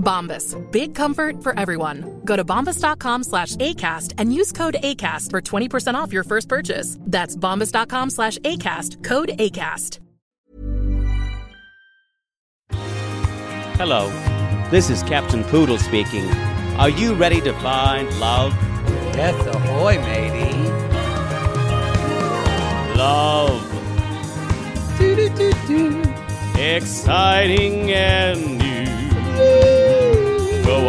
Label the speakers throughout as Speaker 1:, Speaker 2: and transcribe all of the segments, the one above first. Speaker 1: Bombas. Big comfort for everyone. Go to bombas.com slash ACAST and use code ACAST for 20% off your first purchase. That's bombas.com slash ACAST. Code ACAST.
Speaker 2: Hello. This is Captain Poodle speaking. Are you ready to find love?
Speaker 3: Yes, ahoy, matey.
Speaker 2: Love.
Speaker 3: Do-do-do-do.
Speaker 2: Exciting and new. Go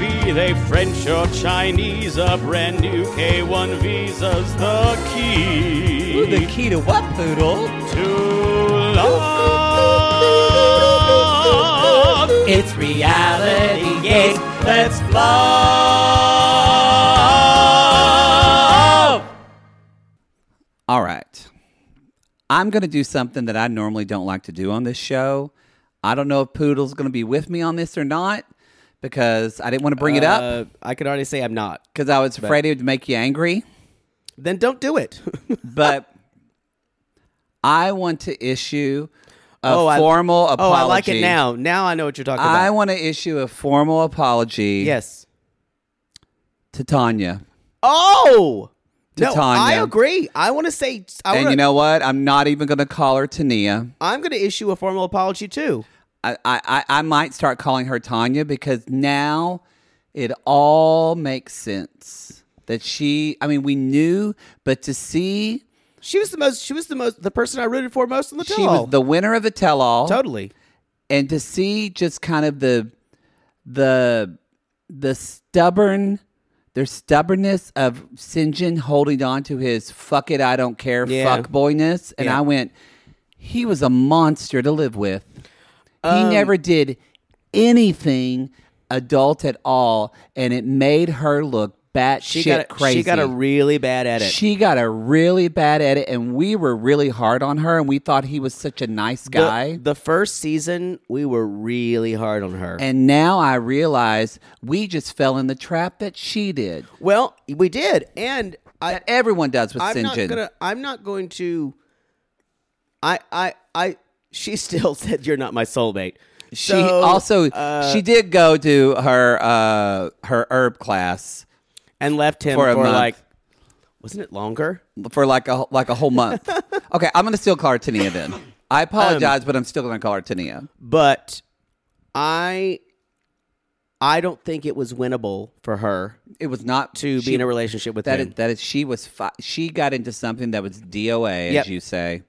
Speaker 2: Be they French or Chinese, a brand new K1 visa's the key.
Speaker 4: Ooh, the key to what, Poodle?
Speaker 2: to love.
Speaker 4: It's reality, yes, let's
Speaker 2: love.
Speaker 4: All right. I'm going to do something that I normally don't like to do on this show. I don't know if Poodle's going to be with me on this or not because I didn't want to bring it up
Speaker 5: Uh, I can already say I'm not.
Speaker 4: because I was afraid it would make you angry.
Speaker 5: Then don't do it.
Speaker 4: But I want to issue a
Speaker 5: Oh, I-
Speaker 4: formal apology.
Speaker 5: oh, I like it now. Now I know what you're talking
Speaker 4: I
Speaker 5: about.
Speaker 4: want to issue a formal apology
Speaker 5: yes.
Speaker 4: to Tanya.
Speaker 5: Oh.
Speaker 4: To
Speaker 5: no,
Speaker 4: Tanya.
Speaker 5: I agree. I want to say. I
Speaker 4: and
Speaker 5: wanna,
Speaker 4: you know what? I'm not even going to call her Tania.
Speaker 5: I'm going to issue a formal apology too.
Speaker 4: I, I, I- I might start calling her Tanya because now it all makes sense that she, I mean, we knew, but to see
Speaker 5: She was the most. She was the most. The person I rooted for most in the
Speaker 4: she was the winner of the tell all.
Speaker 5: totally.
Speaker 4: And to see just kind of the, the, the stubborn, their stubbornness of Sinjin holding on to his fuck it, I don't care,
Speaker 5: Yeah.
Speaker 4: fuck boyness. And
Speaker 5: Yeah.
Speaker 4: I went, he was a monster to live with.
Speaker 5: Um,
Speaker 4: he never did anything adult at all, and it made her look batshit
Speaker 5: She got.
Speaker 4: crazy.
Speaker 5: She got a really bad edit.
Speaker 4: She got a really bad edit, and we were really hard on her, and we thought he was such a nice
Speaker 5: The-
Speaker 4: guy.
Speaker 5: The, first season, we were really hard on her.
Speaker 4: and now I realize we just fell in the trap that she did.
Speaker 5: well, we did, and I,
Speaker 4: That everyone does with
Speaker 5: I'm not
Speaker 4: Sinjin.
Speaker 5: gonna. I'm not going to. I, I, I. She still said, "You're not my soulmate."
Speaker 4: She
Speaker 5: So,
Speaker 4: also
Speaker 5: uh,
Speaker 4: she did go to her uh, her herb class
Speaker 5: and left him
Speaker 4: for
Speaker 5: for,
Speaker 4: a month.
Speaker 5: like, wasn't it longer?
Speaker 4: for like a like a whole month. okay, I'm gonna still call her Tania then. I
Speaker 5: Um,
Speaker 4: apologize, but I'm still gonna call her Tania.
Speaker 5: But I, I don't think it was winnable for her
Speaker 4: It was not
Speaker 5: to
Speaker 4: she-
Speaker 5: be in a relationship with
Speaker 4: That
Speaker 5: him.
Speaker 4: is, that is she was fi- she got into something that was DOA,
Speaker 5: Yep.
Speaker 4: as you say.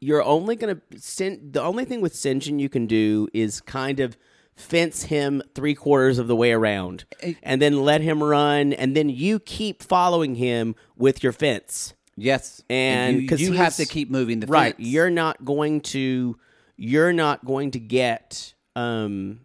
Speaker 5: you're only gonna sin the only thing with Sinjin you can do is kind of fence him three quarters of the way around and then let him run and then you keep following him with your fence
Speaker 4: Yes,
Speaker 5: and
Speaker 4: you,
Speaker 5: 'cause
Speaker 4: you
Speaker 5: he's-
Speaker 4: have to keep moving the
Speaker 5: right
Speaker 4: fence.
Speaker 5: you're not going to you're not going to get um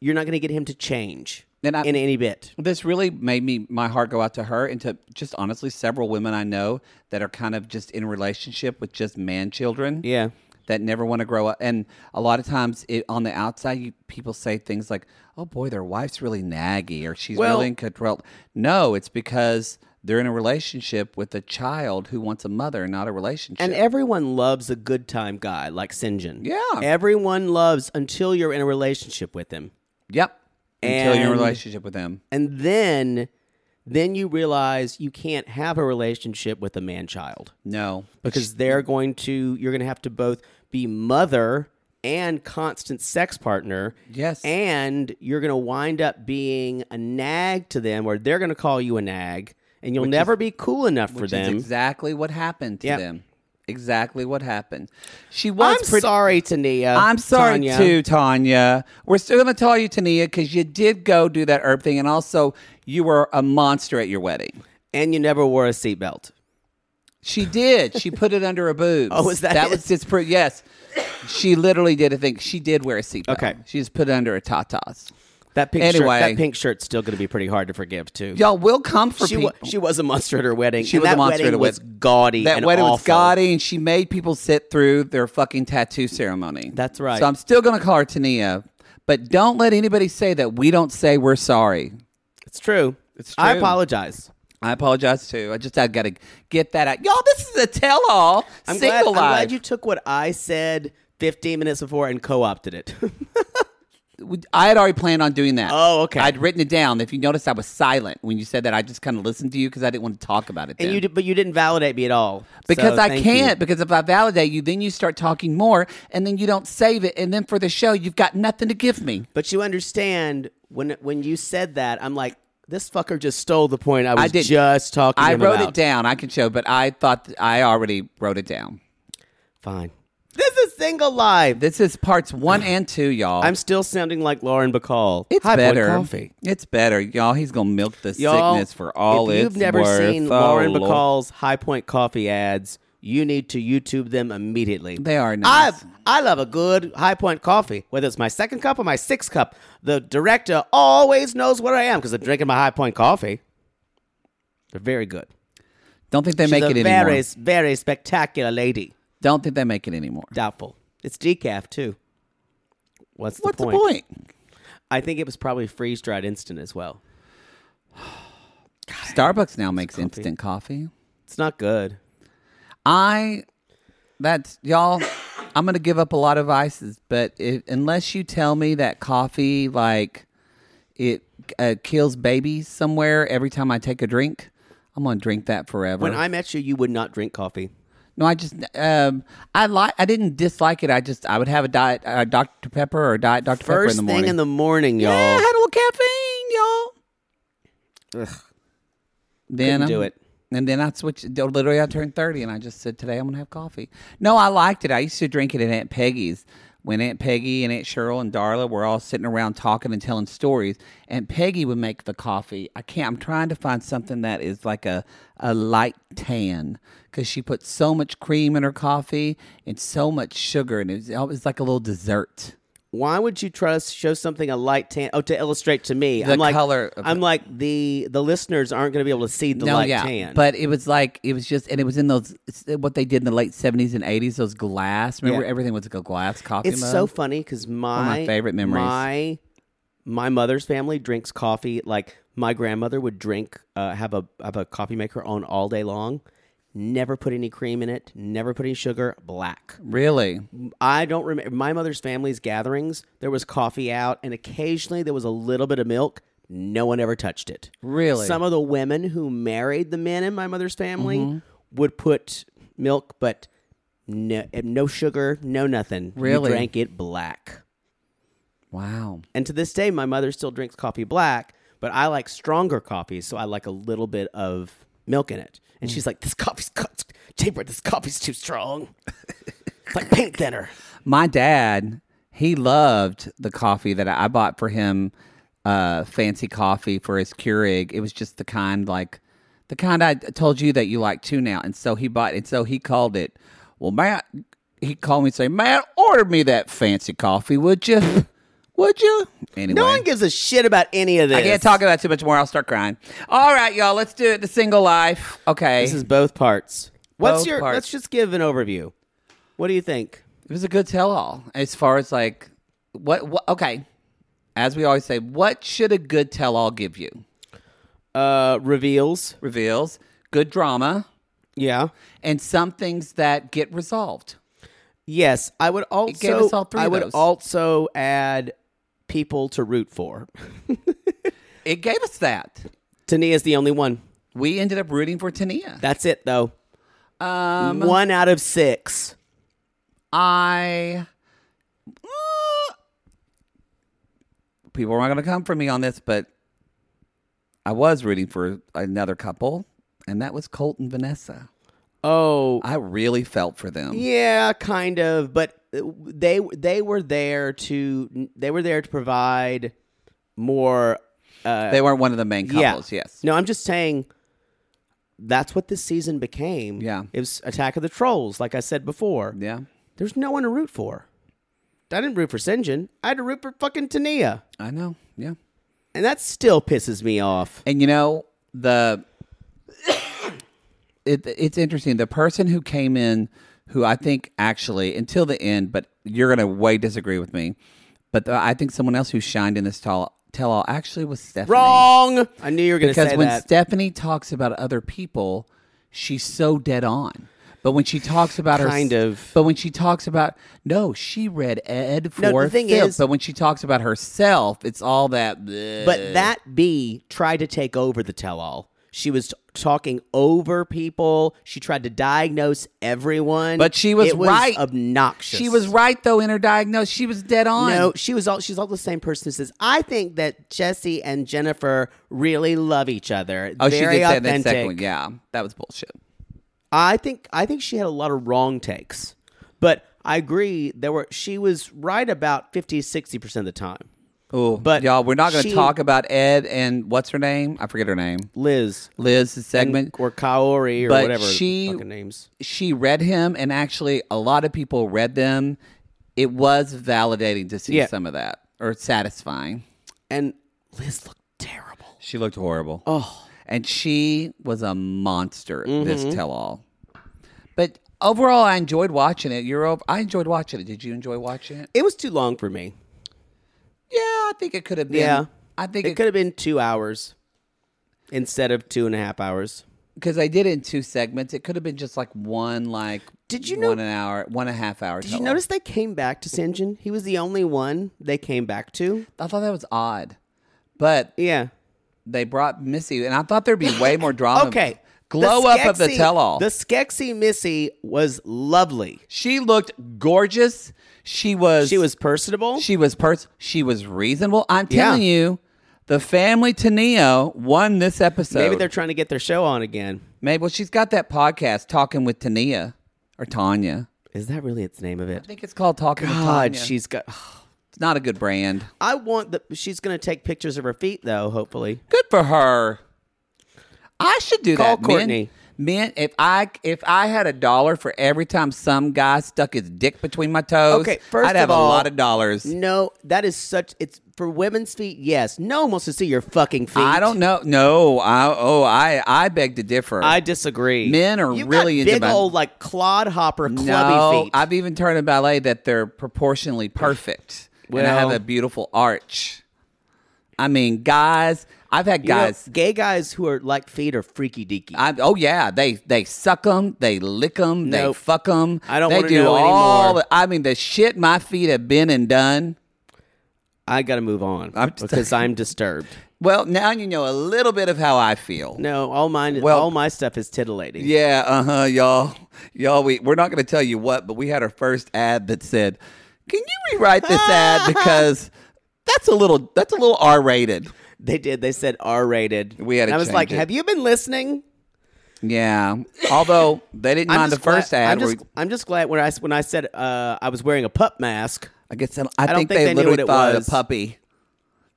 Speaker 5: you're not going to get him to change
Speaker 4: And I-
Speaker 5: in any bit
Speaker 4: This really made me my heart go out to her and to just honestly several women I know that are kind of just in relationship with just man children.
Speaker 5: yeah
Speaker 4: that never want to grow up. And a lot of times it, on the outside, you, people say things like, oh boy, their wife's really naggy or she's
Speaker 5: Well-
Speaker 4: really in control. No, it's because They're in a relationship with a child who wants a mother, not a relationship.
Speaker 5: And everyone loves a good time guy like Sinjin.
Speaker 4: Yeah.
Speaker 5: Everyone loves until you're in a relationship with him.
Speaker 4: yep. Until you're in a
Speaker 5: And-
Speaker 4: relationship with them.
Speaker 5: And then then you realize you can't have a relationship with a man child
Speaker 4: No.
Speaker 5: because they're going to you're going to have to both be mother and constant sex partner.
Speaker 4: Yes.
Speaker 5: And you're going to wind up being a nag to them or they're going to call you a nag and you'll never be cool enough for
Speaker 4: which
Speaker 5: them.
Speaker 4: is exactly what happened to
Speaker 5: Yep.
Speaker 4: them. Exactly what happened. She was
Speaker 5: I'm
Speaker 4: pretty
Speaker 5: sorry, Tania.
Speaker 4: I'm sorry
Speaker 5: Tanya.
Speaker 4: too, Tanya. We're still going to tell you, Tania, because you did go do that herb thing, and also you were a monster at your wedding.
Speaker 5: And you never wore a seatbelt.
Speaker 4: She did. She put it under her boobs.
Speaker 5: Oh, is that
Speaker 4: that
Speaker 5: it?
Speaker 4: was just pretty? Yes, she literally did a thing. She did wear a seatbelt.
Speaker 5: Okay.
Speaker 4: she just put it under her tatas.
Speaker 5: That pink
Speaker 4: Anyway.
Speaker 5: shirt, that pink shirt's still going to be pretty hard to forgive too.
Speaker 4: Y'all will come for
Speaker 5: she
Speaker 4: people.
Speaker 5: was she was a monster at her wedding.
Speaker 4: She
Speaker 5: and
Speaker 4: was
Speaker 5: that
Speaker 4: a monster
Speaker 5: wedding
Speaker 4: at a
Speaker 5: was
Speaker 4: wedding.
Speaker 5: gaudy.
Speaker 4: That
Speaker 5: and
Speaker 4: wedding was
Speaker 5: awful.
Speaker 4: gaudy, and she made people sit through their fucking tattoo ceremony.
Speaker 5: That's right.
Speaker 4: So I'm still going to call her Tania, but don't let anybody say that we don't say we're sorry.
Speaker 5: It's true.
Speaker 4: It's
Speaker 5: I
Speaker 4: true.
Speaker 5: apologize.
Speaker 4: I apologize too. I just I got to get that out. Y'all, this is a tell-all.
Speaker 5: I'm glad,
Speaker 4: single
Speaker 5: I'm glad
Speaker 4: life.
Speaker 5: you took what I said 15 minutes before and co-opted it.
Speaker 4: We- I had already planned on doing that.
Speaker 5: Oh, okay.
Speaker 4: I'd written it down. If you noticed, I was silent when you said that. I just kind of listened to you because I didn't want to talk about it.
Speaker 5: and
Speaker 4: then.
Speaker 5: you did, but you didn't validate me at all.
Speaker 4: Because
Speaker 5: So
Speaker 4: I
Speaker 5: thank
Speaker 4: can't.
Speaker 5: you.
Speaker 4: Because if I validate you, then you start talking more, and then you don't save it, and then for the show, you've got nothing to give me.
Speaker 5: But you understand when when you said that, I'm like this fucker just stole the point I was
Speaker 4: I did
Speaker 5: just talking
Speaker 4: I
Speaker 5: to him
Speaker 4: wrote it
Speaker 5: about.
Speaker 4: down. I can show, but I thought that I already wrote it down.
Speaker 5: Fine. This is single live.
Speaker 4: This is parts one and two, y'all.
Speaker 5: I'm still sounding like Lauren Bacall.
Speaker 4: It's
Speaker 5: High Boy
Speaker 4: better.
Speaker 5: Coffee.
Speaker 4: It's better, y'all. He's gonna milk the
Speaker 5: Y'all,
Speaker 4: sickness for all
Speaker 5: if
Speaker 4: it's
Speaker 5: you've never
Speaker 4: worth.
Speaker 5: seen
Speaker 4: Oh,
Speaker 5: Lauren
Speaker 4: Lord.
Speaker 5: Bacall's High Point Coffee ads, you need to YouTube them immediately.
Speaker 4: They are nice.
Speaker 5: I I love a good High Point coffee, whether it's my second cup or my sixth cup. The director always knows where I am because I'm drinking my High Point coffee. They're very good.
Speaker 4: don't think they
Speaker 5: She's
Speaker 4: make
Speaker 5: a
Speaker 4: it anymore.
Speaker 5: very, very spectacular lady.
Speaker 4: Don't think they make it anymore.
Speaker 5: Doubtful. It's decaf too. What's the
Speaker 4: What's
Speaker 5: point?
Speaker 4: the point?
Speaker 5: I think it was probably freeze dried instant as well.
Speaker 4: Starbucks now makes instant coffee.
Speaker 5: It's not good.
Speaker 4: I that's y'all. I'm gonna give up a lot of vices, but it, unless you tell me that coffee like it uh, kills babies somewhere every time I take a drink, I'm gonna drink that forever.
Speaker 5: When I met you, you would not drink coffee.
Speaker 4: No, I just um, I like I didn't dislike it. I just I would have a diet uh, Dr Pepper or diet Dr Pepper in
Speaker 5: First
Speaker 4: the morning.
Speaker 5: thing in the morning, y'all.
Speaker 4: yeah, I had a little caffeine, y'all. Then
Speaker 5: Couldn't do
Speaker 4: I'm-
Speaker 5: it.
Speaker 4: And then I switched. Literally, I turned thirty, and I just said today I'm gonna have coffee. No, I liked it. I used to drink it at Aunt Peggy's when Aunt Peggy and Aunt Cheryl and Darla were all sitting around talking and telling stories. Aunt Peggy would make the coffee. I can't. I'm trying to find something that is like a a light tan because she put so much cream in her coffee and so much sugar, and it was, it was like a little dessert.
Speaker 5: Why would you try to show something a light tan? Oh, to illustrate to me,
Speaker 4: The
Speaker 5: I'm like,
Speaker 4: color of
Speaker 5: I'm
Speaker 4: it.
Speaker 5: like the the listeners aren't going to be able to see the light tan.
Speaker 4: But it was like it was just, and it was in those it's what they did in the late seventies and eighties. Those glass. Remember,
Speaker 5: Yeah.
Speaker 4: everything was like a glass coffee.
Speaker 5: it's
Speaker 4: mug.
Speaker 5: so funny because my,
Speaker 4: of my favorite memories.
Speaker 5: My my mother's family drinks coffee. Like my grandmother would drink, uh, have a have a coffee maker on all day long. Never put any cream in it. Never put any sugar. Black.
Speaker 4: Really,
Speaker 5: I don't remember my mother's family's gatherings. There was coffee out, and occasionally there was a little bit of milk. No one ever touched it.
Speaker 4: Really?
Speaker 5: Some of the women who married the men in my mother's family
Speaker 4: Mm-hmm.
Speaker 5: would put milk, but no, no sugar, no nothing. You
Speaker 4: Really?
Speaker 5: drank it black.
Speaker 4: wow.
Speaker 5: And to this day, my mother still drinks coffee black, but I like stronger coffee, so I like a little bit of milk in it. And
Speaker 4: Mm.
Speaker 5: she's like, "This coffee's cut, Tabor. This coffee's too strong. it's like paint thinner."
Speaker 4: My dad, he loved the coffee that I I bought for him. Uh, fancy coffee for his Keurig. It was just the kind like the kind I told you that you like too now. And so he bought, and so he called it. Well, Matt, he called me and say, Matt, order me that fancy coffee, would you? Would you? Anyway,
Speaker 5: No one gives a shit about any of this.
Speaker 4: I can't talk about it too much more. I'll start crying. All right, y'all. Let's do it. The single life. Okay.
Speaker 5: This is both parts. What's
Speaker 4: Both
Speaker 5: your?
Speaker 4: parts.
Speaker 5: Let's just give an overview. What do you think?
Speaker 4: it was a good tell-all as far as like what, what. Okay. As we always say, what should a good tell-all give you?
Speaker 5: uh, reveals.
Speaker 4: reveals, good drama,
Speaker 5: Yeah.
Speaker 4: and some things that get resolved.
Speaker 5: Yes, I would also.
Speaker 4: gave us all three
Speaker 5: I
Speaker 4: of
Speaker 5: would
Speaker 4: those.
Speaker 5: also add people to root for.
Speaker 4: It gave us that.
Speaker 5: Tania's the only one.
Speaker 4: We ended up rooting for Tania.
Speaker 5: That's it, though.
Speaker 4: Um,
Speaker 5: one out of six.
Speaker 4: I. uh, People are not going to come for me on this, but I was rooting for another couple, and that was Colt and Vanessa.
Speaker 5: Oh,
Speaker 4: I really felt for them.
Speaker 5: yeah, kind of. But they they were there to they were there to provide more. Uh,
Speaker 4: They weren't one of the main couples,
Speaker 5: yeah.
Speaker 4: yes.
Speaker 5: No, I'm just saying. That's what this season became.
Speaker 4: Yeah.
Speaker 5: it was Attack of the Trolls. Like I said before,
Speaker 4: Yeah.
Speaker 5: there's no one to root for. I didn't root for Sinjin. I had to root for fucking Tania.
Speaker 4: I know. Yeah.
Speaker 5: And that still pisses me off.
Speaker 4: And you know the it, it's interesting. The person who came in, who I think actually until the end, but you're going to way disagree with me. But the, I think someone else who shined in this tell tell all actually was Stephanie.
Speaker 5: Wrong. I knew you were going to
Speaker 4: because
Speaker 5: say
Speaker 4: when
Speaker 5: that.
Speaker 4: Stephanie talks about other people, she's so dead on. But when she talks about her,
Speaker 5: Kind of.
Speaker 4: But when she talks about no, she read Ed for
Speaker 5: No, the thing
Speaker 4: Phil.
Speaker 5: is-
Speaker 4: but when she talks about herself, it's all that.
Speaker 5: but that bee tried to take over the tell all. She was t- talking over people. She tried to diagnose everyone.
Speaker 4: But she was
Speaker 5: It
Speaker 4: right.
Speaker 5: Obnoxious.
Speaker 4: She was right though in her diagnosis. She was dead on.
Speaker 5: No, she was all. She's all the same person. Who says, "I think that Jesse and Jennifer really love each other.
Speaker 4: oh, she
Speaker 5: Very
Speaker 4: did say that
Speaker 5: authentic.
Speaker 4: second one. Yeah, that was bullshit.
Speaker 5: I think I think she had a lot of wrong takes. But I agree there were she was right about 50 60% of the time.
Speaker 4: Oh,
Speaker 5: But
Speaker 4: y'all, we're not going to
Speaker 5: she-
Speaker 4: talk about Ed and what's her name? I forget her name.
Speaker 5: Liz
Speaker 4: Liz's segment.
Speaker 5: or Kaori or
Speaker 4: but
Speaker 5: whatever
Speaker 4: she-
Speaker 5: fucking names.
Speaker 4: She read him, and actually, a lot of people read them. It was validating to see
Speaker 5: Yeah.
Speaker 4: some of that, or satisfying.
Speaker 5: And Liz looked terrible.
Speaker 4: She looked horrible. Oh, and she was a monster.
Speaker 5: Mm-hmm.
Speaker 4: This tell-all, but. Overall, I enjoyed watching it. You're over, I enjoyed watching it. Did you enjoy watching it?
Speaker 5: It was too long for me.
Speaker 4: Yeah, I think it could have been.
Speaker 5: Yeah.
Speaker 4: I think
Speaker 5: It
Speaker 4: it
Speaker 5: could have been two hours instead of two and a half hours.
Speaker 4: because I did it in two segments. It could have been just like one, like
Speaker 5: Did you
Speaker 4: one
Speaker 5: know-
Speaker 4: an hour, one and a half hour.
Speaker 5: Did you notice they came back to Sinjin? He was the only one they came back to.
Speaker 4: I thought that was odd, but
Speaker 5: Yeah.
Speaker 4: they brought Missy, and I thought there'd be way more drama.
Speaker 5: Okay.
Speaker 4: glow
Speaker 5: Um, The
Speaker 4: up of the
Speaker 5: Skeksis-
Speaker 4: tell-all.
Speaker 5: The Skeksis Missy was lovely.
Speaker 4: she looked gorgeous. She was.
Speaker 5: She was personable.
Speaker 4: She was pers. She was reasonable. I'm
Speaker 5: Yeah.
Speaker 4: telling you, the family Taneo won this episode.
Speaker 5: Maybe they're trying to get their show on again.
Speaker 4: Maybe well, she's got that podcast talking with Tania or Tanya.
Speaker 5: Is that really its name of it?
Speaker 4: I think it's called Talking with
Speaker 5: God,
Speaker 4: Tanya.
Speaker 5: she's got.
Speaker 4: it's not a good brand.
Speaker 5: I want the. She's gonna take pictures of her feet though. Hopefully,
Speaker 4: Good for her. I should do
Speaker 5: Call
Speaker 4: that.
Speaker 5: Courtney.
Speaker 4: Men, men, if I if I had a dollar for every time some guy stuck his dick between my toes,
Speaker 5: Okay, first
Speaker 4: I'd have
Speaker 5: of all-
Speaker 4: a lot of dollars.
Speaker 5: no, that is such. It's for women's feet. Yes, no one wants to see your fucking feet.
Speaker 4: I don't know. No, I oh I I beg to differ.
Speaker 5: I disagree.
Speaker 4: Men are
Speaker 5: You've
Speaker 4: really
Speaker 5: got
Speaker 4: into
Speaker 5: big
Speaker 4: my-
Speaker 5: old like clodhopper clubby
Speaker 4: no,
Speaker 5: feet.
Speaker 4: I've even turned in ballet that they're proportionally perfect, and I
Speaker 5: Well-
Speaker 4: have a beautiful arch. I mean, guys, I've had
Speaker 5: You know,
Speaker 4: guys.
Speaker 5: gay guys who are like feet are freaky deaky.
Speaker 4: I, oh yeah, they they suck them, they lick them, they
Speaker 5: Nope.
Speaker 4: fuck them.
Speaker 5: I don't
Speaker 4: they
Speaker 5: wanna know anymore.
Speaker 4: the- I mean, the shit my feet have been and done.
Speaker 5: I got to move on
Speaker 4: I'm just-
Speaker 5: because I'm disturbed.
Speaker 4: Well, now you know a little bit of how I feel.
Speaker 5: No, all mine.
Speaker 4: Well-
Speaker 5: all my stuff is titillating.
Speaker 4: Yeah, uh huh, y'all, y'all. We we're not going to tell you what, but we had our first ad that said, "Can you rewrite this ad because that's a little that's a little R rated."
Speaker 5: They did. They said R rated.
Speaker 4: We had to
Speaker 5: I was
Speaker 4: change
Speaker 5: like,
Speaker 4: it.
Speaker 5: have you been listening?
Speaker 4: Yeah, although they didn't mind the
Speaker 5: glad-
Speaker 4: first ad.
Speaker 5: I'm just,
Speaker 4: where-
Speaker 5: I'm just glad when I s- when I said uh, I was wearing a pup mask.
Speaker 4: I guess I,
Speaker 5: don't think
Speaker 4: think, they,
Speaker 5: they knew
Speaker 4: literally
Speaker 5: what it
Speaker 4: thought it was
Speaker 5: was.
Speaker 4: a puppy.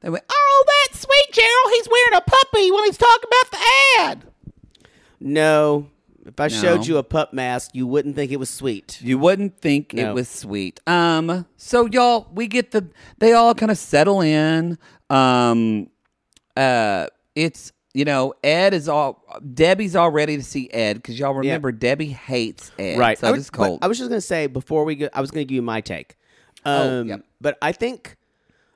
Speaker 4: They went, "Oh, that's sweet, Gerald. He's wearing a puppy when he's talking about the ad."
Speaker 5: No, if I
Speaker 4: No.
Speaker 5: showed you a pup mask, you wouldn't think it was sweet.
Speaker 4: You wouldn't think it
Speaker 5: No.
Speaker 4: was sweet. Um, so y'all, we get the they all kind of settle in. Um, uh, it's you know Ed is all Debbie's all ready to see Ed because y'all remember Debbie hates Ed, So
Speaker 5: I was,
Speaker 4: does Colt.
Speaker 5: I was just gonna say before we go, I was gonna give you my take. Um,
Speaker 4: Oh, yep.
Speaker 5: But I think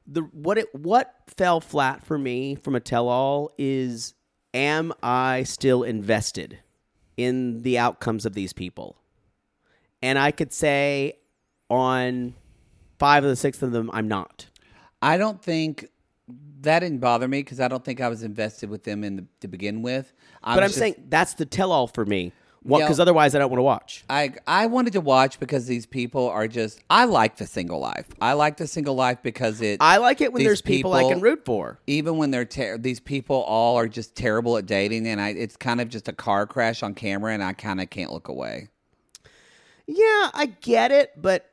Speaker 5: the what it what fell flat for me from a tell all is am I still invested in the outcomes of these people? And I could say on five of the six of them, I'm not.
Speaker 4: I don't think that didn't bother me because I don't think I was invested with them in the, to begin with. I
Speaker 5: But I'm
Speaker 4: was just-
Speaker 5: saying that's the tell all for me. What?
Speaker 4: Yeah.
Speaker 5: Because otherwise, I don't want to watch.
Speaker 4: I I wanted to watch because these people are just. I like the single life. I like the single life because it.
Speaker 5: I like it when
Speaker 4: these
Speaker 5: there's people, I can root for.
Speaker 4: Even when they're ter- these people all are just terrible at dating, and I it's kind of just a car crash on camera, and I kind of can't look away.
Speaker 5: Yeah, I get it, but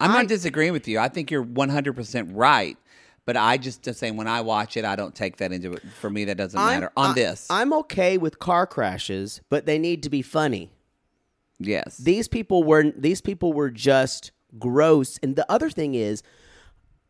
Speaker 4: I'm
Speaker 5: I-
Speaker 4: not disagreeing with you. I think you're 100 percent right, but I just just saying when I watch it, I don't take that into it. For me, that doesn't
Speaker 5: I'm-
Speaker 4: matter. On
Speaker 5: I-
Speaker 4: this,
Speaker 5: I'm okay with car crashes, but they need to be funny.
Speaker 4: yes,
Speaker 5: These people were these people were just gross. And the other thing is,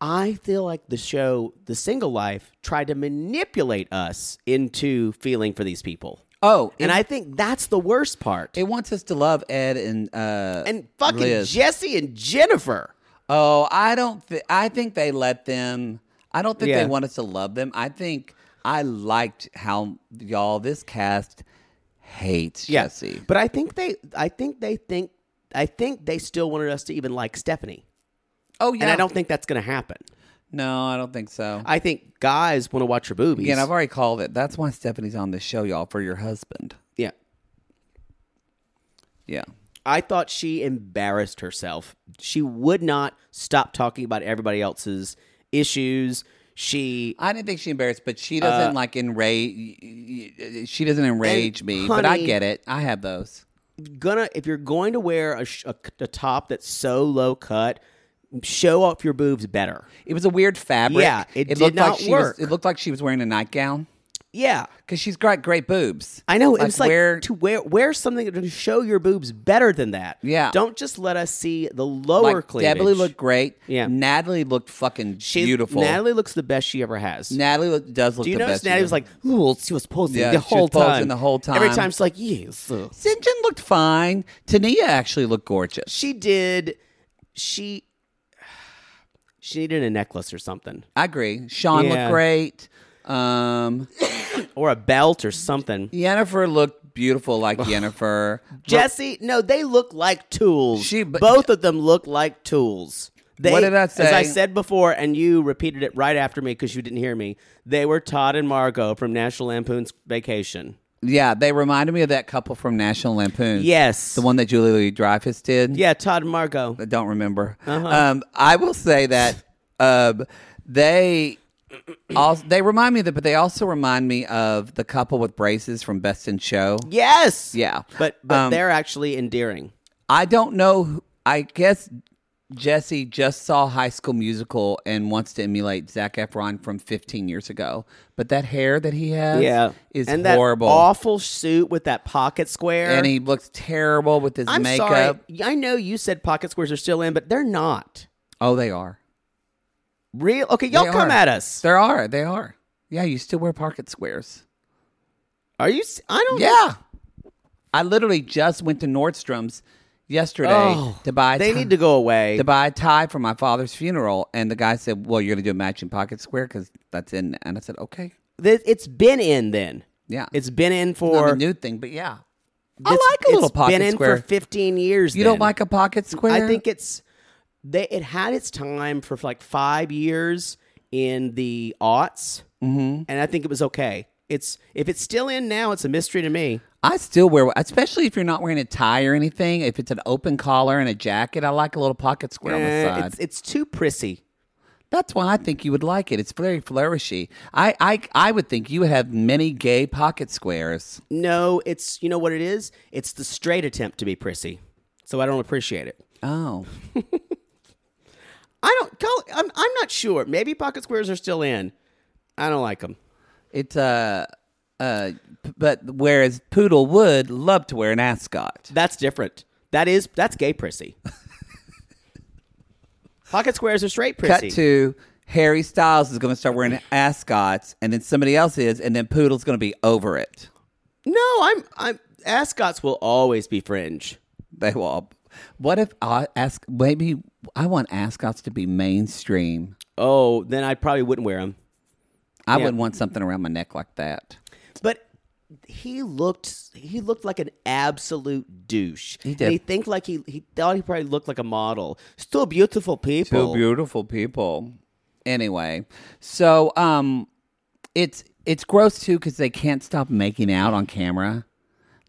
Speaker 5: I feel like the show, The Single Life, tried to manipulate us into feeling for these people.
Speaker 4: oh,
Speaker 5: And
Speaker 4: it-
Speaker 5: I think that's the worst part.
Speaker 4: it wants us to love Ed and uh
Speaker 5: and fucking
Speaker 4: Liz.
Speaker 5: Jesse and Jennifer.
Speaker 4: Oh, I don't. Th- I think they let them. I don't think
Speaker 5: Yeah.
Speaker 4: they want us to love them. I think I liked how y'all this cast hates
Speaker 5: Yeah.
Speaker 4: Jesse.
Speaker 5: But I think they I think they think I think they still wanted us to even like Stephanie.
Speaker 4: Oh yeah.
Speaker 5: And I don't think that's gonna happen.
Speaker 4: No, I don't think so.
Speaker 5: I think guys want to watch her boobies.
Speaker 4: Again, I've already called it. That's why Stephanie's on this show, y'all, for your husband.
Speaker 5: yeah.
Speaker 4: Yeah.
Speaker 5: I thought she embarrassed herself. She would not stop talking about everybody else's issues. She
Speaker 4: I didn't think she embarrassed, but
Speaker 5: Uh,
Speaker 4: she doesn't like enrage. She doesn't enrage me, but I
Speaker 5: honey-
Speaker 4: get it. I have those.
Speaker 5: gonna if you're going to wear a, sh- a, a top that's so low cut, show off your boobs better.
Speaker 4: It was a weird fabric.
Speaker 5: Yeah, it did
Speaker 4: looked
Speaker 5: not
Speaker 4: like she
Speaker 5: work.
Speaker 4: Was, it looked like she was wearing a nightgown
Speaker 5: Yeah,
Speaker 4: because she's got great boobs.
Speaker 5: I know. It's like
Speaker 4: where-
Speaker 5: to wear wear something to show your boobs better than that.
Speaker 4: Yeah.
Speaker 5: don't just let us see the lower cleavage.
Speaker 4: Debbie looked great.
Speaker 5: Yeah.
Speaker 4: Natalie looked fucking
Speaker 5: She's-
Speaker 4: beautiful.
Speaker 5: Natalie looks the best she ever has.
Speaker 4: Natalie look, does look
Speaker 5: Do you
Speaker 4: the
Speaker 5: notice
Speaker 4: best.
Speaker 5: Natalie was like, "Ooh, she was posing
Speaker 4: Yeah,
Speaker 5: the
Speaker 4: she was
Speaker 5: whole
Speaker 4: posing
Speaker 5: time."
Speaker 4: the whole
Speaker 5: Every
Speaker 4: time.
Speaker 5: time she's like, "Yes." uh,
Speaker 4: Sinjin looked fine. Tania actually looked gorgeous.
Speaker 5: she did she she needed a necklace or something
Speaker 4: I agree. Sean
Speaker 5: Yeah.
Speaker 4: looked great. Um,
Speaker 5: or a belt or something
Speaker 4: Yennefer looked beautiful like Yennefer.
Speaker 5: jesse no they look like tools
Speaker 4: She- but-
Speaker 5: both of them look like tools they,
Speaker 4: What did I
Speaker 5: As I
Speaker 4: say?
Speaker 5: said before, and you repeated it right after me because you didn't hear me. They were Todd and Margot from National Lampoon's Vacation.
Speaker 4: Yeah, they reminded me of that couple from National Lampoon.
Speaker 5: Yes,
Speaker 4: The one that Julie Louis Dreyfus did.
Speaker 5: Yeah, Todd and Margot.
Speaker 4: I don't remember.
Speaker 5: Uh-huh.
Speaker 4: Um, I will say that um, they also they remind me of that, but they also remind me of the couple with braces from Best in Show.
Speaker 5: Yes.
Speaker 4: Yeah.
Speaker 5: But but
Speaker 4: Um,
Speaker 5: they're actually endearing.
Speaker 4: I don't know. who- I guess Jesse just saw High School Musical and wants to emulate Zach Efron from 15 years ago. But that hair that he has, is
Speaker 5: and
Speaker 4: horrible.
Speaker 5: That awful suit with that pocket square.
Speaker 4: and he looks terrible with his
Speaker 5: I'm
Speaker 4: makeup.
Speaker 5: sorry. I know you said pocket squares are still in, but they're not.
Speaker 4: Oh, they are.
Speaker 5: Real okay, y'all
Speaker 4: They
Speaker 5: come
Speaker 4: are.
Speaker 5: at us.
Speaker 4: They are. They are. Yeah, you still wear pocket squares.
Speaker 5: Are you? s- I don't.
Speaker 4: Yeah. I literally just went to Nordstrom's yesterday
Speaker 5: Oh,
Speaker 4: to buy a
Speaker 5: They
Speaker 4: ti-
Speaker 5: need to go away.
Speaker 4: to buy a tie for my father's funeral and the guy said, "Well, you're going to do a matching pocket square cuz that's in." And I said, "Okay."
Speaker 5: Th- it's been in then.
Speaker 4: Yeah.
Speaker 5: It's been in
Speaker 4: Not
Speaker 5: for.
Speaker 4: a new thing, but yeah. I
Speaker 5: it's-
Speaker 4: like a little
Speaker 5: it's
Speaker 4: pocket
Speaker 5: been in
Speaker 4: square.
Speaker 5: for 15 years.
Speaker 4: you
Speaker 5: then.
Speaker 4: don't like a pocket square?
Speaker 5: I think it's. They, it had its time for like five years in the aughts, mm-hmm. and I think it was okay. It's if it's still in now, it's a mystery to me.
Speaker 4: I still wear especially if you're not wearing a tie or anything, if it's an open collar and a jacket, I like a little pocket square on
Speaker 5: Eh,
Speaker 4: the side.
Speaker 5: it's it's too prissy.
Speaker 4: That's why I think you would like it. It's very flourishy. I, I, I would think you would have many gay pocket squares.
Speaker 5: No, it's you know what it is? It's the straight attempt to be prissy. So I don't appreciate it.
Speaker 4: Oh,
Speaker 5: I don't call I'm I'm not sure. Maybe pocket squares are still in. I don't like them.
Speaker 4: it's uh, uh, p- but whereas Poodle would love to wear an ascot.
Speaker 5: That's different. That is that's gay prissy. pocket squares are straight prissy.
Speaker 4: Cut to Harry Styles is going to start wearing ascots, and then somebody else is, and then Poodle's going to be over it.
Speaker 5: No, I'm I'm ascots will always be fringe.
Speaker 4: They will. all- What if I ask? Maybe I want ascots to be mainstream.
Speaker 5: Oh, then I probably wouldn't wear them.
Speaker 4: I wouldn't want something around my neck like that.
Speaker 5: But he looked he looked like an absolute douche. He
Speaker 4: did.
Speaker 5: he think like he he thought he probably looked like a model. Still beautiful people.
Speaker 4: Two beautiful people. Anyway, so um, it's it's gross too because they can't stop making out on camera.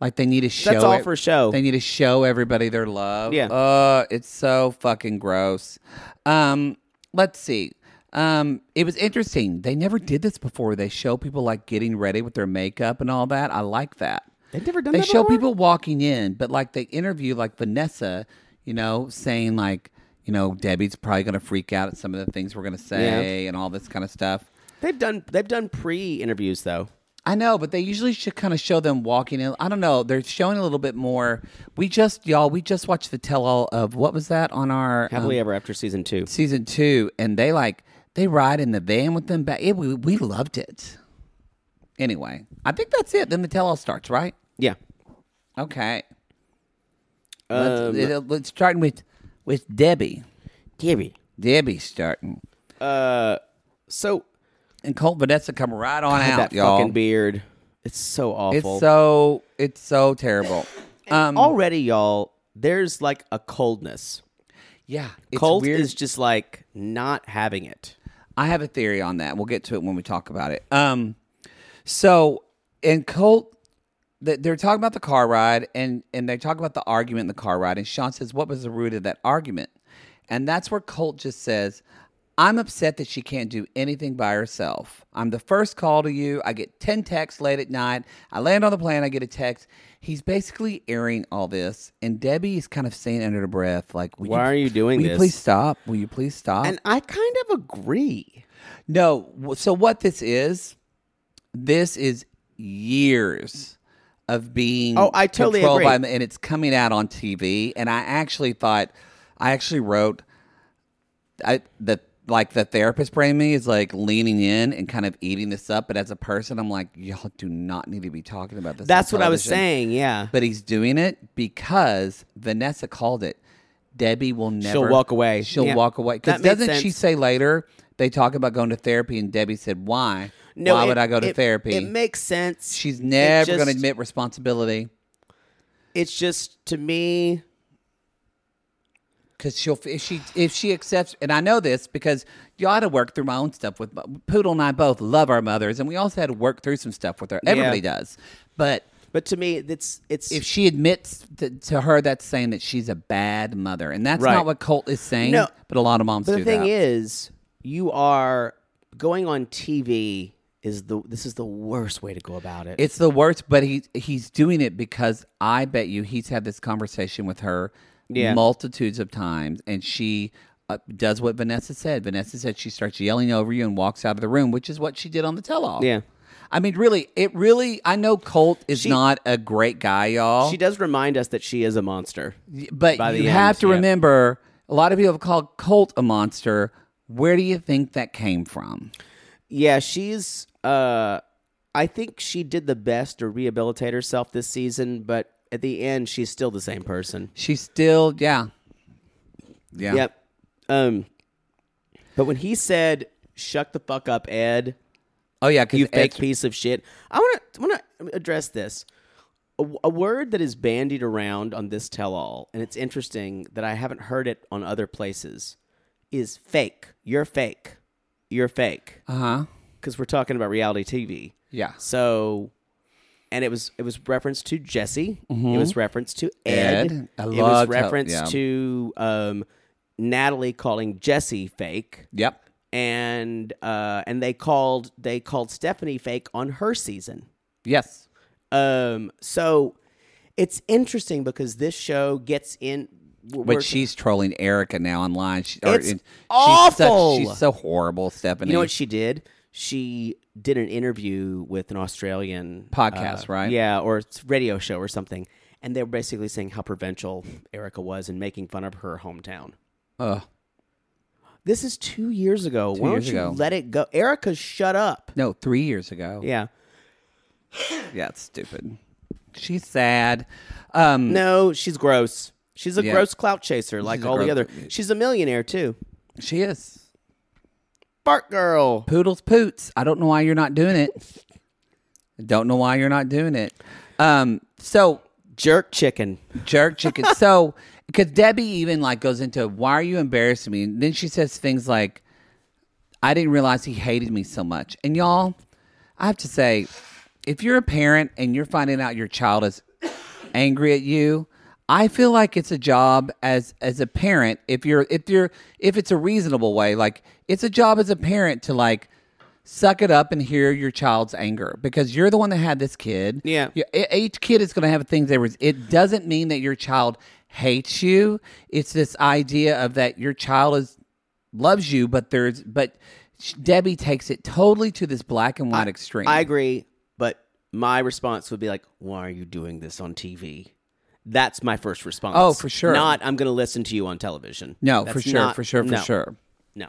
Speaker 4: Like they need to show.
Speaker 5: all
Speaker 4: it-
Speaker 5: for show.
Speaker 4: They need to show everybody their love.
Speaker 5: Yeah.
Speaker 4: Uh, it's so fucking gross. Um, let's see. Um, it was interesting. They never did this before. They show people like getting ready with their makeup and all that. I like that.
Speaker 5: They've never done
Speaker 4: They
Speaker 5: that
Speaker 4: show
Speaker 5: before?
Speaker 4: people people walking in, but like they interview like Vanessa, you know, saying like, you know, Debbie's probably gonna freak out at some of the things we're gonna say and all this kind of stuff.
Speaker 5: They've done they've done pre interviews though.
Speaker 4: I know, but they usually should kind of show them walking in. I don't know. They're showing a little bit more. We just y'all, we just watched the tell all of what was that on our
Speaker 5: Happily
Speaker 4: um,
Speaker 5: ever after season two.
Speaker 4: season two, and they like they ride in the van with them back. It, we we loved it. Anyway, I think that's it. Then the tell all starts, right?
Speaker 5: Yeah.
Speaker 4: Okay.
Speaker 5: Um,
Speaker 4: let's, it, let's starting with with Debbie.
Speaker 5: Debbie.
Speaker 4: Debbie starting,
Speaker 5: Uh so
Speaker 4: and Colt Vanessa come right on out,
Speaker 5: that
Speaker 4: y'all.
Speaker 5: fucking beard. It's so awful.
Speaker 4: it's so it's so terrible. Um,
Speaker 5: already, y'all, there's like a coldness.
Speaker 4: yeah, it's
Speaker 5: Cold
Speaker 4: weird.
Speaker 5: is just like not having it.
Speaker 4: I have a theory on that. We'll get to it when we talk about it. Um, so and Colt, th- they're talking about the car ride, and and they talk about the argument in the car ride, and Sean says, "What was the root of that argument?" And that's where Colt just says, "I'm upset that she can't do anything by herself. I'm the first call to you. I get ten texts late at night. I land on the plane. I get a text." He's basically airing all this, and Debbie is kind of saying under her breath, like, will
Speaker 5: Why are you doing
Speaker 4: will
Speaker 5: this?"
Speaker 4: You please stop. Will you please stop?"
Speaker 5: And I kind of agree.
Speaker 4: No. w- So what this is, this is years of being
Speaker 5: Oh, I totally
Speaker 4: controlled
Speaker 5: agree.
Speaker 4: by them, and it's coming out on TV. And I actually thought, I actually wrote, I the like the therapist brain in me is like leaning in and kind of eating this up. But as a person, I'm like, y'all do not need to be talking about this. on
Speaker 5: That's what I was
Speaker 4: television."
Speaker 5: saying. Yeah.
Speaker 4: But he's doing it because Vanessa called it. Debbie will never.
Speaker 5: She'll walk away.
Speaker 4: She'll
Speaker 5: Yeah.
Speaker 4: walk away. Because
Speaker 5: That makes
Speaker 4: doesn't she
Speaker 5: sense.
Speaker 4: say later they talk about going to therapy and Debbie said, "Why? Why
Speaker 5: it-
Speaker 4: would I go to
Speaker 5: it-
Speaker 4: therapy?"
Speaker 5: It makes sense.
Speaker 4: She's
Speaker 5: It
Speaker 4: never going to
Speaker 5: just-
Speaker 4: admit responsibility
Speaker 5: It's just to me.
Speaker 4: because she'll if she if she accepts. And I know this because y'all had to work through my own stuff with Poodle and I both love our mothers, and we also had to work through some stuff with her. Everybody does, but.
Speaker 5: But to me, it's it's
Speaker 4: If she admits to, to her, that's saying that she's a bad mother, and that's
Speaker 5: Right.
Speaker 4: not what Colt is saying.
Speaker 5: No.
Speaker 4: but a lot of moms
Speaker 5: But
Speaker 4: do
Speaker 5: the thing
Speaker 4: that.
Speaker 5: is, you are going on TV. Is the this is the worst way to go about it?
Speaker 4: It's the worst, but he he's doing it because I bet you he's had this conversation with her
Speaker 5: Yeah.
Speaker 4: multitudes of times, and she uh, does what Vanessa said. Vanessa said she starts yelling over you and walks out of the room, which is what she did on the tell-all.
Speaker 5: Yeah.
Speaker 4: I mean, really, it really. I know Colt is
Speaker 5: She-
Speaker 4: not a great guy, y'all.
Speaker 5: she does remind us that she is a monster.
Speaker 4: but
Speaker 5: by the
Speaker 4: you
Speaker 5: end,
Speaker 4: have to
Speaker 5: yeah.
Speaker 4: remember, a lot of people have called Colt a monster. Where do you think that came from?
Speaker 5: Yeah, she's. uh I think she did the best to rehabilitate herself this season, but at the end, she's still the same person.
Speaker 4: She's still, yeah, yeah.
Speaker 5: Yep. Um. But when he said, "Shut the fuck up, Ed,"
Speaker 4: Oh yeah, because
Speaker 5: you fake piece of shit. I want to want to address this. A, a word that is bandied around on this tell-all, and it's interesting that I haven't heard it on other places, is fake. You're fake. You're fake.
Speaker 4: Uh huh.
Speaker 5: Because we're talking about reality TV.
Speaker 4: Yeah.
Speaker 5: So, and it was it was referenced to Jesse. It was referenced to Ed.
Speaker 4: Ed. I
Speaker 5: it
Speaker 4: loved
Speaker 5: was
Speaker 4: how-
Speaker 5: referenced
Speaker 4: yeah.
Speaker 5: to um, Natalie calling Jesse fake
Speaker 4: Yep.
Speaker 5: and uh, and they called they called Stephanie fake on her season.
Speaker 4: Yes.
Speaker 5: Um, so it's interesting because this show gets in. we're- we're-
Speaker 4: But she's trolling Erica now online. She, or
Speaker 5: It's
Speaker 4: in-
Speaker 5: awful!
Speaker 4: She's, such, she's so horrible, Stephanie.
Speaker 5: you know what she did? She did an interview with an Australian uh,
Speaker 4: Podcast, right?
Speaker 5: Yeah, or it's radio show or something, and they were basically saying how provincial Erica was and making fun of her hometown.
Speaker 4: Ugh.
Speaker 5: This is two years ago. Why
Speaker 4: years
Speaker 5: don't you
Speaker 4: ago.
Speaker 5: let it go? Erica, shut up.
Speaker 4: no, three years ago.
Speaker 5: Yeah.
Speaker 4: yeah, it's stupid. She's sad. Um,
Speaker 5: No, she's gross. She's a
Speaker 4: Yeah.
Speaker 5: gross clout chaser, like
Speaker 4: a
Speaker 5: all the
Speaker 4: gross-
Speaker 5: other. She's a millionaire too.
Speaker 4: she is
Speaker 5: Fart girl.
Speaker 4: poodles poots. I don't know why you're not doing it. Don't know why you're not doing it. Um, so
Speaker 5: Jerk chicken.
Speaker 4: jerk chicken. so because Debbie even like goes into why are you embarrassing me? And then she says things like, I didn't realize he hated me so much. And y'all, I have to say, if you're a parent and you're finding out your child is angry at you, I feel like it's a job as as a parent. If you're if you're if it's a reasonable way, like it's a job as a parent to like suck it up and hear your child's anger because you're the one that had this kid.
Speaker 5: Yeah.
Speaker 4: You- e- each kid is going to have things they was. It doesn't mean that your child hates you. It's this idea of that your child is loves you, but there's but sh- Debbie takes it totally to this black and white extreme.
Speaker 5: I agree, but my response would be like, "Why are you doing this on TV?" That's my first response.
Speaker 4: Oh, for sure.
Speaker 5: Not I'm going to listen to you on television.
Speaker 4: no,
Speaker 5: That's
Speaker 4: for sure,
Speaker 5: not-
Speaker 4: for sure, for
Speaker 5: no,
Speaker 4: sure.
Speaker 5: No,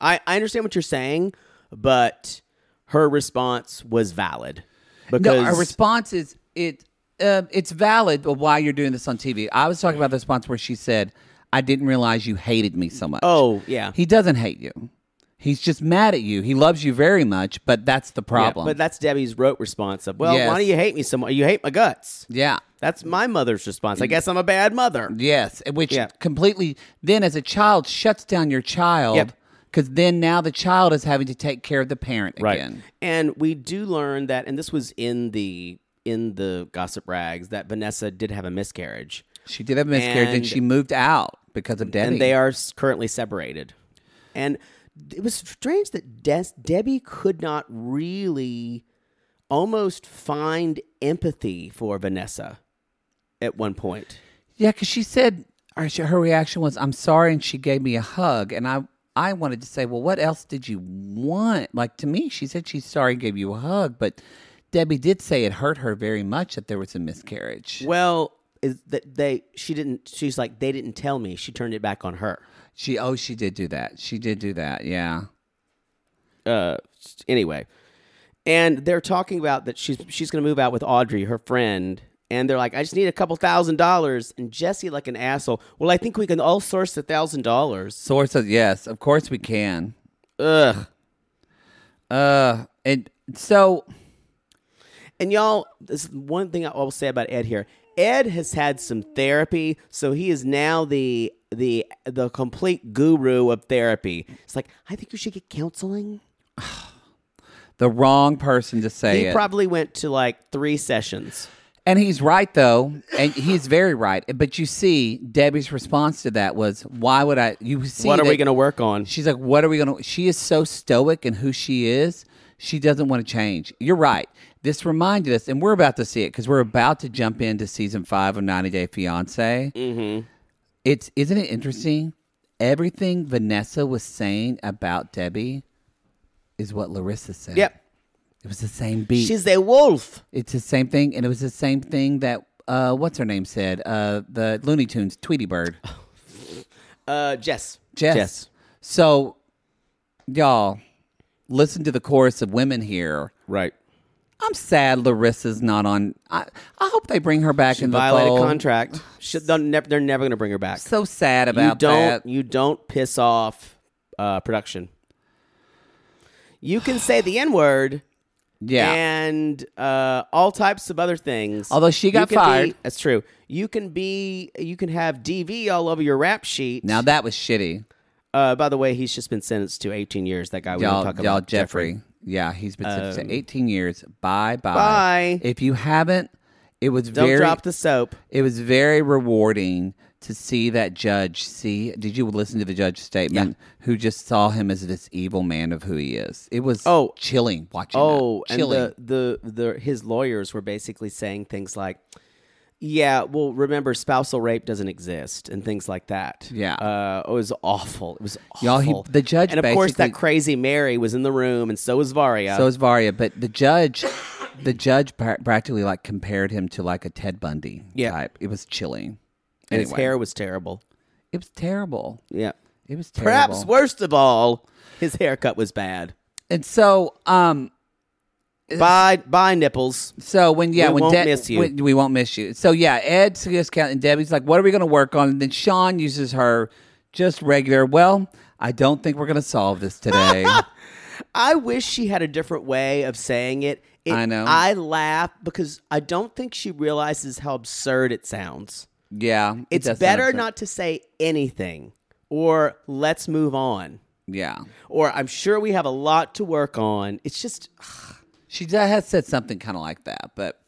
Speaker 5: I I understand what you're saying, but her response was valid because
Speaker 4: no, our response is it. Uh, it's valid, but why you're doing this on TV? I was talking about the response where she said, "I didn't realize you hated me so much."
Speaker 5: Oh, yeah.
Speaker 4: he doesn't hate you. He's just mad at you. He loves you very much, but that's the
Speaker 5: Yeah,
Speaker 4: problem.
Speaker 5: but that's Debbie's rote response of, "Well,
Speaker 4: Yes.
Speaker 5: why do you hate me so much? You hate my guts."
Speaker 4: yeah.
Speaker 5: That's my mother's response.
Speaker 4: Mm.
Speaker 5: I guess I'm a bad mother.
Speaker 4: Yes, which
Speaker 5: Yeah.
Speaker 4: completely then as a child shuts down your child
Speaker 5: Yep.
Speaker 4: because then now the child is having to take care of the parent again.
Speaker 5: And we do learn that, and this was in the in the gossip rags that Vanessa did have a miscarriage,
Speaker 4: She did have a miscarriage and,
Speaker 5: And-
Speaker 4: she moved out because of Debbie.
Speaker 5: and they are s- currently separated. And it was strange that Des- Debbie could not really almost find empathy for Vanessa at one point.
Speaker 4: yeah, because she said or she, her reaction was "I'm sorry," and she gave me a hug, and I I wanted to say, well, what else did you want? Like to me, she said she's sorry and gave you a hug, but Debbie did say it hurt her very much that there was a miscarriage.
Speaker 5: Well, is that they she didn't she's like they didn't tell me. She turned it back on her.
Speaker 4: She oh she did do that. She did do that. Yeah.
Speaker 5: uh anyway and they're talking about that she's she's gonna move out with audrey her friend and they're like i just need a couple thousand dollars and jesse like an asshole well i think we can all source a thousand dollars
Speaker 4: Source of yes, of course we can.
Speaker 5: ugh
Speaker 4: Uh, and so
Speaker 5: and y'all this is one thing i will say about ed here ed has had some therapy so he is now the the the complete guru of therapy it's like i think you should get counseling
Speaker 4: the wrong person to say
Speaker 5: he
Speaker 4: it.
Speaker 5: probably went to like three sessions
Speaker 4: and he's right though, and he's very right. But you see, Debbie's response to that was, "Why would I?" You see,
Speaker 5: what are we
Speaker 4: that-
Speaker 5: gonna work on
Speaker 4: She's like, "What are we gonna?" She is so stoic in who she is. She doesn't want to change. You're right. This reminded us, and we're about to see it because we're about to jump into season five of 90 Day Fiance. Mm-hmm. It's isn't it interesting? Everything Vanessa was saying about Debbie is what Larissa said.
Speaker 5: yep
Speaker 4: It was the same beat.
Speaker 5: she's a wolf
Speaker 4: it's the same thing, and it was the same thing that uh, what's her name said. Uh, the Looney Tunes Tweety Bird,
Speaker 5: Uh, Oh, Jess.
Speaker 4: Jess. So, y'all, listen to the chorus of women here.
Speaker 5: Right.
Speaker 4: I'm sad Larissa's not on. I, I hope they bring her back
Speaker 5: She
Speaker 4: in the
Speaker 5: violated
Speaker 4: fold.
Speaker 5: contract. She, they're, never, they're never going to bring her back.
Speaker 4: So sad
Speaker 5: you
Speaker 4: about
Speaker 5: don't.
Speaker 4: that.
Speaker 5: You don't piss off uh, production. You can say the N word
Speaker 4: yeah.
Speaker 5: and uh, all types of other things.
Speaker 4: Although she
Speaker 5: You
Speaker 4: got
Speaker 5: can be-
Speaker 4: fired.
Speaker 5: that's true. You can be. You can have DV all over your rap sheet.
Speaker 4: now that was shitty,
Speaker 5: uh, by the way, he's just been sentenced to 18 years. That guy we
Speaker 4: y'all.
Speaker 5: don't talk
Speaker 4: y'all,
Speaker 5: about, Um,
Speaker 4: Jeffrey. Yeah, he's been sentenced to 18 years. Bye, bye,
Speaker 5: Bye.
Speaker 4: If you haven't, it was
Speaker 5: Don't
Speaker 4: very.
Speaker 5: drop the soap.
Speaker 4: It was very rewarding to see that judge see. Did you listen to the judge's statement? Who just saw him as this evil man of who he is? It was
Speaker 5: Oh.
Speaker 4: chilling watching.
Speaker 5: Oh,
Speaker 4: that. chilling.
Speaker 5: and the, the the his lawyers were basically saying things like, "Yeah, well, remember, spousal rape doesn't exist," and things like that.
Speaker 4: Yeah.
Speaker 5: uh, it was awful. It was awful.
Speaker 4: Y'all, he- the judge
Speaker 5: and of course that
Speaker 4: basically-
Speaker 5: crazy Mary was in the room, and so was Varia.
Speaker 4: so is Varia, but the judge, the judge pra- practically like compared him to like a Ted Bundy
Speaker 5: Yeah.
Speaker 4: type. It was chilling.
Speaker 5: and
Speaker 4: Anyway,
Speaker 5: his hair was terrible.
Speaker 4: it was terrible.
Speaker 5: Yeah,
Speaker 4: It was terrible.
Speaker 5: perhaps worst of all, his haircut was bad.
Speaker 4: and so um.
Speaker 5: Bye, bye, nipples.
Speaker 4: So when yeah
Speaker 5: We
Speaker 4: when
Speaker 5: won't miss you.
Speaker 4: when- we won't miss you. So yeah, Ed suggests count and Debbie's like, what are we going to work on? And then Sean uses her just regular. Well, I don't think we're going to solve this today.
Speaker 5: I wish she had a different way of saying it. It-
Speaker 4: I know.
Speaker 5: I laugh because I don't think she realizes how absurd it sounds.
Speaker 4: Yeah, it
Speaker 5: It's
Speaker 4: does sound
Speaker 5: better
Speaker 4: absurd.
Speaker 5: not to say anything or let's move on
Speaker 4: Yeah,
Speaker 5: or I'm sure we have a lot to work on. It's just
Speaker 4: she d- has said something kind of like that, but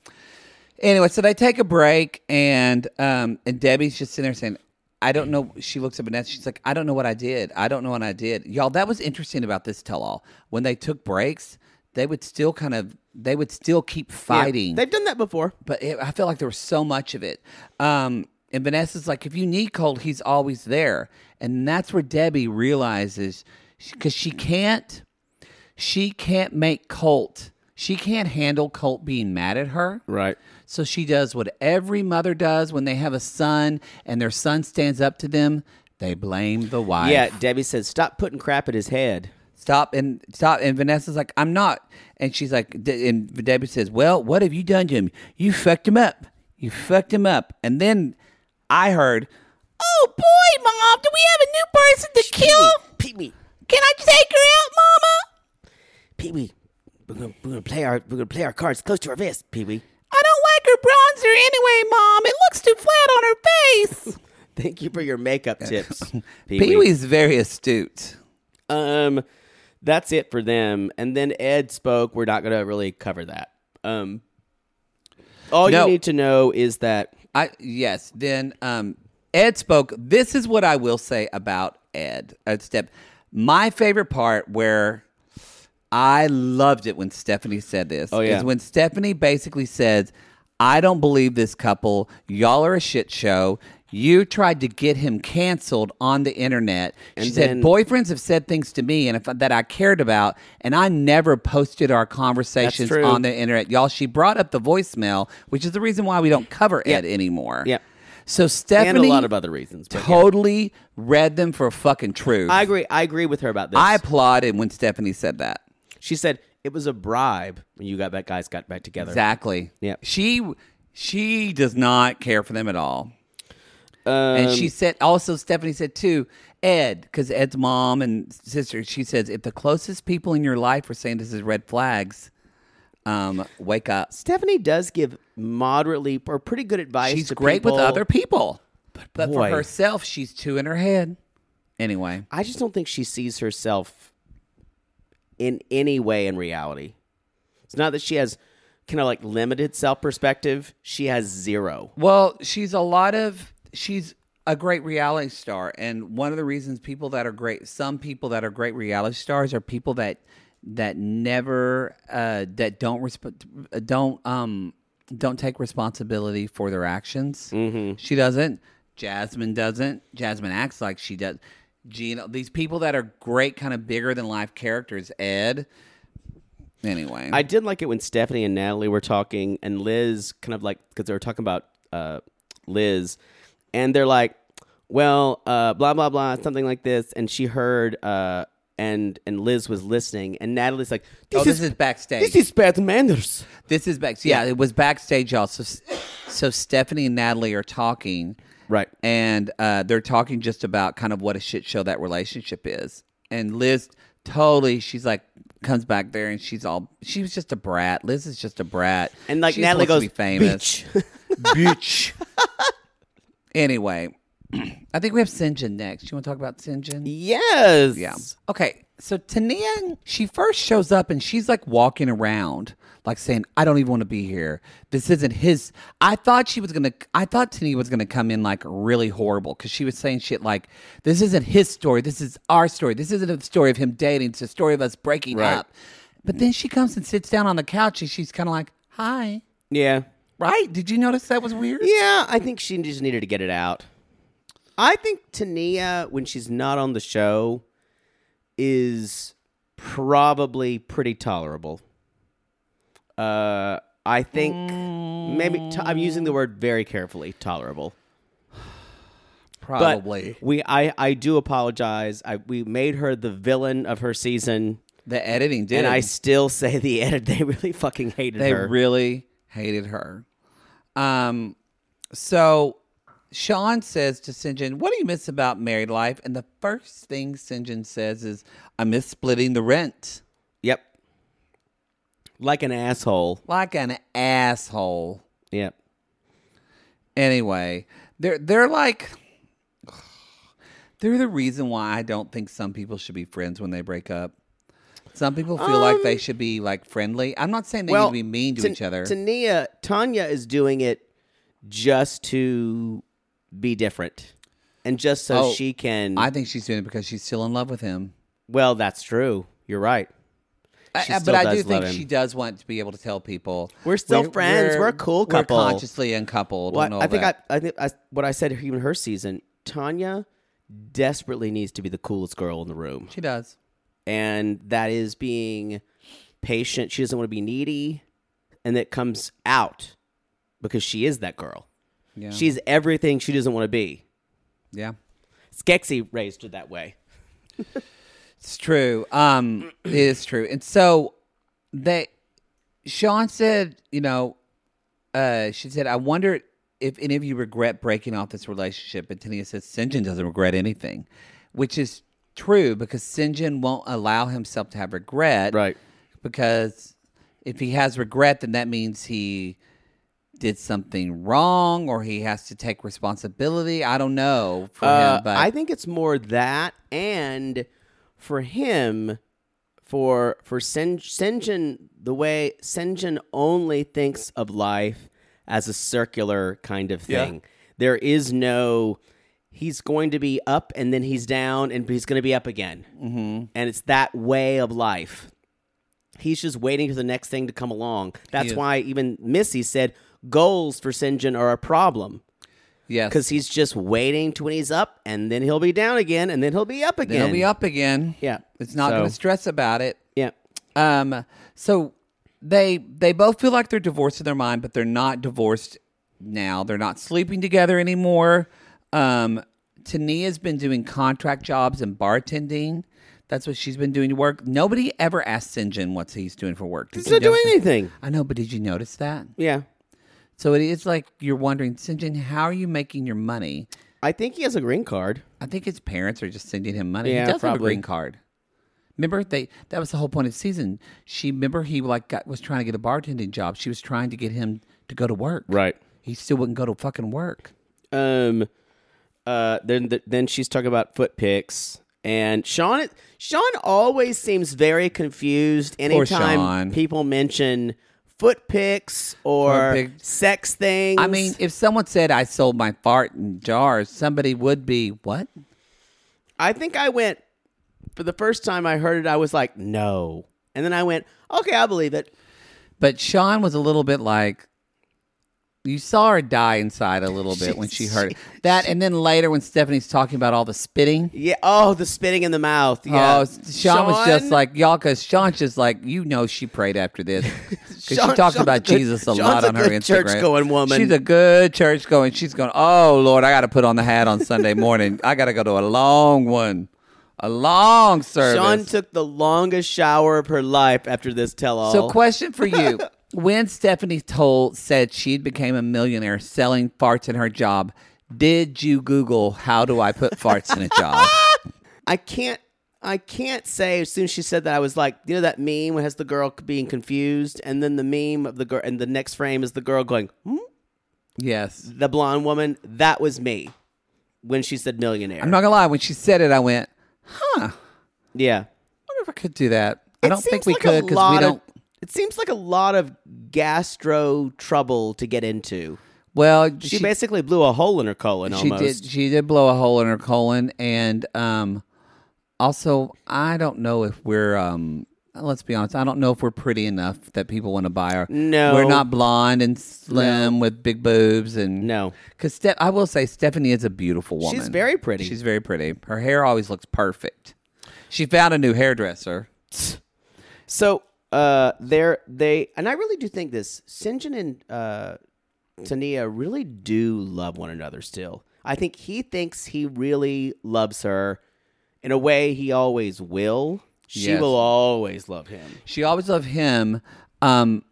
Speaker 4: anyway. So they take a break, and um, and Debbie's just sitting there saying, "I don't know." She looks up and at she's like, "I don't know what I did. I don't know what I did." Y'all, that was interesting about this tell-all. When they took breaks, they would still kind of they would still keep fighting.
Speaker 5: They've done that before.
Speaker 4: but it, I feel like there was so much of it. Um, and Vanessa's like, if you need Colt, he's always there. And that's where Debbie realizes because she can't, she can't make Colt, she can't handle Colt being mad at her.
Speaker 5: Right.
Speaker 4: So she does what every mother does when they have a son and their son stands up to them. They blame the wife.
Speaker 5: Yeah, Debbie says, "Stop putting crap at his head."
Speaker 4: stop and stop and vanessa's like i'm not and she's like De- and debbie says well what have you done to him you fucked him up you fucked him up and then i heard oh boy mom do we have a new person to kill
Speaker 5: Pee wee,
Speaker 4: can i take her out mama
Speaker 5: pee wee. We're gonna, we're gonna play our we're gonna play our cards close to our vest, pee wee.
Speaker 4: i don't like her bronzer anyway mom it looks too flat on her face
Speaker 5: Thank you for your makeup tips,
Speaker 4: pee wee's very astute
Speaker 5: Um, that's it for them. And then Ed spoke. We're not gonna really cover that. Um, all
Speaker 4: No.
Speaker 5: you need to know is that
Speaker 4: I yes. Then um, Ed spoke. This is what I will say about Ed. Uh, Step. My favorite part where I loved it when Stephanie said this
Speaker 5: Oh, yeah.
Speaker 4: is when Stephanie basically says, "I don't believe this couple. Y'all are a shit show." You tried to get him canceled on the internet. she
Speaker 5: And
Speaker 4: said,
Speaker 5: then-
Speaker 4: "Boyfriends have said things to me and if, that I cared about, and I never posted our conversations
Speaker 5: true.
Speaker 4: on the internet." Y'all, she brought up the voicemail, which is the reason why we don't cover
Speaker 5: Yeah.
Speaker 4: Ed anymore.
Speaker 5: Yep.
Speaker 4: So Stephanie
Speaker 5: and a lot of other reasons. But yeah.
Speaker 4: totally read them for fucking truth.
Speaker 5: I agree. I agree with her about this.
Speaker 4: I applauded when Stephanie said that.
Speaker 5: she said it was a bribe when you got back guys got back together.
Speaker 4: Exactly.
Speaker 5: Yep.
Speaker 4: She she does not care for them at all.
Speaker 5: Um,
Speaker 4: and she said also Stephanie said too, Ed, because Ed's mom and sister, she says, if the closest people in your life are saying this is red flags, um, wake up.
Speaker 5: Stephanie does give moderately or pretty good advice.
Speaker 4: She's
Speaker 5: to
Speaker 4: great with
Speaker 5: people.
Speaker 4: other people. But, but for
Speaker 5: boy.
Speaker 4: herself, she's two in her head. Anyway.
Speaker 5: I just don't think she sees herself in any way in reality. It's not that she has kind of like limited self perspective. She has zero.
Speaker 4: Well, she's a lot of she's a great reality star, and one of the reasons people that are great, some people that are great reality stars are people that that never uh, that don't resp- don't um don't take responsibility for their actions. Mm-hmm. She doesn't. Jasmine doesn't. Jasmine acts like she does. Gina, these people that are great, kind of bigger than life characters. Ed. Anyway,
Speaker 5: I did like it when Stephanie and Natalie were talking, and Liz kind of like because they were talking about uh, Liz, and they're like, "Well, uh, blah blah blah, something like this," and she heard, uh, and and Liz was listening, and Natalie's like, "This,
Speaker 4: oh,
Speaker 5: is,
Speaker 4: this is backstage.
Speaker 5: this is bad manners."
Speaker 4: This is back. Yeah, it was backstage, y'all. So, so Stephanie and Natalie are talking,
Speaker 5: Right.
Speaker 4: and uh, they're talking just about kind of what a shit show that relationship is. And Liz totally, she's like, comes back there, and she's all, she was just a brat. Liz is just a brat,
Speaker 5: And like
Speaker 4: she just
Speaker 5: Natalie
Speaker 4: wants
Speaker 5: goes,
Speaker 4: to be famous,
Speaker 5: "Bitch."
Speaker 4: bitch. anyway, I think we have Sinjin next. You want to talk about Sinjin?
Speaker 5: Yes.
Speaker 4: Yeah. Okay. So Tania, she first shows up and she's like walking around, like saying, I don't even want to be here. This isn't his. I thought she was going to, I thought Tania was going to come in like really horrible because she was saying shit like, this isn't his story. This is our story. This isn't the story of him dating. It's the story of us breaking up. But then she comes and sits down on the couch and she's kind of like, hi.
Speaker 5: Yeah.
Speaker 4: Right? Did you notice that was weird?
Speaker 5: Yeah, I think she just needed to get it out. I think Tania, when she's not on the show, is probably pretty tolerable. Uh, I think maybe to- I'm using the word very carefully. Tolerable, But
Speaker 4: Probably.
Speaker 5: we, I, I do apologize. I, we made her the villain of her season,
Speaker 4: the editing did.
Speaker 5: and I still say the edit. They really fucking hated
Speaker 4: They
Speaker 5: her.
Speaker 4: really hated her. Um, so Sean says to Sinjin, "What do you miss about married life?" And the first thing Sinjin says is, "I miss splitting the rent."
Speaker 5: yep. like an asshole.
Speaker 4: Like an asshole.
Speaker 5: Yep.
Speaker 4: Anyway, they're they're like they're the reason why I don't think some people should be friends when they break up. Some people feel like they should be like friendly. I'm not saying they need to be mean to, each other.
Speaker 5: Tania, Tanya is doing it just to be different, and just so
Speaker 4: Oh,
Speaker 5: she can.
Speaker 4: I think she's doing it because she's still in love with him.
Speaker 5: well, that's true. You're right. She
Speaker 4: I- I-
Speaker 5: still
Speaker 4: but I
Speaker 5: does
Speaker 4: do
Speaker 5: love
Speaker 4: think
Speaker 5: him.
Speaker 4: she does want to be able to tell people
Speaker 5: We're still friends. We're a cool couple."
Speaker 4: We're consciously uncoupled.
Speaker 5: Well,
Speaker 4: and all
Speaker 5: I think I,
Speaker 4: that.
Speaker 5: I think I, what I said even her season. Tanya desperately needs to be the coolest girl in the room,
Speaker 4: she does.
Speaker 5: and that is being patient. She doesn't want to be needy, and that comes out because she is that girl.
Speaker 4: Yeah.
Speaker 5: She's everything she doesn't want to be.
Speaker 4: yeah.
Speaker 5: Skeksis raised her that way.
Speaker 4: It's true. Um, it is true. And so they, Sean said, you know, uh, she said, I wonder if any of you regret breaking off this relationship. And Tania says, Sinjin doesn't regret anything, which is true because Sinjin won't allow himself to have regret.
Speaker 5: Right.
Speaker 4: Because if he has regret, then that means he did something wrong or he has to take responsibility. I don't know for
Speaker 5: Uh,
Speaker 4: him, but
Speaker 5: I think it's more that, and for him, for for Sen- Senjin, the way Senjin only thinks of life as a circular kind of thing. There is no. He's going to be up and then he's down and he's going to be up again. Mm-hmm. And it's that way of life. He's just waiting for the next thing to come along. That's
Speaker 4: is.
Speaker 5: why even Missy said goals for Sinjin are a problem
Speaker 4: yes.
Speaker 5: because he's just waiting to when he's up, and then he'll be down again, and then he'll be up again.
Speaker 4: Then he'll be up again.
Speaker 5: Yeah.
Speaker 4: It's not
Speaker 5: So-
Speaker 4: going to stress about it.
Speaker 5: Yeah,
Speaker 4: Um, so they they both feel like they're divorced in their mind, but they're not divorced now. They're not sleeping together anymore. Um, Tania's been doing contract jobs and bartending. That's what she's been doing to work. Nobody ever asked Sinjin what he's doing for work. Did
Speaker 5: he's
Speaker 4: you
Speaker 5: not doing
Speaker 4: notice-
Speaker 5: anything.
Speaker 4: I know, but did you notice that?
Speaker 5: Yeah,
Speaker 4: So it is like you're wondering, Sinjin, how are you making your money?
Speaker 5: I think he has a green card.
Speaker 4: I think his parents are just sending him money.
Speaker 5: Yeah,
Speaker 4: he does have a
Speaker 5: probably.
Speaker 4: green card. Remember they that was the whole point of the season. She remember he like got, was trying to get a bartending job. She was trying to get him to go to work.
Speaker 5: Right.
Speaker 4: He still wouldn't go to fucking work.
Speaker 5: Um. Uh. Then then she's talking about foot picks. And Sean, Sean always seems very confused anytime
Speaker 4: Sean.
Speaker 5: people mention foot picks or
Speaker 4: Foot pic-
Speaker 5: sex things.
Speaker 4: I mean, if someone said I sold my fart in jars, somebody would be what?
Speaker 5: I think I went for the first time I heard it. I was like, no, and then I went, okay, I believe it.
Speaker 4: But Sean was a little bit like you saw her die inside a little bit when she heard it. that, and then later when Stephanie's talking about all the spitting.
Speaker 5: Yeah. Oh, the spitting in the mouth. Yeah.
Speaker 4: Oh, Sean, was just
Speaker 5: Sean-
Speaker 4: like y'all, because Sean's just like you know she prayed after this because she
Speaker 5: Sean-
Speaker 4: talks
Speaker 5: Sean's a
Speaker 4: about
Speaker 5: good-
Speaker 4: Jesus a
Speaker 5: Sean's
Speaker 4: lot
Speaker 5: a
Speaker 4: on her
Speaker 5: good
Speaker 4: Instagram.
Speaker 5: church-going woman.
Speaker 4: She's a good church going. She's going. Oh Lord, I got to put on the hat on Sunday morning. I got to go to a long one, a long service.
Speaker 5: Sean took the longest shower of her life after this tell-all.
Speaker 4: So, question for you: When Stephanie told said she became a millionaire selling farts in her job, did you Google how do I put farts in a job?
Speaker 5: I can't. I can't say as soon as she said that I was like, you know that meme when it has the girl being confused, and then the meme of the girl, and the next frame is the girl going, hmm?
Speaker 4: yes.
Speaker 5: the blonde woman. That was me when she said millionaire.
Speaker 4: I'm not gonna lie. When she said it, I went, "Huh."
Speaker 5: yeah,
Speaker 4: wonder if I could do that.
Speaker 5: It
Speaker 4: I don't
Speaker 5: seems
Speaker 4: think we
Speaker 5: like a
Speaker 4: could because we
Speaker 5: lot of-
Speaker 4: don't.
Speaker 5: It seems like a lot of gastro trouble to get into.
Speaker 4: well,
Speaker 5: She, basically blew a hole in her colon.
Speaker 4: she
Speaker 5: Almost.
Speaker 4: did she did blow a hole in her colon, and um, also I don't know if we're um. Let's be honest. I don't know if we're pretty enough that people want to buy our.
Speaker 5: No.
Speaker 4: we're not blonde and slim with big boobs and
Speaker 5: No.
Speaker 4: Because Ste- I will say Stephanie is a beautiful woman.
Speaker 5: She's very pretty.
Speaker 4: She's very pretty. Her hair always looks perfect. She found a new hairdresser.
Speaker 5: So uh there they and I really do think this Sinjin and uh Tania really do love one another still. I think he thinks he really loves her in a way he always will. She
Speaker 4: Yes.
Speaker 5: will always love him.
Speaker 4: She always loved him. Um,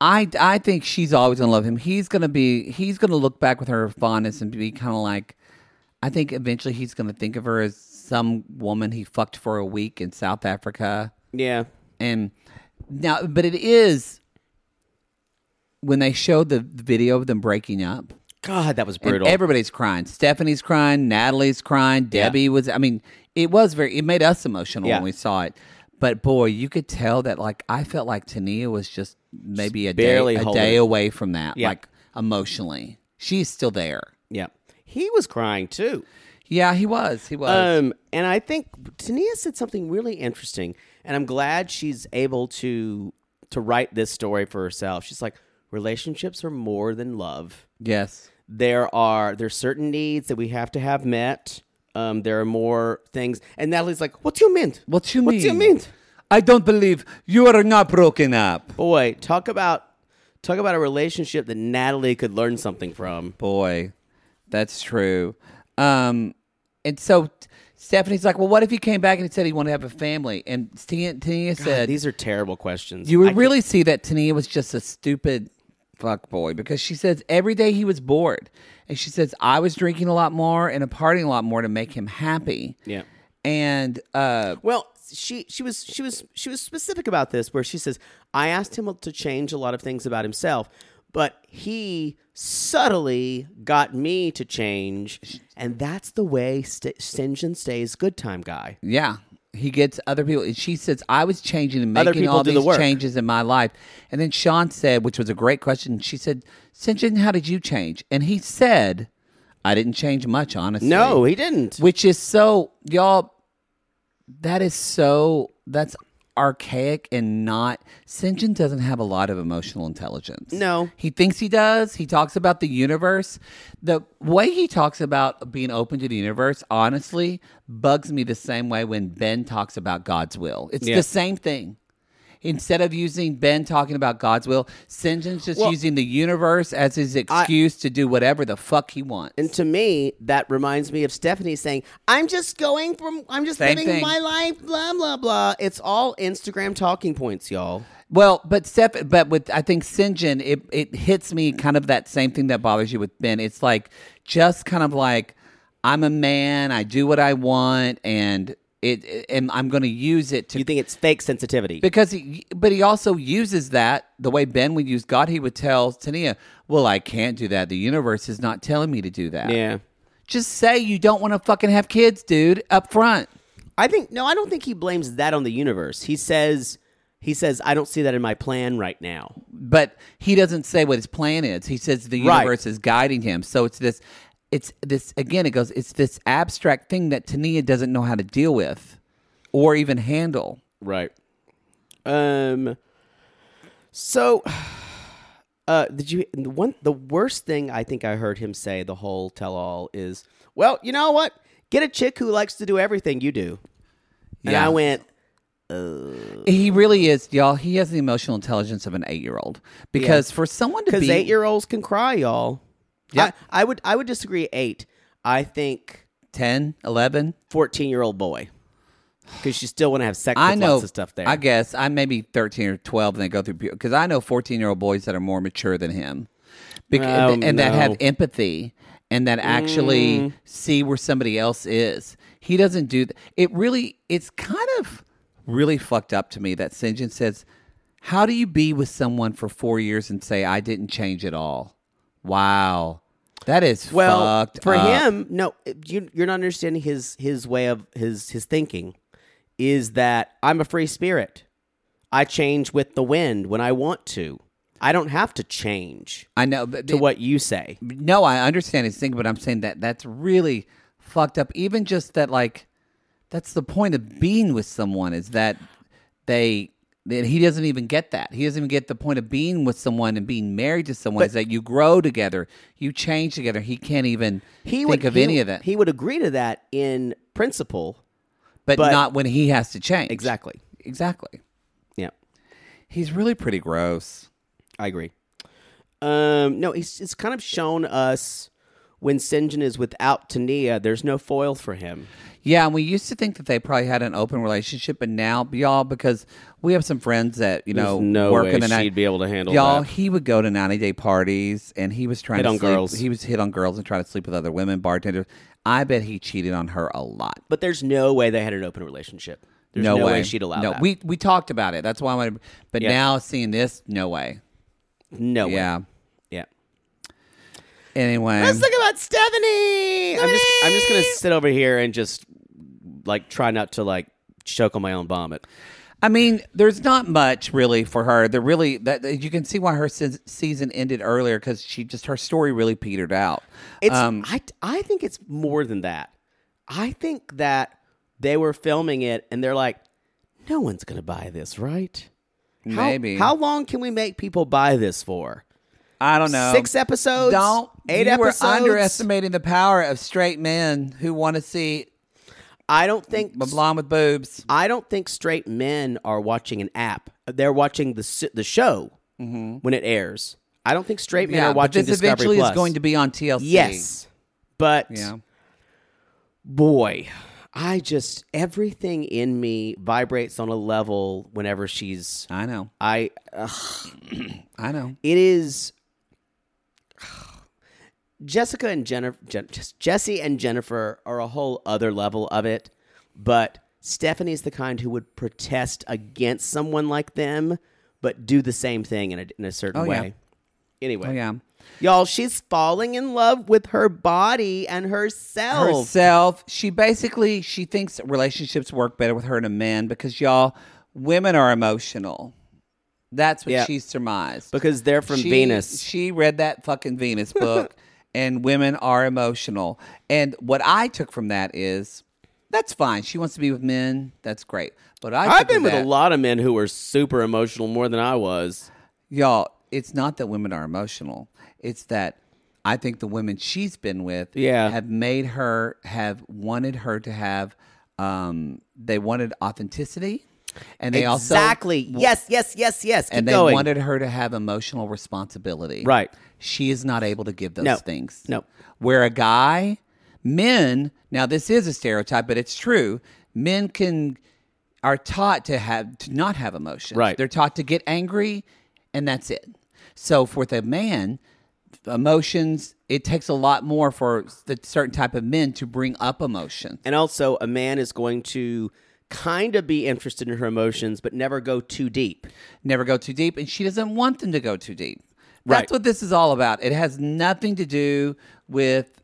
Speaker 4: I I think she's always gonna love him. He's gonna be he's gonna look back with her fondness and be kind of like, I think eventually he's gonna think of her as some woman he fucked for a week in South Africa,
Speaker 5: Yeah.
Speaker 4: and Now, but it is when they showed the video of them breaking up.
Speaker 5: God, that was
Speaker 4: and
Speaker 5: brutal.
Speaker 4: everybody's crying. Stephanie's crying. Natalie's crying. Debbie was. I mean, it was very. It made us emotional
Speaker 5: Yeah.
Speaker 4: when we saw it. But boy, you could tell that. Like I felt like Tania was just maybe a
Speaker 5: barely
Speaker 4: day, a
Speaker 5: holding
Speaker 4: day
Speaker 5: it.
Speaker 4: away from that.
Speaker 5: Yeah.
Speaker 4: Like emotionally, she's still there.
Speaker 5: yeah, he was crying too.
Speaker 4: Yeah, he was. He was.
Speaker 5: Um, and I think Tania said something really interesting, and I'm glad she's able to to write this story for herself. She's like, relationships are more than love.
Speaker 4: yes.
Speaker 5: There are there's certain needs that we have to have met. Um, there are more things, and Natalie's like, "What do you mean?
Speaker 4: What you mean?
Speaker 5: What do you mean?
Speaker 4: I don't believe you are not broken up.
Speaker 5: Boy, talk about talk about a relationship that Natalie could learn something from."
Speaker 4: Boy, that's true. Um, and so t- Stephanie's like, well, what if he came back and he said he wanted to have a family? And Tina, Tina
Speaker 5: God,
Speaker 4: said,
Speaker 5: these are terrible questions.
Speaker 4: you
Speaker 5: I
Speaker 4: would
Speaker 5: can't-
Speaker 4: really see that Tania was just a stupid fuck boy because she says every day he was bored. And she says, I was drinking a lot more and a partying a lot more to make him happy.
Speaker 5: Yeah.
Speaker 4: And uh,
Speaker 5: Well, she she was she was she was specific about this where she says, "I asked him to change a lot of things about himself, but he subtly got me to change." And that's the way St- St. John stays good time guy.
Speaker 4: Yeah. He gets other people. And she says, I was changing and
Speaker 5: Other
Speaker 4: making
Speaker 5: people
Speaker 4: all
Speaker 5: do
Speaker 4: these
Speaker 5: the work.
Speaker 4: changes in my life. And then Sean said, which was a great question, she said, Sinjin, how did you change? And he said, I didn't change much, honestly.
Speaker 5: No, he didn't.
Speaker 4: Which is so, y'all, that is so, that's archaic and not, Sinjin doesn't have a lot of emotional intelligence.
Speaker 5: No.
Speaker 4: He thinks he does. He talks about the universe. The way he talks about being open to the universe, honestly, bugs me the same way when Ben talks about God's will. It's
Speaker 5: Yeah.
Speaker 4: the same thing. Instead of using Ben talking about God's will, Sinjin's just
Speaker 5: Well,
Speaker 4: using the universe as his excuse to do whatever the fuck he wants.
Speaker 5: And to me, that reminds me of Stephanie saying, "I'm just going from I'm just
Speaker 4: Same
Speaker 5: living
Speaker 4: thing.
Speaker 5: my life, blah blah blah." It's all Instagram talking points, y'all.
Speaker 4: Well, but Steph, but with I think Sinjin, it it hits me kind of that same thing that bothers you with Ben. It's like just kind of like I'm a man, I do what I want, and it and I'm going to use it to
Speaker 5: You think it's fake sensitivity?
Speaker 4: because he, but he also uses that the way Ben would use God. He would tell Tania, "Well, I can't do that. The universe is not telling me to do that."
Speaker 5: yeah.
Speaker 4: just say you don't want to fucking have kids, dude, up front.
Speaker 5: I think no, I don't think he blames that on the universe. He says he says I don't see that in my plan right now.
Speaker 4: but he doesn't say what his plan is. He says the
Speaker 5: Right.
Speaker 4: universe is guiding him. So it's this, it's this again. It goes. It's this abstract thing that Tania doesn't know how to deal with, or even handle.
Speaker 5: Right. Um so uh did you the one the worst thing I think I heard him say the whole tell all is, "Well, you know what? Get a chick who likes to do everything you do." And
Speaker 4: Yeah.
Speaker 5: I went,
Speaker 4: He really is, y'all. He has the emotional intelligence of an eight-year-old. Because for someone to
Speaker 5: Because
Speaker 4: be
Speaker 5: eight year olds can cry, y'all.
Speaker 4: Yep.
Speaker 5: I, I would I would disagree eight. I think
Speaker 4: 10, 11,
Speaker 5: fourteen year old boy. Because you still want to have sex with
Speaker 4: I know
Speaker 5: lots of stuff there.
Speaker 4: I guess I may be thirteen or twelve, and they go through because I know fourteen-year-old boys that are more mature than him, Bec-
Speaker 5: Oh,
Speaker 4: and, that
Speaker 5: no. Mm.
Speaker 4: have empathy and that actually see where somebody else is. He doesn't do th- it. Really, it's kind of really fucked up to me that St. John says, "How do you be with someone for four years and say I didn't change at all?" Wow, that is
Speaker 5: Well,
Speaker 4: fucked
Speaker 5: for
Speaker 4: up.
Speaker 5: him, no, you, you're not understanding his his way of his his thinking. Is that I'm a free spirit. I change with the wind when I want to. I don't have to change
Speaker 4: I know. But
Speaker 5: to what you say.
Speaker 4: no, I understand his thing, but I'm saying that that's really fucked up. Even just that, like, that's the point of being with someone is that they that he doesn't even get that. He doesn't even get the point of being with someone and being married to someone is that you grow together, you change together. He can't even
Speaker 5: He
Speaker 4: think
Speaker 5: would
Speaker 4: of
Speaker 5: he-
Speaker 4: any of that,
Speaker 5: He would agree to that in principle.
Speaker 4: but,
Speaker 5: but-
Speaker 4: not when he has to change.
Speaker 5: Exactly.
Speaker 4: exactly.
Speaker 5: Yeah,
Speaker 4: He's really pretty gross.
Speaker 5: I agree. Um, no, he's it's kind of shown us when Sinjin is without Tania. There's no foil for him.
Speaker 4: Yeah, and we used to think that they probably had an open relationship, but now, y'all, because we have some friends that you know
Speaker 5: There's no
Speaker 4: work
Speaker 5: way
Speaker 4: in the night-
Speaker 5: she'd be able to handle
Speaker 4: Y'all,
Speaker 5: that.
Speaker 4: he would go to ninety day parties, and he was trying
Speaker 5: Hit
Speaker 4: to
Speaker 5: on
Speaker 4: sleep-
Speaker 5: girls.
Speaker 4: He was hit on girls and trying to sleep with other women bartenders. I bet he cheated on her a lot.
Speaker 5: But there's no way they had an open relationship. There's no, way. she'd allow
Speaker 4: no,
Speaker 5: that.
Speaker 4: we we talked about it. That's why I wanted. But
Speaker 5: Yeah.
Speaker 4: now seeing this, no way.
Speaker 5: no way.
Speaker 4: Yeah.
Speaker 5: yeah.
Speaker 4: Anyway,
Speaker 5: Let's think about Stephanie. I'm just, I'm just gonna sit over here and just like try not to like choke on my own vomit.
Speaker 4: I mean, there's not much really for her. There really that that- you can see why her se- season ended earlier because she just her story really petered out.
Speaker 5: It's
Speaker 4: Um,
Speaker 5: I I think it's more than that. I think that they were filming it and they're like, no one's gonna buy this, right? How-
Speaker 4: Maybe.
Speaker 5: How, long can we make people buy this for?
Speaker 4: I don't know.
Speaker 5: Six episodes?
Speaker 4: Don't
Speaker 5: Eight
Speaker 4: you
Speaker 5: episodes?
Speaker 4: We're underestimating the power of straight men who want to see
Speaker 5: I don't think
Speaker 4: a blonde with boobs.
Speaker 5: I don't think straight men are watching an app. They're watching the s- the show when it airs. I don't think straight men are
Speaker 4: Mm-hmm. but
Speaker 5: watching
Speaker 4: this
Speaker 5: Discovery
Speaker 4: eventually
Speaker 5: Plus.
Speaker 4: is going to be on TLC.
Speaker 5: yes, but
Speaker 4: Yeah.
Speaker 5: boy, I just everything in me vibrates on a level whenever she's.
Speaker 4: I know.
Speaker 5: I ugh,
Speaker 4: I know.
Speaker 5: it is. Jessica and Jennifer, Jen, just Jesse and Jennifer are a whole other level of it, but Stephanie's the kind who would protest against someone like them, but do the same thing in a, in a certain
Speaker 4: Oh, yeah.
Speaker 5: way. Anyway,
Speaker 4: Oh yeah.
Speaker 5: y'all, she's falling in love with her body and herself.
Speaker 4: herself. She basically she thinks relationships work better with her and a man because y'all women are emotional. That's what
Speaker 5: Yeah.
Speaker 4: she surmised
Speaker 5: Because they're from
Speaker 4: She-
Speaker 5: Venus.
Speaker 4: She read that fucking Venus book, and women are emotional. And what I took from that is that's fine. She wants to be with men. That's great. But I
Speaker 5: I've
Speaker 4: took
Speaker 5: been
Speaker 4: from
Speaker 5: with a
Speaker 4: that-
Speaker 5: lot of men who were super emotional more than I was.
Speaker 4: y'all. It's not that women are emotional. It's that. I think the women she's been with
Speaker 5: Yeah.
Speaker 4: have made her have wanted her to have um they wanted authenticity and they also
Speaker 5: exactly. yes, yes, yes, yes. Keep
Speaker 4: and they
Speaker 5: going.
Speaker 4: wanted her to have emotional responsibility.
Speaker 5: Right.
Speaker 4: She is not able to give those
Speaker 5: No.
Speaker 4: things.
Speaker 5: No.
Speaker 4: Where a guy, men, now this is a stereotype, but it's true. Men can are taught to have to not have emotions.
Speaker 5: Right.
Speaker 4: They're taught to get angry and that's it. So for the man, emotions it takes a lot more for the certain type of men to bring up emotion.
Speaker 5: and also, a man is going to kind of be interested in her emotions, but never go too deep.
Speaker 4: never go too deep, and she doesn't want them to go too deep.
Speaker 5: Right.
Speaker 4: That's what this is all about. It has nothing to do with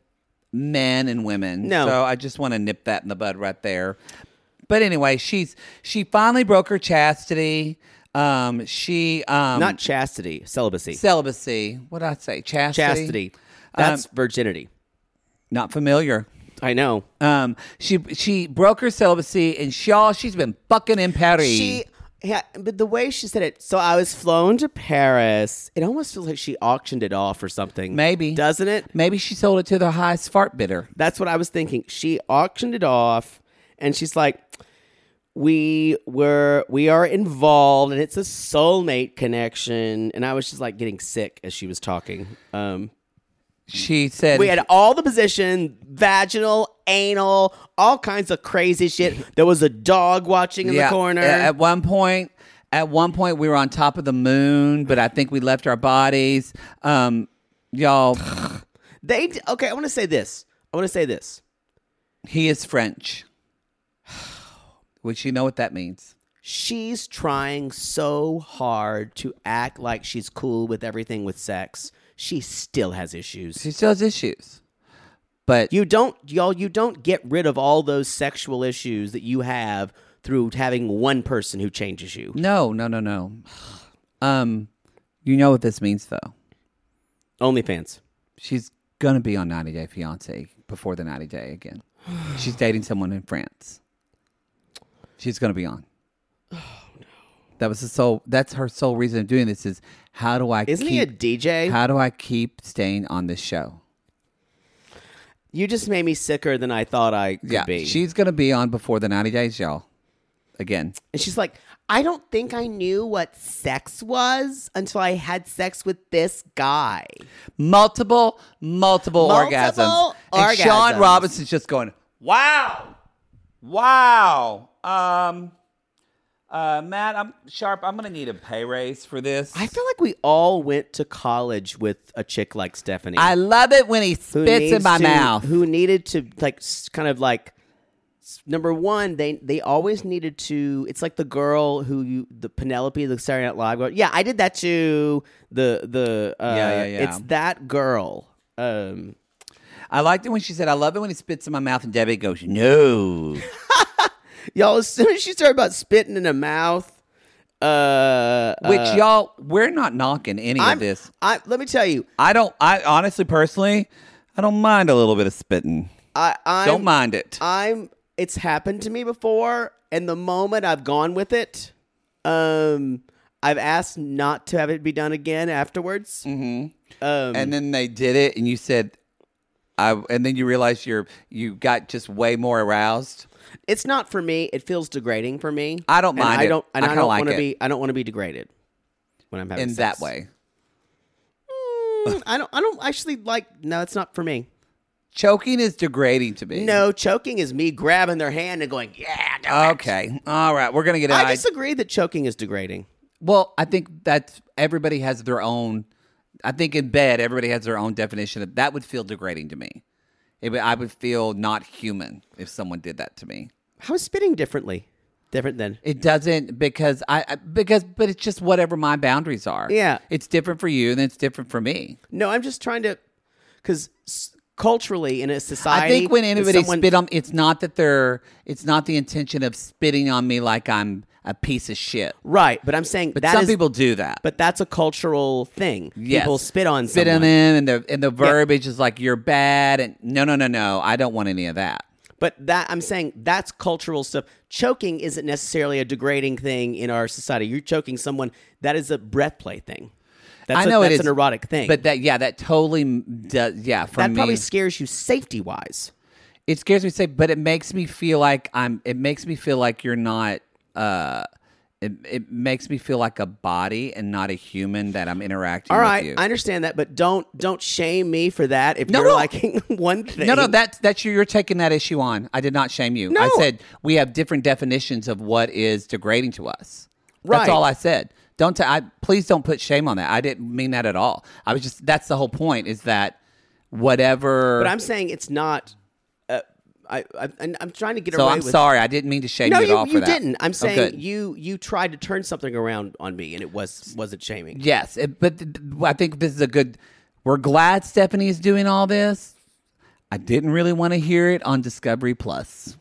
Speaker 4: men and women.
Speaker 5: No.
Speaker 4: So I just want to nip that in the bud right there. But anyway, she's she finally broke her chastity. Um, she um
Speaker 5: Not chastity, celibacy.
Speaker 4: celibacy. What did I say? Chastity.
Speaker 5: chastity.
Speaker 4: Um,
Speaker 5: That's virginity.
Speaker 4: Not familiar.
Speaker 5: I know.
Speaker 4: Um, she she broke her celibacy, and Shaw she's been fucking in Paris.
Speaker 5: She, yeah, but the way she said it, so I was flown to Paris. It almost feels like she auctioned it off or something.
Speaker 4: Maybe.
Speaker 5: Doesn't it?
Speaker 4: Maybe she sold it to the highest fart bidder.
Speaker 5: That's what I was thinking. She auctioned it off, and she's like, "We were, we are involved, and it's a soulmate connection." And I was just like getting sick as she was talking. Um,
Speaker 4: She said
Speaker 5: we had all the position, vaginal, anal, all kinds of crazy shit. There was a dog watching in the corner.
Speaker 4: a- At, one point, at one point, we were on top of the moon, but I think we left our bodies. Um, y'all,
Speaker 5: they d- okay. I want to say this. I want to say this.
Speaker 4: he is French, which you know what that means.
Speaker 5: She's trying so hard to act like she's cool with everything with sex. She still has issues.
Speaker 4: She still has issues, but
Speaker 5: You don't, y'all, you don't get rid of all those sexual issues that you have through having one person who changes you.
Speaker 4: no, no, no, no. Um, you know what this means though.
Speaker 5: OnlyFans.
Speaker 4: She's gonna be on 90 Day Fiance before the 90 Day again. She's dating someone in France. She's gonna be on. That was the sole. That's her sole reason of doing this is how do I
Speaker 5: Isn't he a
Speaker 4: keep,
Speaker 5: DJ?
Speaker 4: How do I keep staying on this show?
Speaker 5: you just made me sicker than I thought I could
Speaker 4: yeah,
Speaker 5: be.
Speaker 4: she's gonna be on before the 90 days, y'all. Again,
Speaker 5: and she's like, I don't think I knew what sex was until I had sex with this guy.
Speaker 4: multiple, multiple, orgasms.
Speaker 5: Multiple
Speaker 4: And Sean
Speaker 5: orgasms.
Speaker 4: Robinson's just going, wow, wow. Um, uh, Matt, I'm sharp. I'm gonna need a pay raise for this.
Speaker 5: I feel like we all went to college with a chick like Stephanie.
Speaker 4: I love it when he
Speaker 5: who
Speaker 4: spits in
Speaker 5: needs
Speaker 4: my
Speaker 5: to-
Speaker 4: mouth.
Speaker 5: Who needed to like s- kind of like s- number one, they they always needed to. It's like the girl who you, the Penelope, the Saturday Night Live girl. Yeah, I did that too. The the uh,
Speaker 4: Yeah, yeah, yeah.
Speaker 5: It's that girl. Um,
Speaker 4: I liked it when she said, "I love it when he spits in my mouth," and Debbie goes, "No."
Speaker 5: y'all, as soon as she started about spitting in her mouth, uh,
Speaker 4: Which
Speaker 5: uh,
Speaker 4: y'all, we're not knocking any
Speaker 5: I'm,
Speaker 4: of this.
Speaker 5: I let me tell you,
Speaker 4: I don't. I honestly, personally, I don't mind a little bit of spitting.
Speaker 5: I I'm,
Speaker 4: don't mind it.
Speaker 5: I'm it's happened to me before, and the moment I've gone with it, um, I've asked not to have it be done again afterwards.
Speaker 4: Mm-hmm. and then they did it, and you said, "I." And then you realize you're you got just way more aroused.
Speaker 5: It's not for me. It feels degrading for me.
Speaker 4: I don't
Speaker 5: And
Speaker 4: mind
Speaker 5: I
Speaker 4: it.
Speaker 5: don't. And
Speaker 4: I
Speaker 5: I,
Speaker 4: kinda
Speaker 5: don't
Speaker 4: like
Speaker 5: want to
Speaker 4: it.
Speaker 5: be. I don't want to be degraded when I'm having
Speaker 4: in
Speaker 5: sex.
Speaker 4: that way.
Speaker 5: Mm, I don't. I don't actually like. No, it's not for me.
Speaker 4: Choking is degrading to me.
Speaker 5: No, choking is me grabbing their hand and going, "Yeah." do it."
Speaker 4: Okay. All right. We're gonna get out.
Speaker 5: I disagree that choking is degrading.
Speaker 4: well, I think that's everybody has their own. I think in bed, everybody has their own definition of that. Would feel degrading to me. It, would- I would feel not human if someone did that to me.
Speaker 5: How is spitting differently? Different than
Speaker 4: It doesn't because I I- because but it's just whatever my boundaries are.
Speaker 5: Yeah.
Speaker 4: it's different for you, and it's different for me.
Speaker 5: No, I'm just trying to, because culturally in a society,
Speaker 4: I think when anybody
Speaker 5: someone-
Speaker 4: spit on, it's not that they're, it's not the intention of spitting on me like I'm a piece of shit.
Speaker 5: right? But I'm saying
Speaker 4: But
Speaker 5: that
Speaker 4: some
Speaker 5: is-
Speaker 4: people do that.
Speaker 5: but that's a cultural thing.
Speaker 4: Yes.
Speaker 5: People spit on
Speaker 4: spit
Speaker 5: someone.
Speaker 4: on them, and the and the verbiage is like you're bad, and no, no, no, no, I don't want any of that.
Speaker 5: But that I'm saying that's cultural stuff. Choking isn't necessarily a degrading thing in our society. You're choking someone. That is a breath play thing. That's
Speaker 4: I know
Speaker 5: a,
Speaker 4: it
Speaker 5: that's an
Speaker 4: is
Speaker 5: erotic thing.
Speaker 4: but that yeah, that totally m- does yeah for
Speaker 5: that
Speaker 4: me.
Speaker 5: probably scares you safety wise.
Speaker 4: it scares me to say, but it makes me feel like I'm. It makes me feel like you're not. uh it, it makes me feel like a body and not a human that I'm interacting
Speaker 5: All
Speaker 4: with
Speaker 5: right,
Speaker 4: you.
Speaker 5: I understand that, but don't don't shame me for that. If
Speaker 4: No,
Speaker 5: you're
Speaker 4: no.
Speaker 5: liking one thing,
Speaker 4: No, no, that's that's you. You're taking that issue on. I did not shame you. I
Speaker 5: No.
Speaker 4: said we have different definitions of what is degrading to us.
Speaker 5: Right.
Speaker 4: That's all I said. Don't ta- I, please don't put shame on that. I didn't mean that at all. I was just that's the whole point is that whatever.
Speaker 5: But I'm saying it's not. Uh, I, I and I'm trying to get
Speaker 4: so
Speaker 5: away
Speaker 4: I'm
Speaker 5: with.
Speaker 4: sorry. I didn't mean to shame
Speaker 5: No,
Speaker 4: you at
Speaker 5: you,
Speaker 4: all
Speaker 5: you
Speaker 4: for that.
Speaker 5: didn't. I'm
Speaker 4: Oh,
Speaker 5: saying
Speaker 4: good.
Speaker 5: you you tried to turn something around on me, and it was wasn't shaming.
Speaker 4: Yes, it, but th- th- I think this is a good. We're glad Stephanie is doing all this. I didn't really want to hear it on Discovery Plus.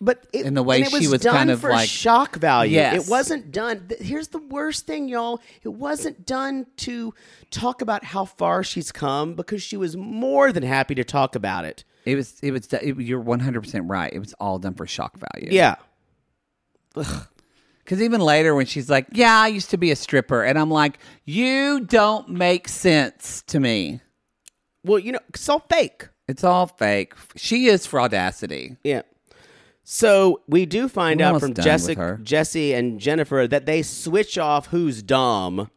Speaker 5: But it,
Speaker 4: And the way
Speaker 5: and it
Speaker 4: she was
Speaker 5: done
Speaker 4: kind of
Speaker 5: for
Speaker 4: like-
Speaker 5: shock value.
Speaker 4: Yes.
Speaker 5: It wasn't done. th- Here's the worst thing, y'all. It wasn't done to talk about how far she's come because she was more than happy to talk about it.
Speaker 4: It was. It was. It, you're 100 percent right. It was all done for shock value.
Speaker 5: Yeah.
Speaker 4: Because even later, when she's like, "Yeah, I used to be a stripper," and I'm like, "You don't make sense to me.
Speaker 5: Well, you know, it's all fake.
Speaker 4: It's all fake." She is for audacity.
Speaker 5: Yeah. So we do find
Speaker 4: We're
Speaker 5: out
Speaker 4: almost
Speaker 5: from
Speaker 4: done with her.
Speaker 5: Jessica, Jesse, and Jennifer that they switch off who's dumb.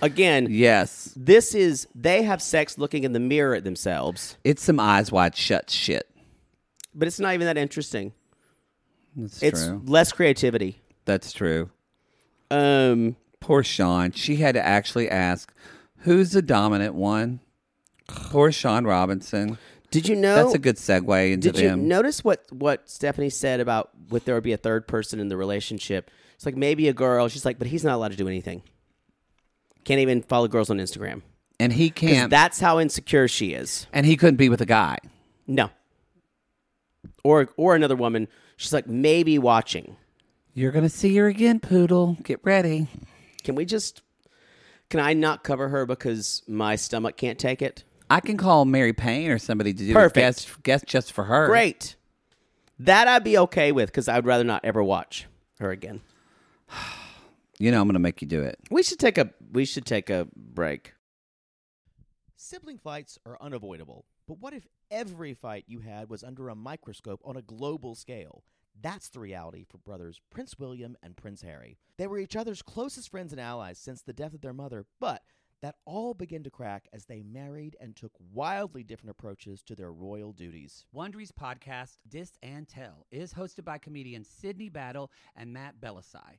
Speaker 5: Again,
Speaker 4: Yes,
Speaker 5: this is they have sex looking in the mirror at themselves,
Speaker 4: it's some eyes wide shut shit.
Speaker 5: but it's not even that interesting.
Speaker 4: That's
Speaker 5: It's
Speaker 4: true.
Speaker 5: less creativity.
Speaker 4: That's true.
Speaker 5: Um,
Speaker 4: Poor Sean. She had to actually ask, "Who's the dominant one?" Poor Sean Robinson.
Speaker 5: did you know?
Speaker 4: That's a good segue into
Speaker 5: Did you
Speaker 4: them.
Speaker 5: notice what what Stephanie said about would there be a third person in the relationship? It's like maybe a girl. She's like, but he's not allowed to do anything. Can't even follow girls on Instagram.
Speaker 4: and he
Speaker 5: 'Cause
Speaker 4: can't.
Speaker 5: That's how insecure she is.
Speaker 4: and he couldn't be with a guy.
Speaker 5: No. Or or another woman. She's like maybe watching.
Speaker 4: You're gonna see her again, poodle. Get ready.
Speaker 5: Can we just? Can I not cover her because my stomach can't take it?
Speaker 4: I can call Mary Payne or somebody to do a
Speaker 5: Perfect.
Speaker 4: guest, guest just for her.
Speaker 5: Great. That I'd be okay with because I'd rather not ever watch her again.
Speaker 4: You know, I'm going to make you do it.
Speaker 5: We should take a we should take a break.
Speaker 6: Sibling fights are unavoidable, but what if every fight you had was under a microscope on a global scale? That's the reality for brothers Prince William and Prince Harry. They were each other's closest friends and allies since the death of their mother, but that all began to crack as they married and took wildly different approaches to their royal duties.
Speaker 4: Wondery's podcast, Dis and Tell, is hosted by comedians Sydney Battle and Matt Belisai.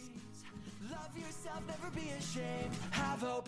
Speaker 7: Love yourself, never be ashamed. Have hope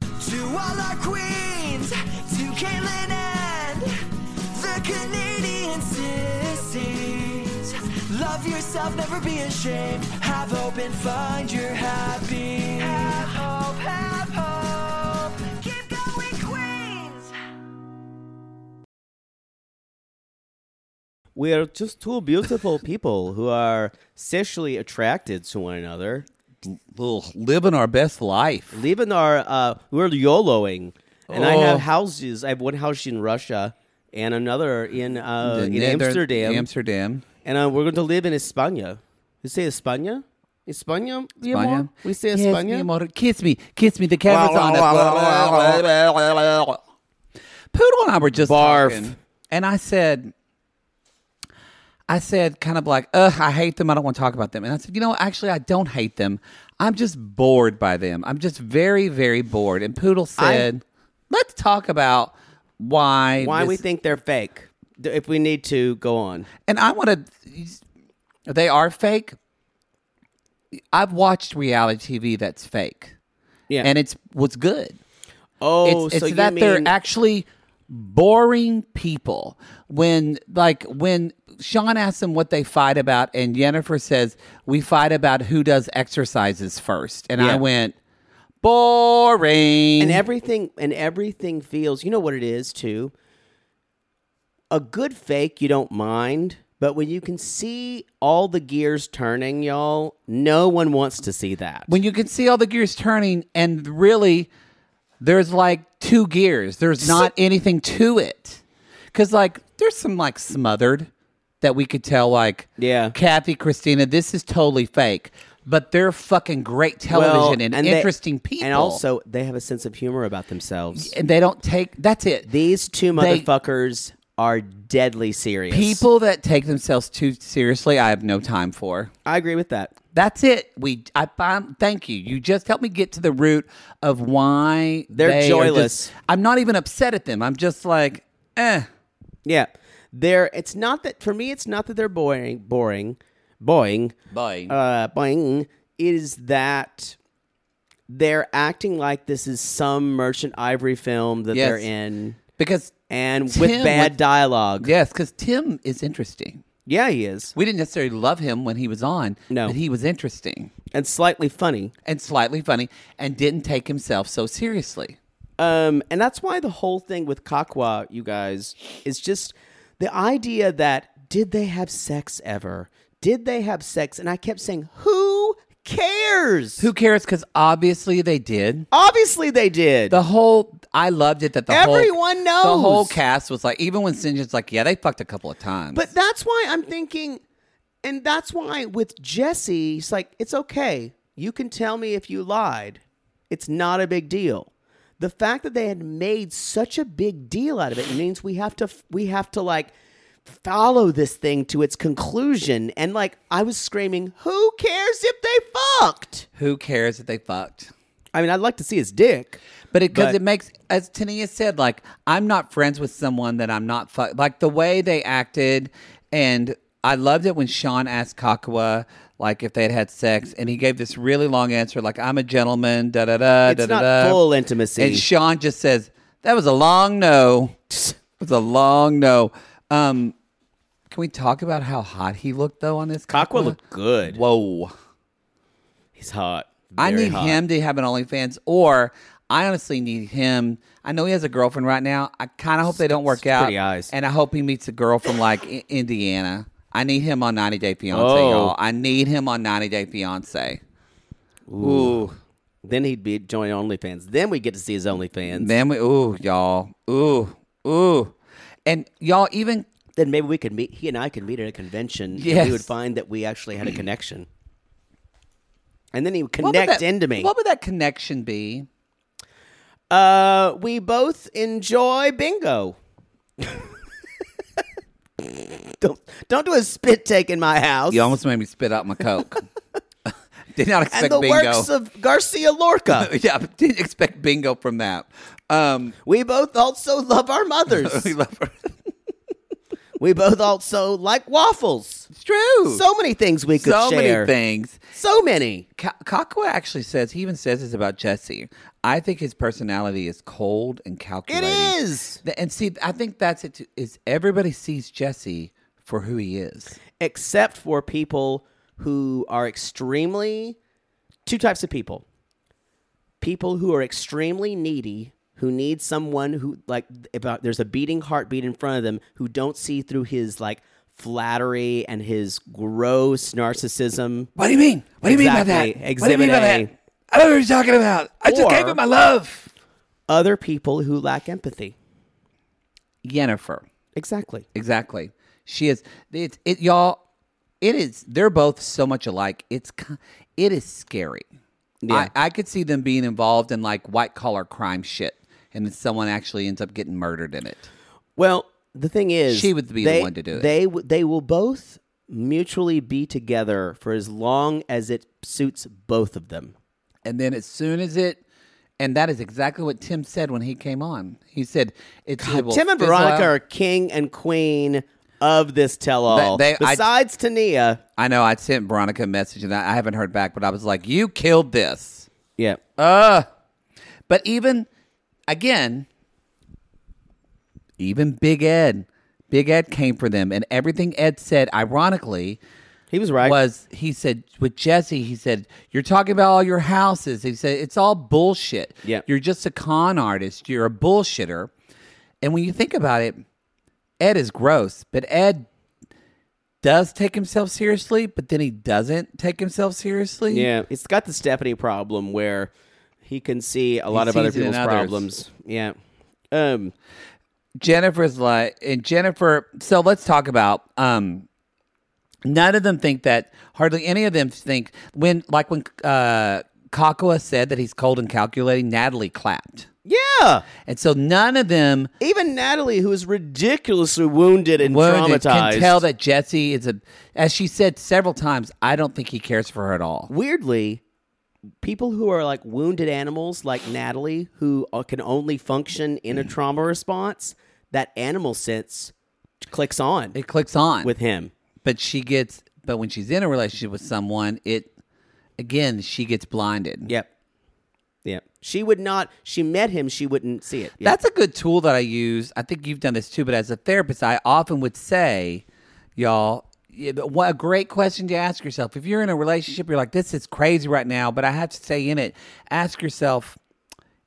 Speaker 7: To all our queens, to Caitlin and the Canadian sissies. Love yourself, never be ashamed. Have hope and find your happy. Have hope, have hope. Keep going, Queens.
Speaker 5: We are just two beautiful people who are sexually attracted to one another,
Speaker 4: Ugh, living our best life.
Speaker 5: living our uh, we're YOLOing. And I
Speaker 4: Oh.
Speaker 5: have houses. I have one house in Russia and another in uh, in
Speaker 4: Nether-
Speaker 5: Amsterdam.
Speaker 4: Amsterdam.
Speaker 5: and uh, we're going to live in España. You say España? España? mi amor?
Speaker 4: España.
Speaker 5: We say
Speaker 4: Yes, mi
Speaker 5: España?
Speaker 4: amor. Kiss me. Kiss me. The camera's on us. Poodle and I were just
Speaker 5: Barf.
Speaker 4: talking, and I said, I said, kind of like, ugh, I hate them. I don't want to talk about them. And I said, you know, what? actually, I don't hate them. I'm just bored by them. I'm just very, very bored. And Poodle said, let's talk about why
Speaker 5: Why we
Speaker 4: this-
Speaker 5: think they're fake. Th- If we need to, go on.
Speaker 4: and I want to. They are fake. I've watched reality TV that's fake,
Speaker 5: Yeah.
Speaker 4: and it's was good.
Speaker 5: oh,
Speaker 4: it's it's
Speaker 5: so you
Speaker 4: that
Speaker 5: mean,
Speaker 4: they're actually boring people. When like when Sean asks them what they fight about, and Jennifer says we fight about who does exercises first, and
Speaker 5: Yeah.
Speaker 4: I went boring.
Speaker 5: and everything and everything feels you know what it is too a good fake you don't mind but when you can see all the gears turning y'all no one wants to see that
Speaker 4: when you can see all the gears turning, and really, there's like two gears. There's not anything to it, because like there's some like smothered that we could tell like
Speaker 5: Yeah.
Speaker 4: Kathy Christina, this is totally fake, but they're fucking great television
Speaker 5: Well,
Speaker 4: and,
Speaker 5: they-
Speaker 4: interesting people,
Speaker 5: and also they have a sense of humor about themselves
Speaker 4: and they don't take that's it.
Speaker 5: these two
Speaker 4: They-
Speaker 5: motherfuckers are deadly serious
Speaker 4: people that take themselves too seriously, I have no time for.
Speaker 5: i agree with that
Speaker 4: That's it. We I find thank you. You just helped me get to the root of why
Speaker 5: They're
Speaker 4: they are
Speaker 5: joyless.
Speaker 4: just- I'm not even upset at them. I'm just like, eh.
Speaker 5: yeah they're it's not that for me it's not that they're boring boring boring
Speaker 4: Boing.
Speaker 5: uh, boing, is that they're acting like this is some merchant ivory film that they're
Speaker 4: Yes.
Speaker 5: in
Speaker 4: because
Speaker 5: and
Speaker 4: Tim
Speaker 5: with bad
Speaker 4: was-
Speaker 5: dialogue. Yeah.
Speaker 4: yes, because Tim is interesting.
Speaker 5: he is.
Speaker 4: We didn't necessarily love him when he was on,
Speaker 5: No.
Speaker 4: but he was interesting
Speaker 5: And slightly funny.
Speaker 4: and slightly funny and didn't take himself so seriously.
Speaker 5: Um, and that's why the whole thing with Kakwa, you guys, is just the idea that did they have sex ever? Did they have sex? And I kept saying, who cares?
Speaker 4: Who cares? Because obviously they did.
Speaker 5: Obviously they did.
Speaker 4: The whole I loved it that the whole-
Speaker 5: Everyone knows.
Speaker 4: the whole cast was like even when Sinjin's like yeah they fucked a couple of times
Speaker 5: But that's why I'm thinking, and that's why with Jesse, it's like, it's okay. You can tell me if you lied. It's not a big deal. The fact that they had made such a big deal out of it means we have to, we have to like follow this thing to its conclusion. And like, I was screaming, who cares if they fucked?
Speaker 4: who cares that they fucked
Speaker 5: I mean, I'd like to see his dick,
Speaker 4: But it because
Speaker 5: But-
Speaker 4: it makes, as Tania said, like I'm not friends with someone that I'm not fu- like the way they acted, and I loved it when Sean asked Kakawa like if they had had sex, and he gave this really long answer like I'm a gentleman, da da da,
Speaker 5: It's
Speaker 4: da da
Speaker 5: not
Speaker 4: da.
Speaker 5: full intimacy.
Speaker 4: and Sean just says that was a long no, it was a long no. Um, can we talk about how hot he looked though on this?
Speaker 5: Kakwa looked good.
Speaker 4: Whoa.
Speaker 5: He's hot.
Speaker 4: I
Speaker 5: Very
Speaker 4: need
Speaker 5: hot.
Speaker 4: him to have an OnlyFans, or I honestly need him. I know he has a girlfriend right now. I kind of hope they don't work out.
Speaker 5: pretty eyes.
Speaker 4: And I hope he meets a girl from like I- Indiana. I need him on 90 Day Fiance,
Speaker 5: Oh.
Speaker 4: y'all. I need him on 90 Day Fiance.
Speaker 5: Ooh. Then he'd be joining OnlyFans. Then we get to see his OnlyFans. Then,
Speaker 4: Then we, ooh, y'all, ooh, ooh, and y'all even
Speaker 5: maybe we could meet. He and I could meet at a convention. and
Speaker 4: Yes.
Speaker 5: we would find that we actually had a connection. And then he would
Speaker 4: what would
Speaker 5: connect
Speaker 4: that-
Speaker 5: into me.
Speaker 4: What would that connection be?
Speaker 5: Uh, we both enjoy bingo. don't don't do a spit take in my house.
Speaker 4: You almost made me spit out my coke. Did not expect
Speaker 5: and the
Speaker 4: bingo.
Speaker 5: works of Garcia Lorca.
Speaker 4: yeah, but didn't expect bingo from that. Um,
Speaker 5: we both also love our mothers.
Speaker 4: we love her.
Speaker 5: we both also like waffles.
Speaker 4: It's true.
Speaker 5: So many things we could
Speaker 4: so
Speaker 5: share.
Speaker 4: many things.
Speaker 5: So many.
Speaker 4: Ka- Kakua actually says he even says this about Jesse. I think his personality is cold and
Speaker 5: It
Speaker 4: calculating.
Speaker 5: is.
Speaker 4: Th- and see, I think that's it. Too, is everybody sees Jesse for who he is?
Speaker 5: Except for people who are extremely two types of people. People who are extremely needy, who need someone who like about there's a beating heartbeat in front of them who don't see through his like flattery and his gross narcissism.
Speaker 4: What do you mean? What do you mean by
Speaker 5: Exactly.
Speaker 4: that? What do you mean by
Speaker 5: Exhibit A.
Speaker 4: that? I don't know what you're talking about. I just gave
Speaker 5: Or-
Speaker 4: him my love.
Speaker 5: Other people who lack empathy.
Speaker 4: Yennefer.
Speaker 5: Exactly.
Speaker 4: Exactly. She is. It's it, y'all. It is. They're both so much alike. It's. ki- It is scary.
Speaker 5: Yeah.
Speaker 4: I, I could see them being involved in like white collar crime shit, and then someone actually ends up getting murdered in it.
Speaker 5: Well, the thing is,
Speaker 4: She would be the
Speaker 5: they,
Speaker 4: one to do it.
Speaker 5: They w- they will both mutually be together for as long as it suits both of them.
Speaker 4: And then as soon as it, and that is exactly what Tim said when he came on. He said, "It's it will
Speaker 5: Tim and
Speaker 4: fizzle
Speaker 5: Veronica
Speaker 4: out.
Speaker 5: are king and queen of this tell-all.
Speaker 4: They- they- I-
Speaker 5: Besides Tania,
Speaker 4: I know. I sent Veronica a message, and I, I haven't heard back. But I was like, "You killed this."
Speaker 5: yeah,
Speaker 4: Uh but even again, even Big Ed, Big Ed came for them, and everything Ed said, ironically,
Speaker 5: he was right.
Speaker 4: was he said with Jesse, he said, You're talking about all your houses. He said, It's all bullshit.
Speaker 5: Yeah.
Speaker 4: You're just a con artist. You're a bullshitter. And when you think about it, Ed is gross, but Ed does take himself seriously, but then he doesn't take himself seriously.
Speaker 5: yeah, it's got the Stephanie problem where he can see a lot of other
Speaker 4: sees it in
Speaker 5: people's
Speaker 4: others.
Speaker 5: problems. Yeah. Um,
Speaker 4: Jennifer's like, and Jennifer. So let's talk about. Um, none of them think that. Hardly any of them think when, like when uh, Kakua said that he's cold and calculating. Natalie clapped,
Speaker 5: yeah.
Speaker 4: and so none of them
Speaker 5: Even Natalie, who is ridiculously wounded and
Speaker 4: wounded,
Speaker 5: traumatized,
Speaker 4: can tell that Jesse is a. As she said several times, I don't think he cares for her at all.
Speaker 5: weirdly people who are like wounded animals like natalie who uh, can only function in a trauma response that animal sense clicks on
Speaker 4: It clicks on
Speaker 5: with him
Speaker 4: but she gets. But when she's in a relationship with someone, it again she gets blinded.
Speaker 5: yep yep she would not she met him she wouldn't see it Yep.
Speaker 4: That's a good tool that I use. I think you've done this too, but as a therapist, I often would say, y'all, yeah, but what a great question to ask yourself. If you're in a relationship, you're like, this is crazy right now, but I have to stay in it. Ask yourself,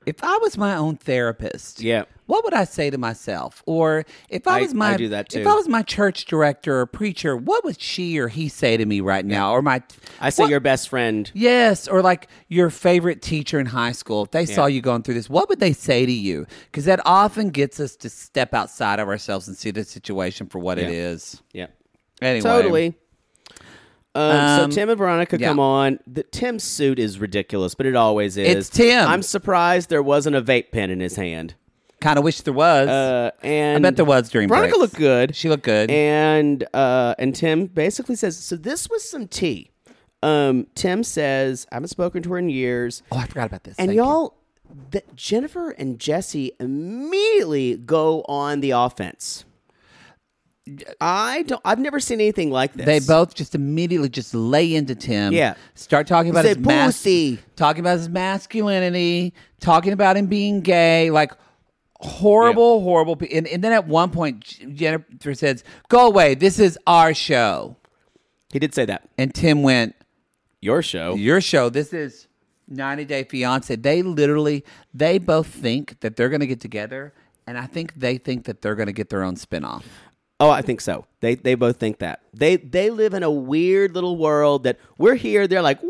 Speaker 4: if I was my own therapist,
Speaker 5: Yeah.
Speaker 4: what would I say to myself? Or if I,
Speaker 5: I-
Speaker 4: was my
Speaker 5: I do that
Speaker 4: if
Speaker 5: too.
Speaker 4: I was my church director or preacher, what would she or he say to me right now? Or my
Speaker 5: i say
Speaker 4: what-
Speaker 5: your best friend
Speaker 4: Yes, or like your favorite teacher in high school. If they saw you going through this, what would they say to you? Because that often gets us to step outside of ourselves and see the situation for what it
Speaker 5: Yeah.
Speaker 4: is.
Speaker 5: yep
Speaker 4: Anyway,
Speaker 5: totally um,
Speaker 4: Um,
Speaker 5: so Tim and Veronica
Speaker 4: yeah.
Speaker 5: come on. The Tim's suit is ridiculous, but it always is.
Speaker 4: It's Tim.
Speaker 5: I'm surprised there wasn't a vape pen in his hand.
Speaker 4: Kind of wish there was.
Speaker 5: Uh, and
Speaker 4: I bet there was during
Speaker 5: Veronica
Speaker 4: breaks.
Speaker 5: looked good.
Speaker 4: She looked good.
Speaker 5: And uh, and Tim basically says, so this was some tea. Um, Tim says, I haven't spoken to her in years.
Speaker 4: Oh, I forgot about this.
Speaker 5: And
Speaker 4: Thank you.
Speaker 5: y'all, th- Jennifer and Jesse immediately go on the offense. I don't. I've never seen anything like this.
Speaker 4: They both just immediately just lay into Tim.
Speaker 5: Yeah.
Speaker 4: Start talking about
Speaker 5: Say
Speaker 4: his mas-
Speaker 5: pussy.
Speaker 4: talking about his masculinity, talking about him being gay, like horrible, horrible. pe- And, and then at one point, J- Jennifer says, "Go away. This is our show."
Speaker 5: He did say that.
Speaker 4: And Tim went,
Speaker 5: Your show.
Speaker 4: "Your show. This is 90 Day Fiance." They literally, they both think that they're going to get together, and I think they think that they're going to get their own spinoff.
Speaker 5: Oh, I think so. They they both think that. They they live in a weird little world that we're here. They're like, woo.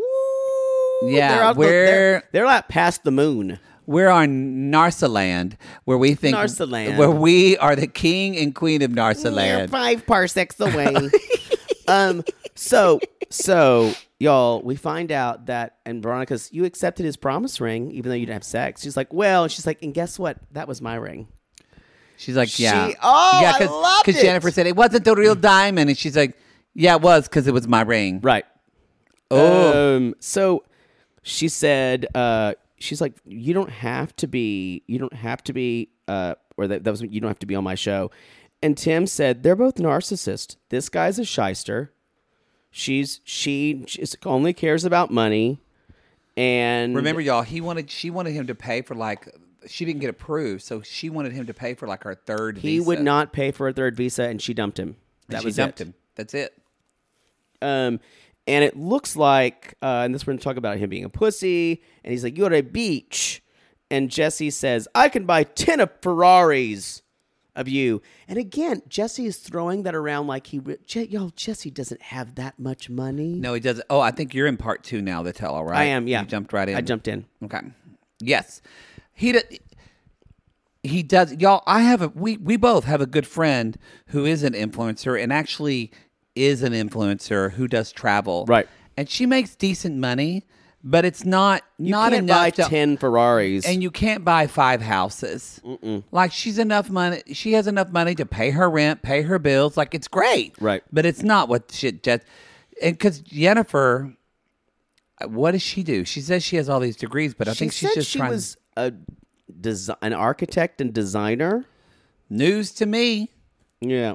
Speaker 4: Yeah,
Speaker 5: they're out the-
Speaker 4: we're-
Speaker 5: they're, they're like past the moon.
Speaker 4: We're on Narsaland, where we think
Speaker 5: Narsaland.
Speaker 4: where we are the king and queen of
Speaker 5: We're
Speaker 4: Narsaland.
Speaker 5: five parsecs away. um. So so y'all, we find out that and Veronica's you accepted his promise ring even though you didn't have sex. She's like, well, and she's like, and guess what? That was my ring.
Speaker 4: She's like, yeah,
Speaker 5: She- oh, I loved
Speaker 4: because
Speaker 5: it.
Speaker 4: Jennifer said it wasn't the real diamond, and she's like, yeah, it was because it was my ring.
Speaker 5: Right.
Speaker 4: Oh.
Speaker 5: Um, so she said, uh, she's like, you don't have to be, you don't have to be, uh, or that, that was, you don't have to be on my show. And Tim said, they're both narcissists. This guy's a shyster. She's, she just only cares about money. And
Speaker 4: Remember, y'all, he wanted she wanted him to pay for like she didn't get approved, so she wanted him to pay for like her third.
Speaker 5: he
Speaker 4: visa.
Speaker 5: would not pay for a third visa and she dumped him.
Speaker 4: And
Speaker 5: That
Speaker 4: she
Speaker 5: was
Speaker 4: dumped
Speaker 5: it.
Speaker 4: him. That's it.
Speaker 5: Um, and it looks like, uh, and this we're going to talk about him being a pussy. And he's like, "You at a beach?" And Jesse says, "I can buy ten of Ferraris of you." And again, Jesse is throwing that around like he, re- Je- y'all, Jesse doesn't have that much money.
Speaker 4: No, he doesn't. Oh, I think you're in part two now. The tell all right.
Speaker 5: I am. Yeah,
Speaker 4: you jumped right in.
Speaker 5: I jumped in.
Speaker 4: Okay. Yes. He d- he does y'all I have a we we both have a good friend who is an influencer and actually is an influencer who does travel.
Speaker 5: Right.
Speaker 4: And she makes decent money, but it's not
Speaker 5: You
Speaker 4: not
Speaker 5: can't
Speaker 4: enough
Speaker 5: buy
Speaker 4: to-
Speaker 5: ten Ferraris.
Speaker 4: and you can't buy five houses. Like she's enough money. She has enough money to pay her rent, pay her bills. Like it's great,
Speaker 5: Right.
Speaker 4: But it's not what shit. Just, and because Jennifer, what does she do? She says she has all these degrees, but I think she's
Speaker 5: said
Speaker 4: just
Speaker 5: she
Speaker 4: trying.
Speaker 5: was a desi- an architect and designer.
Speaker 4: news to me.
Speaker 5: Yeah.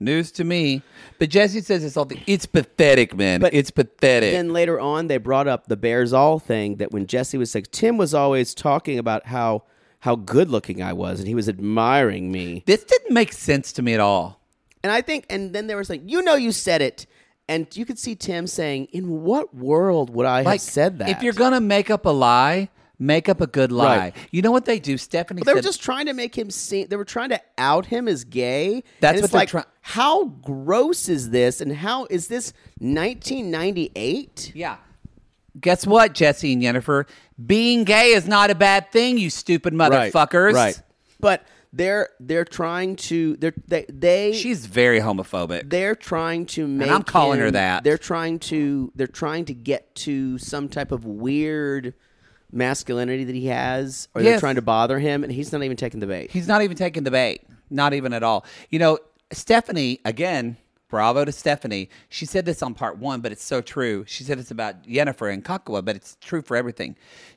Speaker 4: News to me. But Jesse says it's all. The, it's pathetic, man.
Speaker 5: But
Speaker 4: it's pathetic.
Speaker 5: Then later on, they brought up the Bears All thing that when Jesse was sick, Tim was always talking about how how good looking I was and he was admiring me.
Speaker 4: this didn't make sense to me at all.
Speaker 5: And I think, and then there was like, you know, you said it. And you could see Tim saying, in what world would I have said that?
Speaker 4: If you're gonna make up a lie, make up a good lie.
Speaker 5: Right.
Speaker 4: You know what they do, Stephanie?
Speaker 5: Well, they were
Speaker 4: said-
Speaker 5: just trying to make him seem. They were trying to out him as gay. And
Speaker 4: That's what
Speaker 5: it's
Speaker 4: they're
Speaker 5: like.
Speaker 4: try-
Speaker 5: how gross is this? And how is this 1998?
Speaker 4: Yeah. Guess what, Jesse and Jennifer? Being gay is not a bad thing, you stupid motherfuckers.
Speaker 5: But they're they're trying to they're they they
Speaker 4: She's very homophobic.
Speaker 5: they're trying to make
Speaker 4: I'm calling her
Speaker 5: him-
Speaker 4: that.
Speaker 5: They're trying to they're trying to get to some type of weird masculinity that he has or they're
Speaker 4: Yes.
Speaker 5: trying to bother him and he's not even taking the bait.
Speaker 4: He's not even taking the bait. Not even at all. You know, Stephanie, again, bravo to Stephanie. She said this on part one, but it's so true. She said it's about Jennifer and Kakawa, but it's true for everything.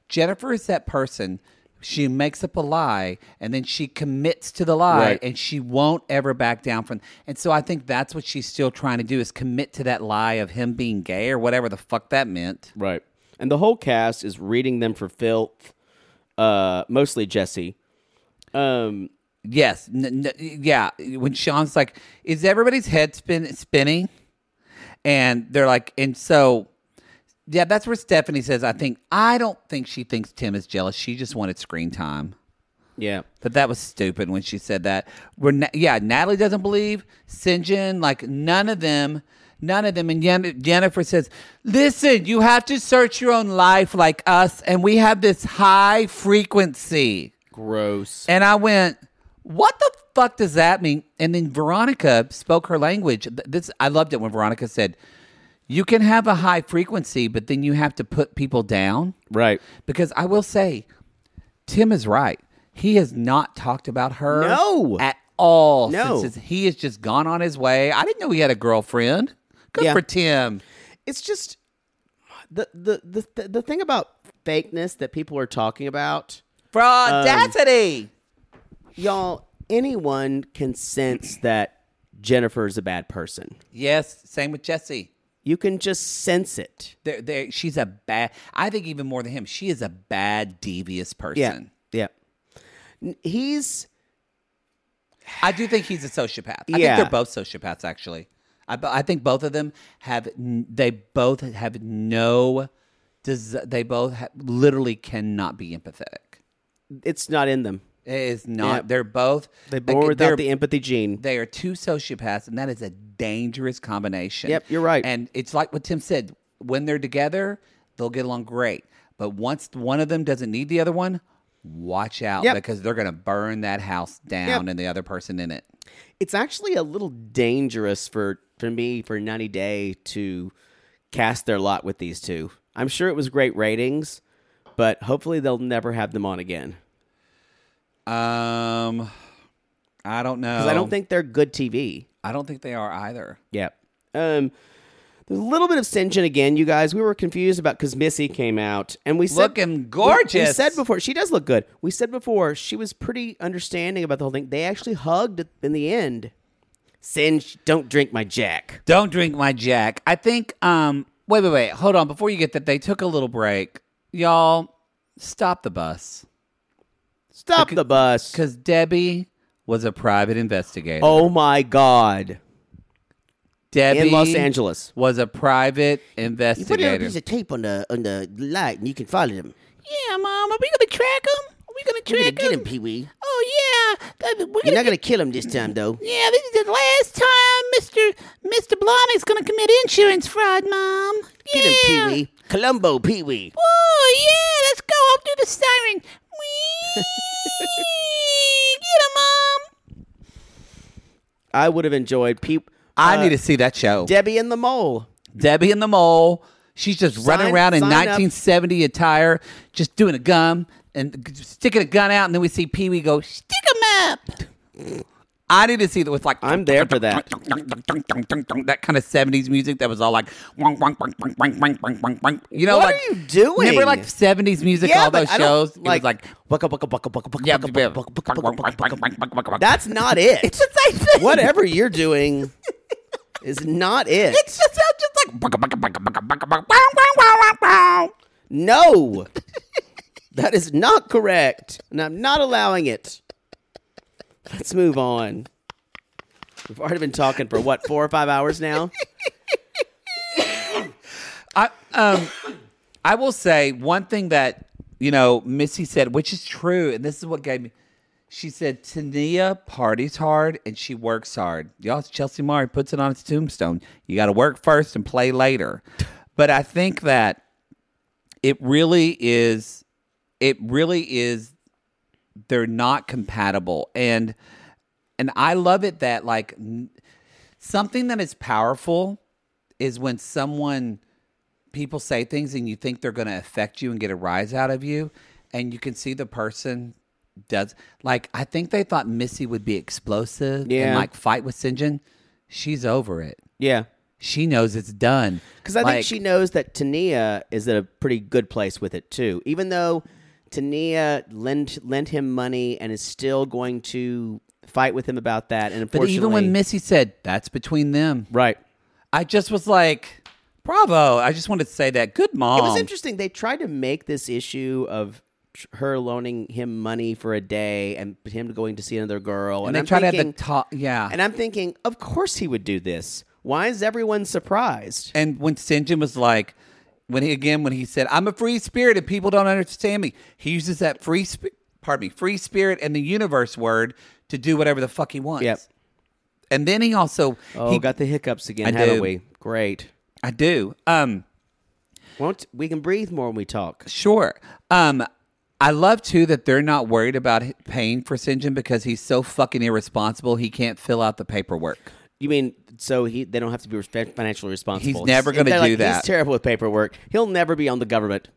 Speaker 4: Jennifer is that person. She makes up a lie and then she commits to the lie
Speaker 5: Right.
Speaker 4: and she won't ever back down from and so I think that's what she's still trying to do is commit to that lie of him being gay or whatever the fuck that meant.
Speaker 5: Right. And the whole cast is reading them for filth. Uh mostly Jesse. Um
Speaker 4: Yes. N- n- yeah. When Sean's like, is everybody's head spin- spinning? And they're like, and so, yeah, that's where Stephanie says, I think, I don't think she thinks Tim is jealous. She just wanted screen time.
Speaker 5: yeah.
Speaker 4: But that was stupid when she said that. We're na- yeah, Natalie doesn't believe Sinjin. Like none of them, none of them. And Yen- Jennifer says, "Listen, you have to search your own life like us, and we have this high frequency."
Speaker 5: Gross.
Speaker 4: And I went, "What the fuck does that mean?" And then Veronica spoke her language. Th- This I loved it when Veronica said, "You can have a high frequency, but then you have to put people down."
Speaker 5: Right.
Speaker 4: Because I will say, Tim is right. He has not talked about her
Speaker 5: No.
Speaker 4: at all.
Speaker 5: No.
Speaker 4: since his- he has just gone on his way. I didn't know he had a girlfriend. Good
Speaker 5: Yeah.
Speaker 4: for Tim.
Speaker 5: it's just the the the th- the thing about fakeness that people are talking about, Um,
Speaker 4: Fraudacity.
Speaker 5: y'all. Anyone can sense that Jennifer's a bad person.
Speaker 4: yes, same with Jesse.
Speaker 5: You can just sense it.
Speaker 4: There, there. She's a bad. I think even more than him, she is a bad, devious person.
Speaker 5: Yeah. yeah. N- He's
Speaker 4: I do think he's a sociopath. I
Speaker 5: Yeah.
Speaker 4: think they're both sociopaths, actually. I, bo- I think both of them have. n- They both have no. Des- they both ha literally cannot be empathetic.
Speaker 5: it's not in them.
Speaker 4: It is not.
Speaker 5: Yeah.
Speaker 4: They're both.
Speaker 5: They
Speaker 4: like,
Speaker 5: born
Speaker 4: they're-
Speaker 5: without the empathy gene.
Speaker 4: They are two sociopaths, and that is a dangerous combination.
Speaker 5: Yep, you're right.
Speaker 4: And it's like what Tim said when they're together, they'll get along great. But once one of them doesn't need the other one, watch out
Speaker 5: Yep.
Speaker 4: because they're going to burn that house down and the other person in it.
Speaker 5: it's actually a little dangerous for for me for 90 day to cast their lot with these two i'm sure it was great ratings but hopefully they'll never have them on again
Speaker 4: Um, I don't know.
Speaker 5: because i don't think they're good tv
Speaker 4: I don't think they are either.
Speaker 5: yeah um there's a little bit of Sinjin again, you guys. We were confused about because Missy came out and we said
Speaker 4: Looking
Speaker 5: we- We,
Speaker 4: gorgeous.
Speaker 5: said before she does look good. We said before she was pretty understanding about the whole thing. They actually hugged in the end. Sinj, don't drink my Jack.
Speaker 4: Don't drink my Jack. I think. Um, wait, wait, wait. Hold on. Before you get that, they took a little break. Y'all, stop the bus
Speaker 5: Stop the bus.
Speaker 4: because Debbie was a private investigator.
Speaker 5: Oh my God.
Speaker 4: Debbie
Speaker 5: in Los Angeles.
Speaker 4: was a private investigator.
Speaker 5: of tape on the on the light, and you can follow them.
Speaker 4: yeah, mom. Are we gonna track him? Are we gonna
Speaker 5: You're gonna get him, Pee Wee.
Speaker 4: Oh yeah. We're
Speaker 5: You're not gonna kill him this time, though.
Speaker 4: Yeah, this is the last time Mr. Mr. Blahnik's gonna commit insurance fraud, Mom.
Speaker 5: Get him, Pee Wee. Columbo, Pee Wee.
Speaker 4: Oh yeah, let's go up through the siren. Wee, get him, Mom.
Speaker 5: I would have enjoyed Pee.
Speaker 4: I
Speaker 5: uh,
Speaker 4: need to see that show.
Speaker 5: Debbie and the Mole.
Speaker 4: Debbie and the Mole. She's just running
Speaker 5: Sign-
Speaker 4: around in
Speaker 5: sign up.
Speaker 4: 1970 attire, just doing a gum and g- sticking a gun out, and then we see Pee Wee go stick 'em up. I need to see that with like
Speaker 5: I'm there for that.
Speaker 4: that kind of 70s music that was all like wonk, wonk, wonk, wonk, wonk, wonk, wonk, wonk, wonk. you know
Speaker 5: What
Speaker 4: like
Speaker 5: are you doing?
Speaker 4: remember like 70s music all
Speaker 5: but
Speaker 4: those
Speaker 5: I don't
Speaker 4: shows it was like
Speaker 5: waka waka waka waka waka
Speaker 4: yeah,
Speaker 5: waka
Speaker 4: yeah.
Speaker 5: waka waka waka waka waka waka. That's not it.
Speaker 4: it's the same thing
Speaker 5: Whatever you're doing is not it.
Speaker 4: it's just, it's just like
Speaker 5: No. that is not correct. And I'm not allowing it. Let's move on. We've already been talking for what, four or five hours now?
Speaker 4: I um I will say one thing that you know Missy said, which is true, and this is what gave me. She said Tania parties hard and she works hard. Y'all, Chelsea Murray puts it on its tombstone. You got to work first and play later. But I think that it really is. It really is. They're not compatible, and and I love it that like n- something that is powerful is when someone people say things and you think they're going to affect you and get a rise out of you and you can see the person does like i think they thought missy would be explosive and
Speaker 5: Yeah.
Speaker 4: like fight with sinjin she's over it
Speaker 5: Yeah.
Speaker 4: she knows it's done
Speaker 5: Because I
Speaker 4: Like,
Speaker 5: think she knows that Tania is at a pretty good place with it too. Even though Tania lent lent him money and is still going to fight with him about that. And
Speaker 4: but
Speaker 5: unfortunately,
Speaker 4: even when missy said that's between them
Speaker 5: right,
Speaker 4: i just was like bravo i just wanted to say that good mom
Speaker 5: It was interesting. They tried to make this issue of tr- her loaning him money for a day and him going to see another girl.
Speaker 4: and,
Speaker 5: And,
Speaker 4: they
Speaker 5: I'm
Speaker 4: tried
Speaker 5: thinking,
Speaker 4: to have the talk yeah
Speaker 5: And I'm thinking, of course he would do this. Why is everyone surprised?
Speaker 4: And when Sinjin was like, when he again, when he said, "I'm a free spirit and people don't understand me," he uses that free, sp- pardon me, free spirit and the universe word to do whatever the fuck he wants.
Speaker 5: Yep.
Speaker 4: And then he also,
Speaker 5: Oh,
Speaker 4: he,
Speaker 5: got the hiccups again,
Speaker 4: I
Speaker 5: haven't
Speaker 4: do.
Speaker 5: we? Great.
Speaker 4: I do. Um,
Speaker 5: Won't we can breathe more when we talk?
Speaker 4: Sure. Um, I love too that they're not worried about h- paying for Sinjin because he's so fucking irresponsible. He can't fill out the paperwork.
Speaker 5: You mean so he they don't have to be respe- financially responsible?
Speaker 4: never gonna
Speaker 5: they're
Speaker 4: do
Speaker 5: like,
Speaker 4: that.
Speaker 5: He's terrible with paperwork. He'll never be on the government.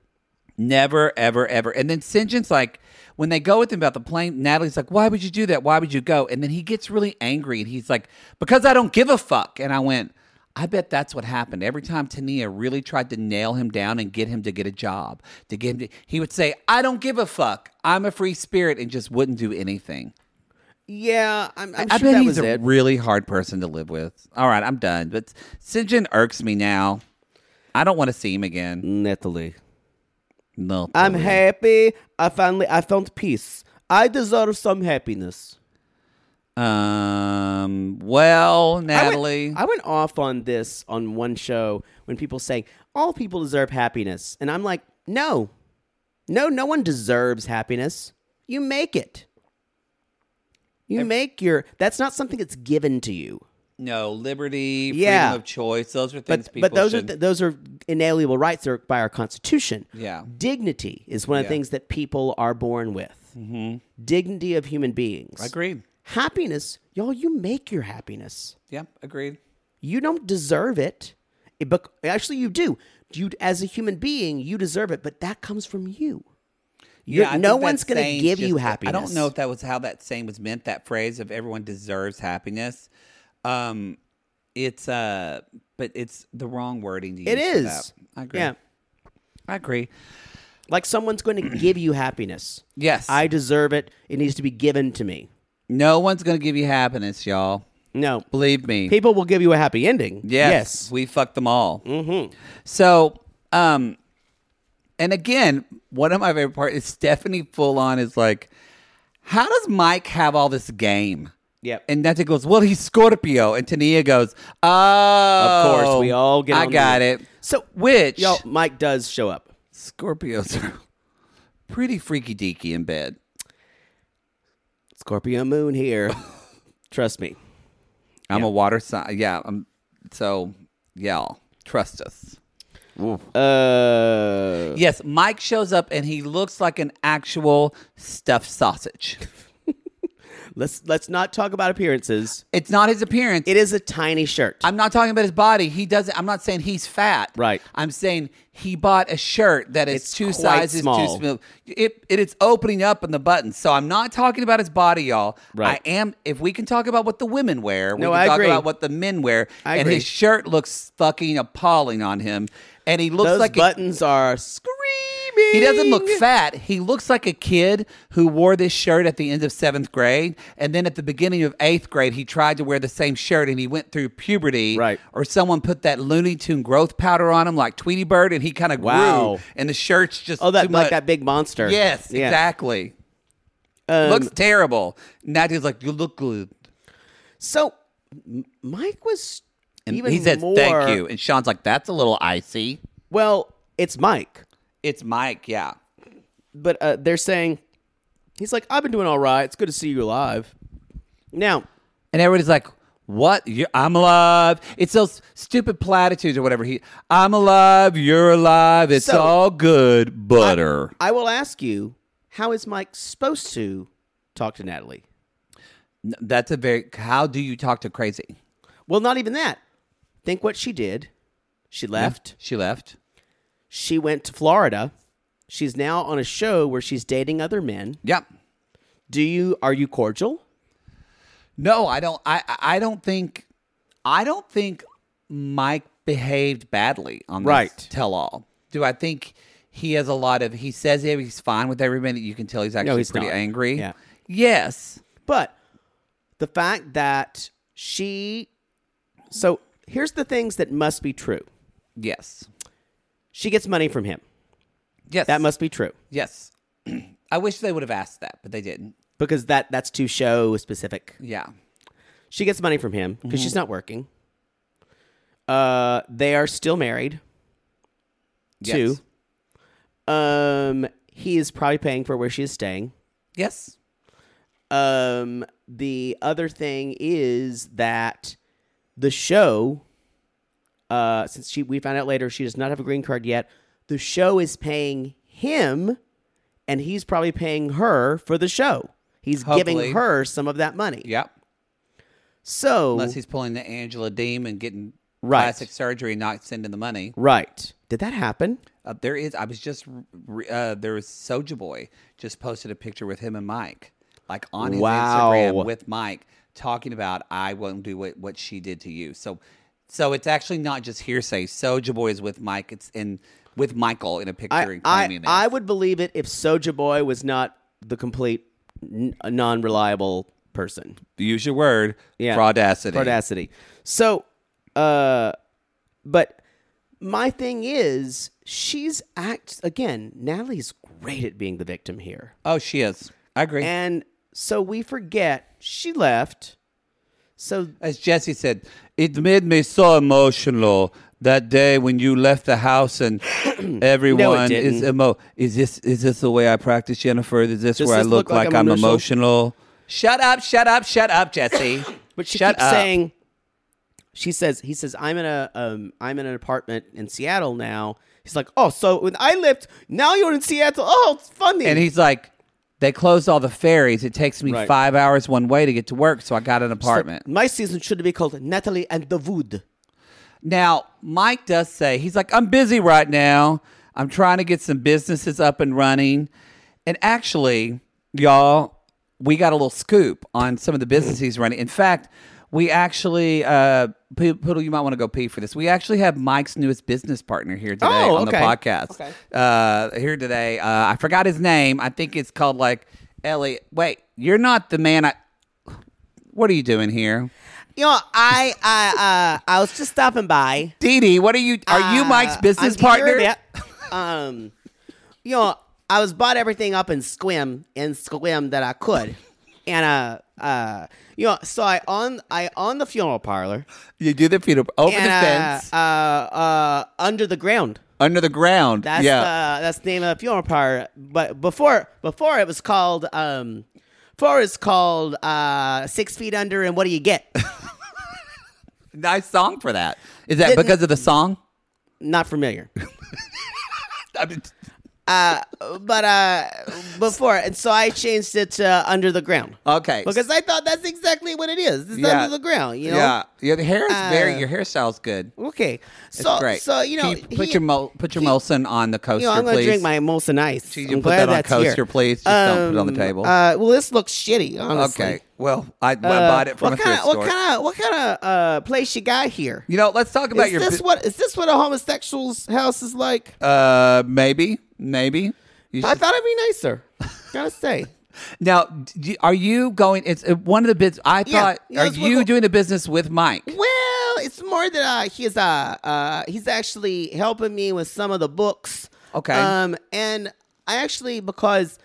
Speaker 4: Never, ever, ever. And then St. John's like, when they go with him about the plane, Natalie's like, why would you do that? Why would you go? And then he gets really angry and he's like, because I don't give a fuck. And I went, I bet that's what happened. Every time Tania really tried to nail him down and get him to get a job, to get him to, he would say, I don't give a fuck. I'm a free spirit and just wouldn't do anything.
Speaker 5: Yeah, I'm, I'm
Speaker 4: I
Speaker 5: sure
Speaker 4: bet
Speaker 5: that
Speaker 4: he's
Speaker 5: was
Speaker 4: a
Speaker 5: it.
Speaker 4: really hard person to live with. All right, I'm done. But Sinjin irks me now. I don't want to see him again.
Speaker 5: Natalie.
Speaker 4: No,
Speaker 5: I'm
Speaker 4: totally.
Speaker 5: happy. I finally I found peace. I deserve some happiness.
Speaker 4: Um. Well,
Speaker 5: I
Speaker 4: Natalie,
Speaker 5: went, I went off on this on one show when people say all people deserve happiness, and I'm like, no, no, no one deserves happiness. You make it. You make your. That's not something that's given to you.
Speaker 4: no liberty,
Speaker 5: Yeah.
Speaker 4: freedom of choice. Those are things
Speaker 5: But
Speaker 4: people.
Speaker 5: but those
Speaker 4: should,
Speaker 5: are th- those are inalienable rights that are by our constitution.
Speaker 4: Yeah.
Speaker 5: dignity is one of the
Speaker 4: Yeah. Mm-hmm.
Speaker 5: things that people are born with. Dignity of human beings.
Speaker 4: agreed.
Speaker 5: Happiness, y'all. You make your happiness.
Speaker 4: Yep, agreed.
Speaker 5: You don't deserve it. It bec- actually, you do. You, as a human being, you deserve it, but that comes from you. You're-
Speaker 4: I
Speaker 5: no
Speaker 4: think that
Speaker 5: one's going to
Speaker 4: saying
Speaker 5: give you
Speaker 4: just-
Speaker 5: happiness.
Speaker 4: I don't know if that was how that saying was meant. That phrase of everyone deserves happiness. Um, it's uh, but it's the wrong wording to use.
Speaker 5: it
Speaker 4: for
Speaker 5: is.
Speaker 4: that. I agree.
Speaker 5: Yeah,
Speaker 4: I agree.
Speaker 5: like someone's going to give you happiness.
Speaker 4: Yes,
Speaker 5: I deserve it. It needs to be given to me.
Speaker 4: No one's gonna give you happiness, y'all.
Speaker 5: No,
Speaker 4: Believe me.
Speaker 5: people will give you a happy ending.
Speaker 4: Yes,
Speaker 5: Yes.
Speaker 4: we fucked them all. Mm-hmm. So, um, and again, one of my favorite parts is Stephanie full on is like, how does Mike have all this game?
Speaker 5: Yep.
Speaker 4: And Nete goes, well, he's Scorpio. And Tania goes, oh, of
Speaker 5: course, we all get
Speaker 4: I
Speaker 5: on
Speaker 4: got
Speaker 5: that."
Speaker 4: it.
Speaker 5: So,
Speaker 4: which
Speaker 5: y'all, Mike does show up.
Speaker 4: Scorpios are pretty freaky deaky in bed.
Speaker 5: Scorpio Moon here. Trust me.
Speaker 4: I'm a water sign. Yeah. I'm so y'all trust us.
Speaker 5: Uh,
Speaker 4: Yes, Mike shows up and he looks like an actual stuffed sausage.
Speaker 5: let's let's not talk about appearances.
Speaker 4: It's not his appearance.
Speaker 5: It is a tiny shirt.
Speaker 4: I'm not talking about his body. He doesn't. I'm not saying he's fat.
Speaker 5: Right.
Speaker 4: I'm saying he bought a shirt that is
Speaker 5: It's
Speaker 4: two
Speaker 5: quite
Speaker 4: sizes
Speaker 5: small.
Speaker 4: too small. It it is opening up in the buttons. So I'm not talking about his body, y'all.
Speaker 5: Right.
Speaker 4: I am. If we can talk about what the women wear, we
Speaker 5: No,
Speaker 4: can
Speaker 5: I
Speaker 4: talk
Speaker 5: agree.
Speaker 4: about what the men wear.
Speaker 5: I
Speaker 4: and
Speaker 5: agree.
Speaker 4: his shirt looks fucking appalling on him. And he looks
Speaker 5: Those
Speaker 4: like a-
Speaker 5: buttons are screaming.
Speaker 4: He doesn't look fat. He looks like a kid who wore this shirt at the end of seventh grade. And then at the beginning of eighth grade, he tried to wear the same shirt and he went through puberty.
Speaker 5: Right.
Speaker 4: Or someone put that Looney Tune growth powder on him like Tweety Bird and he kind of
Speaker 5: Wow.
Speaker 4: grew. And the shirt's just.
Speaker 5: Oh,
Speaker 4: too
Speaker 5: that like
Speaker 4: much.
Speaker 5: that big monster.
Speaker 4: Yes,
Speaker 5: Yeah.
Speaker 4: exactly.
Speaker 5: Um,
Speaker 4: looks terrible. And that dude's like, you look good.
Speaker 5: so. M- Mike was
Speaker 4: And
Speaker 5: even
Speaker 4: he says,
Speaker 5: more,
Speaker 4: thank you. And Sean's like, that's a little icy.
Speaker 5: Well, it's Mike,
Speaker 4: It's Mike, yeah.
Speaker 5: but uh, they're saying he's like, I've been doing all right. It's good to see you alive. Now,
Speaker 4: And everybody's like, what? you I'm alive. It's those stupid platitudes or whatever. He, I'm alive. You're alive. It's
Speaker 5: So-
Speaker 4: all good. Butter.
Speaker 5: I will ask you, how is Mike supposed to talk to Natalie?
Speaker 4: N- That's a very, how do you talk to crazy?
Speaker 5: Well, not even that. Think what she did. She left.
Speaker 4: She left.
Speaker 5: She went to Florida. She's now on a show where she's dating other men.
Speaker 4: Yep.
Speaker 5: Do you are you cordial?
Speaker 4: No, I don't. I, I- I don't think, I don't think Mike behaved badly on
Speaker 5: Right.
Speaker 4: this tell all. Do I think he has a lot of, he says he's fine with everybody. You can tell he's actually
Speaker 5: he's
Speaker 4: pretty
Speaker 5: not.
Speaker 4: angry.
Speaker 5: Yeah.
Speaker 4: Yes.
Speaker 5: But the fact that she so here's the things that must be true.
Speaker 4: Yes.
Speaker 5: She gets money from him.
Speaker 4: Yes.
Speaker 5: That must be true
Speaker 4: Yes. I wish they would have asked that, but they didn't.
Speaker 5: because that that's too show specific.
Speaker 4: Yeah.
Speaker 5: She gets money from him because she's not working. Uh they are still married.
Speaker 4: Yes.
Speaker 5: Two. Um he is probably paying for where she is staying.
Speaker 4: Yes.
Speaker 5: Um, the other thing is that the show, uh, since she we found out later she does not have a green card yet, the show is paying him, and he's probably paying her for the show. He's
Speaker 4: Hopefully.
Speaker 5: giving her some of that money.
Speaker 4: Yep.
Speaker 5: So
Speaker 4: Unless he's pulling the Angela Deem and getting
Speaker 5: Right.
Speaker 4: plastic surgery and not sending the money.
Speaker 5: right. Did that happen?
Speaker 4: Uh, there is. I was just. Re- uh, there was Soja Boy just posted a picture with him and Mike, like on his
Speaker 5: Wow.
Speaker 4: Instagram with Mike, talking about I won't do what what she did to you. So So it's actually not just hearsay. Soja Boy is with Mike. It's in with Michael in a picture
Speaker 5: I,
Speaker 4: and
Speaker 5: I,
Speaker 4: claiming
Speaker 5: I
Speaker 4: this.
Speaker 5: would believe it if Soja Boy was not the complete n- non-reliable person.
Speaker 4: Use your word.
Speaker 5: Yeah.
Speaker 4: Fraudacity.
Speaker 5: Fraudacity. So, uh, but my thing is, she's act again. Natalie's great at being the victim here,
Speaker 4: Oh, she is. I agree.
Speaker 5: and so we forget she left. So
Speaker 4: As Jesse said, it made me so emotional that day when you left the house and everyone is
Speaker 5: didn't.
Speaker 4: emo. Is this is this the way I practice, Jennifer? Is this
Speaker 5: Does
Speaker 4: where I
Speaker 5: this
Speaker 4: look, like, I'm emotional? Shut up! Shut up! Shut up, Jesse.
Speaker 5: But she
Speaker 4: Shut
Speaker 5: keeps
Speaker 4: up.
Speaker 5: saying, she says, he says, I'm in a, um, I'm in an apartment in Seattle now. He's like, oh, so when I lived, now you're in Seattle. Oh, it's funny.
Speaker 4: and he's like, they closed all the ferries. It takes me
Speaker 5: Right.
Speaker 4: five hours one way to get to work, so I got an
Speaker 5: So
Speaker 4: apartment.
Speaker 5: my season should be called Natalie and the Wood.
Speaker 4: Now, Mike does say, he's like, I'm busy right now. I'm trying to get some businesses up and running. And actually, y'all, we got a little scoop on some of the businesses he's running. In fact, we actually, uh, P- Poodle, you might want to go pee for this. We actually have Mike's newest business partner here today
Speaker 5: Oh,
Speaker 4: on the
Speaker 5: okay.
Speaker 4: podcast.
Speaker 5: Okay.
Speaker 4: Uh, here today. Uh, I forgot his name. I think it's called like Elliot. Wait, you're not the man I. What are you doing here?
Speaker 5: You know, I, I, uh, I was just stopping by.
Speaker 4: Dee Dee, what are you? Are you Mike's
Speaker 5: Uh,
Speaker 4: business
Speaker 5: I'm
Speaker 4: partner?
Speaker 5: here, yeah. Um, you know, I was bought everything up in Squim and Squim that I could, and uh, uh, you know, so I on I on the funeral parlor
Speaker 4: You do the oh, funeral over
Speaker 5: and,
Speaker 4: the
Speaker 5: uh,
Speaker 4: fence,
Speaker 5: uh, uh, under the ground.
Speaker 4: under the ground.
Speaker 5: That's
Speaker 4: yeah,
Speaker 5: uh, that's the name of the funeral parlor. But before before it was called um, before it's called uh, six feet under and what do you get?
Speaker 4: nice song for that. Is that
Speaker 5: Didn't-
Speaker 4: because of the song?
Speaker 5: Not familiar.
Speaker 4: I mean,
Speaker 5: but uh before and so i changed it to under the ground
Speaker 4: okay,
Speaker 5: because i thought that's exactly what it is it's
Speaker 4: Yeah.
Speaker 5: under the ground you know
Speaker 4: yeah, your hair is very
Speaker 5: Uh,
Speaker 4: your hairstyle's good.
Speaker 5: okay
Speaker 4: It's
Speaker 5: so
Speaker 4: great.
Speaker 5: so you know
Speaker 4: Can put
Speaker 5: he-
Speaker 4: your mol- put your
Speaker 5: he-
Speaker 4: Molson on the coaster,
Speaker 5: you know, I'm gonna
Speaker 4: please.
Speaker 5: drink my Molson Ice.
Speaker 4: Gee, you
Speaker 5: I'm
Speaker 4: put
Speaker 5: glad
Speaker 4: that on a
Speaker 5: that's here.
Speaker 4: coaster, please. Just don't put it on the
Speaker 5: Um,
Speaker 4: table.
Speaker 5: Uh, well, this looks shitty. Honestly.
Speaker 4: okay, well, I, I
Speaker 5: Uh,
Speaker 4: bought it from
Speaker 5: what
Speaker 4: a
Speaker 5: kinda,
Speaker 4: thrift store.
Speaker 5: What kind of what kind of uh, place you got here?
Speaker 4: you know, let's talk about
Speaker 5: is
Speaker 4: your
Speaker 5: this
Speaker 4: bu-
Speaker 5: what is this what a homosexual's house is like?
Speaker 4: uh maybe maybe. You
Speaker 5: I
Speaker 4: should-
Speaker 5: thought it'd be nicer. Gotta say.
Speaker 4: now, d- are you going? It's uh, one of the bits. I
Speaker 5: Yeah,
Speaker 4: thought.
Speaker 5: yeah,
Speaker 4: are
Speaker 5: it's one
Speaker 4: you
Speaker 5: of-
Speaker 4: doing a business with Mike?
Speaker 5: Well, it's more that uh, he's uh, uh he's actually helping me with some of the books.
Speaker 4: Okay.
Speaker 5: Um, and I actually because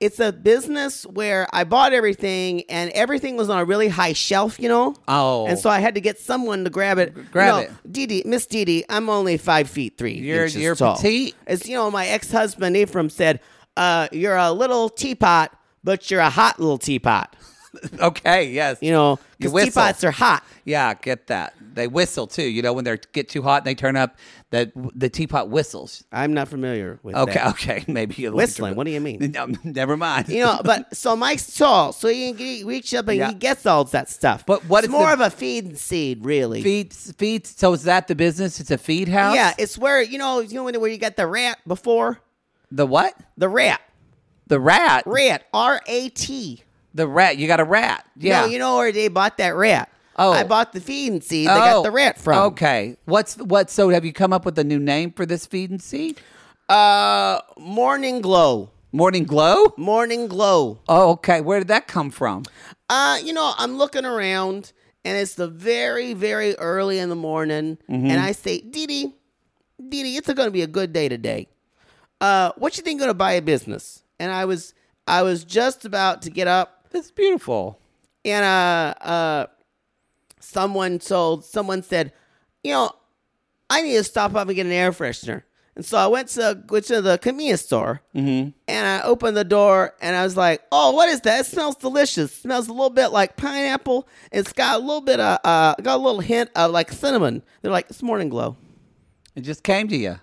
Speaker 5: it's a business where I bought everything and everything was on a really high shelf, you know.
Speaker 4: Oh.
Speaker 5: And so I had to get someone to grab it.
Speaker 4: grab
Speaker 5: you know,
Speaker 4: it.
Speaker 5: Didi, Miss Didi, I'm only five feet 3
Speaker 4: You're-
Speaker 5: inches
Speaker 4: you're
Speaker 5: tall.
Speaker 4: petite.
Speaker 5: It's you know my ex husband Ephraim said, uh, "You're a little teapot, but you're a hot little teapot."
Speaker 4: Okay. Yes.
Speaker 5: You know,
Speaker 4: You
Speaker 5: because
Speaker 4: whistle.
Speaker 5: teapots are hot.
Speaker 4: Yeah, get that. They whistle too. You know when they get too hot and they turn up, that the teapot whistles.
Speaker 5: I'm not familiar with
Speaker 4: Okay,
Speaker 5: that.
Speaker 4: okay, maybe you
Speaker 5: Whistling, what do you mean?
Speaker 4: No, never mind.
Speaker 5: You know, but so Mike's tall, so he can get, reach up and
Speaker 4: Yeah.
Speaker 5: he gets all that stuff.
Speaker 4: But what
Speaker 5: it's
Speaker 4: is
Speaker 5: more
Speaker 4: the-
Speaker 5: of a feed and seed, really.
Speaker 4: feed, feed. So is that the business? It's a feed house.
Speaker 5: Yeah, it's where you know you know where you got the rat before
Speaker 4: the what?
Speaker 5: the rat,
Speaker 4: The rat.
Speaker 5: rat R A T.
Speaker 4: The rat. You got a rat. Yeah.
Speaker 5: no, you know where they bought that rat.
Speaker 4: Oh.
Speaker 5: I bought the feed and seed. they got
Speaker 4: Oh,
Speaker 5: the rat from.
Speaker 4: Okay. What's what? So have you come up with a new name for this feed and seed?
Speaker 5: Uh, morning glow,
Speaker 4: Morning glow.
Speaker 5: morning glow.
Speaker 4: Oh, okay. Where did that come from?
Speaker 5: Uh, you know, I'm looking around and it's the very, very early in the morning. And I say, Didi, Didi, it's gonna be a good day today. Uh, what you think gonna buy a business? And I was I was just about to get up
Speaker 4: That's beautiful.
Speaker 5: and uh uh someone told someone said, you know, I need to stop up and get an air freshener. And so I went to went to the convenience store
Speaker 4: Mm-hmm.
Speaker 5: and I opened the door and I was like, oh, what is that? It smells delicious. It smells a little bit like pineapple. It's got a little bit of uh got a little hint of like cinnamon. They're like, it's morning glow.
Speaker 4: It just came to you.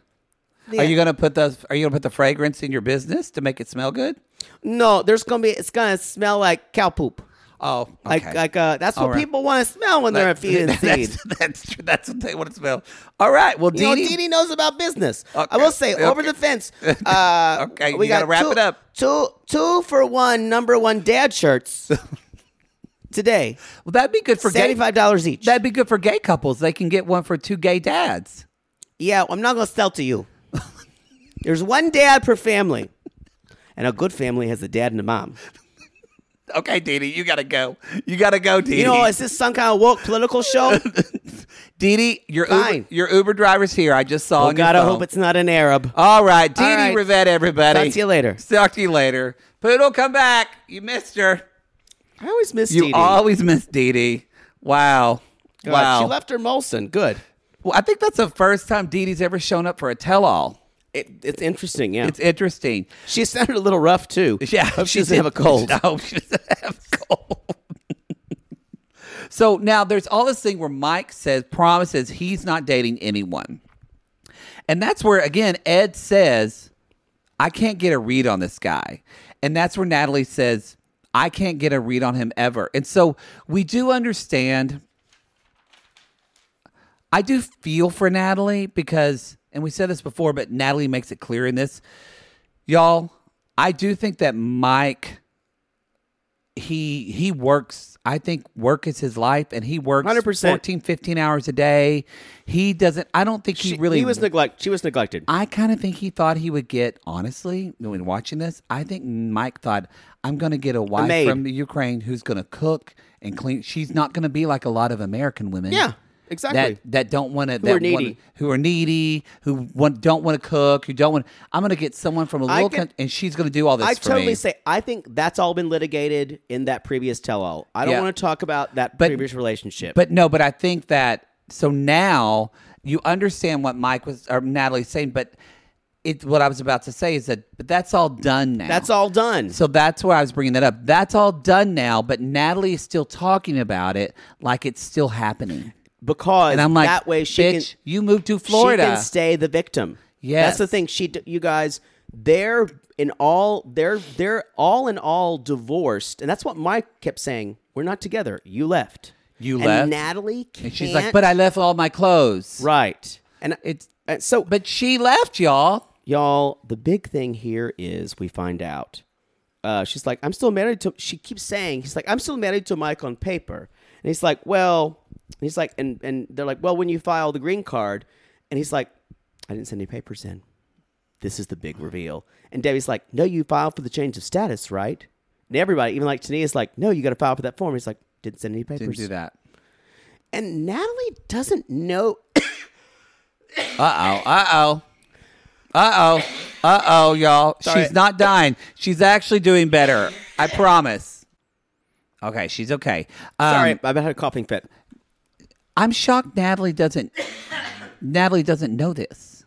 Speaker 5: Yeah.
Speaker 4: Are you gonna put the Are you gonna put the fragrance in your business to make it smell good?
Speaker 5: No, there's gonna be it's gonna smell like cow poop.
Speaker 4: Oh,
Speaker 5: Like like uh that's
Speaker 4: All
Speaker 5: what
Speaker 4: right.
Speaker 5: people want to smell when they're at E feed and seed.
Speaker 4: that's, that's true. That's what they want to smell. All right. Well,
Speaker 5: You know,
Speaker 4: Dee Dee-
Speaker 5: Didi knows about business. I
Speaker 4: Okay.
Speaker 5: will say, over
Speaker 4: Okay.
Speaker 5: the fence. Uh,
Speaker 4: Okay,
Speaker 5: we
Speaker 4: you gotta
Speaker 5: got
Speaker 4: wrap
Speaker 5: two-
Speaker 4: it up.
Speaker 5: Two, two for one, number one dad shirts. today.
Speaker 4: Well, that'd be good for gay-
Speaker 5: $75 each.
Speaker 4: That'd be good for gay couples. They can get one for two gay dads.
Speaker 5: Yeah, I'm not going to sell to you. There's one dad per family. And a good family has a dad and a mom.
Speaker 4: Okay, Dee Dee, you gotta go. You gotta go, Dee Dee.
Speaker 5: You know, is this some kind of woke political show?
Speaker 4: Dee Dee, your Uber,
Speaker 5: Fine.
Speaker 4: your Uber driver's here. I just saw.
Speaker 5: Oh,
Speaker 4: on your
Speaker 5: God, I
Speaker 4: phone.
Speaker 5: hope it's not an Arab.
Speaker 4: All right, Dee Dee
Speaker 5: All right.
Speaker 4: Rivette, everybody.
Speaker 5: Talk to you later.
Speaker 4: Talk to you later. Poodle, come back. You missed her.
Speaker 5: I always miss
Speaker 4: You
Speaker 5: Dee Dee.
Speaker 4: always miss Dee Dee. Wow.
Speaker 5: God,
Speaker 4: wow.
Speaker 5: She left her Molson. Good.
Speaker 4: Well, I think that's the first time Dee Dee's ever shown up for a tell-all.
Speaker 5: It, it's interesting, yeah.
Speaker 4: It's interesting.
Speaker 5: she sounded a little rough, too.
Speaker 4: Yeah,
Speaker 5: Hope she
Speaker 4: she
Speaker 5: doesn't
Speaker 4: did.
Speaker 5: have a cold.
Speaker 4: I hope she doesn't have a cold. so now there's all this thing where Mike says promises he's not dating anyone, and that's where again Ed says, "I can't get a read on this guy," and that's where Natalie says, "I can't get a read on him ever." And so we do understand. I do feel for Natalie because, and we said this before, but Natalie makes it clear in this y'all i do think that mike he he works i think work is his life and he works
Speaker 5: 100%.
Speaker 4: 14 15 hours a day he doesn't i don't think he
Speaker 5: She-
Speaker 4: really
Speaker 5: he was neglect. She was neglected.
Speaker 4: i kind of think he thought he would get honestly when watching this i think mike thought i'm going to get a wife
Speaker 5: maid.
Speaker 4: from the ukraine who's going to cook and clean she's not going to be like a lot of american women
Speaker 5: Yeah, exactly.
Speaker 4: that, that don't want to
Speaker 5: Who are needy.
Speaker 4: who are needy, who want, don't want to cook, who don't want. I'm going to get someone from a
Speaker 5: I
Speaker 4: little
Speaker 5: could-
Speaker 4: coun- and she's going to do all this.
Speaker 5: I
Speaker 4: for
Speaker 5: totally
Speaker 4: me.
Speaker 5: say I think that's all been litigated in that previous tell-all. I don't
Speaker 4: Yeah.
Speaker 5: want to talk about that
Speaker 4: But-
Speaker 5: previous relationship.
Speaker 4: But no, but I think that so now you understand what Mike was or Natalie's saying, but it's what I was about to say is that but that's all done now.
Speaker 5: that's all done.
Speaker 4: So that's why I was bringing that up. That's all done now, but Natalie is still talking about it like it's still happening.
Speaker 5: because
Speaker 4: And I'm like,
Speaker 5: that way she
Speaker 4: bitch,
Speaker 5: can
Speaker 4: you moved to
Speaker 5: She
Speaker 4: Florida.
Speaker 5: can stay the victim.
Speaker 4: Yes.
Speaker 5: that's the thing. She, d- you guys, they're in all they're they're all in all divorced, and that's what Mike kept saying. We're not together. You left.
Speaker 4: You
Speaker 5: and
Speaker 4: left.
Speaker 5: Natalie. Can't,
Speaker 4: and she's like, but I left all my clothes.
Speaker 5: right. And
Speaker 4: It's
Speaker 5: and so,
Speaker 4: but she left, y'all.
Speaker 5: y'all the big thing here is we find out uh, she's like i'm still married to she keeps saying he's like i'm still married to mike on paper and he's like well and he's like and, and they're like well when you file the green card and he's like i didn't send any papers in this is the big reveal and debbie's like no you filed for the change of status right and everybody even like Tania, is like no you got to file for that form he's like didn't send any papers
Speaker 4: Didn't do that.
Speaker 5: and natalie doesn't know
Speaker 4: Uh oh. Uh oh. Uh oh. Uh oh, y'all. She's not dying. She's actually doing better. I promise. Okay, she's okay. Um,
Speaker 5: sorry i've had a coughing fit
Speaker 4: I'm shocked Natalie doesn't. Natalie doesn't know this.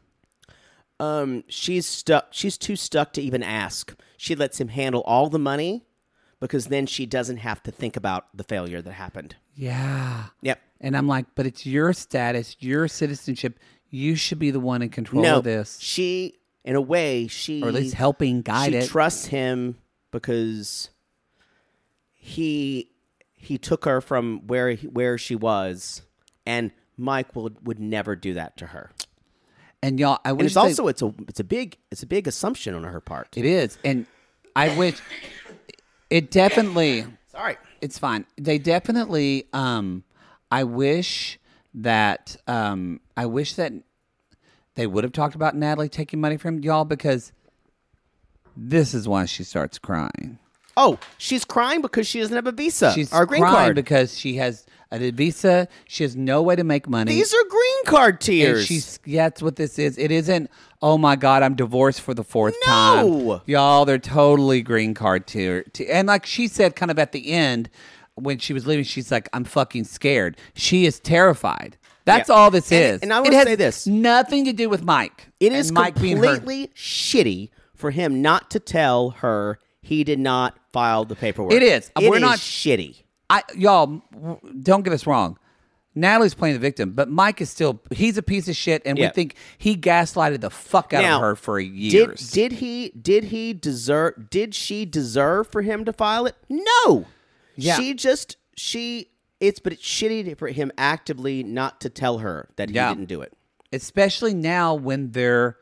Speaker 5: Um, she's stuck. She's too stuck to even ask. She lets him handle all the money because then she doesn't have to think about the failure that happened.
Speaker 4: Yeah.
Speaker 5: Yep.
Speaker 4: And I'm like, but it's your status, your citizenship. You should be the one in control
Speaker 5: no,
Speaker 4: of this,
Speaker 5: she, in a way, she
Speaker 4: or at least helping guide
Speaker 5: she
Speaker 4: it.
Speaker 5: trusts him because he he took her from where he, where she was, and Mike would would never do that to her.
Speaker 4: and y'all, I
Speaker 5: And
Speaker 4: wish
Speaker 5: it's
Speaker 4: they-
Speaker 5: also it's a it's a big it's a big assumption on her part.
Speaker 4: it is. And I wish it definitely.
Speaker 5: Sorry.
Speaker 4: it's fine. They definitely. Um, I wish that. Um, I wish that they would have talked about Natalie taking money from y'all because this is why she starts crying.
Speaker 5: Oh, she's crying because she doesn't have a visa
Speaker 4: She's
Speaker 5: or a Uh, green
Speaker 4: crying
Speaker 5: card.
Speaker 4: because she has a visa. She has no way to make money.
Speaker 5: These are green card
Speaker 4: And
Speaker 5: tears.
Speaker 4: she's yeah, that's what this is. It isn't. Oh my God, I'm divorced for the fourth
Speaker 5: No!
Speaker 4: time. Y'all, they're totally green card tier. t- And like she said, kind of at the end when she was leaving, she's like, "I'm fucking scared." She is terrified. That's
Speaker 5: Yeah.
Speaker 4: all this
Speaker 5: And-
Speaker 4: is.
Speaker 5: and I
Speaker 4: It
Speaker 5: wanna
Speaker 4: has
Speaker 5: say this.
Speaker 4: nothing to do with Mike.
Speaker 5: it
Speaker 4: and
Speaker 5: is
Speaker 4: Mike being
Speaker 5: completely shitty for him not to tell her he did not file the paperwork.
Speaker 4: It is. We're
Speaker 5: is
Speaker 4: not-
Speaker 5: shitty.
Speaker 4: hurt. I y'all, w- don't get us wrong. Natalie's playing the victim, but Mike is still he's a piece of shit, and
Speaker 5: Yeah.
Speaker 4: we think he gaslighted the fuck out
Speaker 5: Now,
Speaker 4: of her for
Speaker 5: Did,
Speaker 4: years.
Speaker 5: did he? Did he deserve? Did she deserve for him to file it? No.
Speaker 4: Yeah.
Speaker 5: She just she. It's but it's shitty for him actively not to tell her that he
Speaker 4: Yeah.
Speaker 5: didn't do it.
Speaker 4: especially now when they're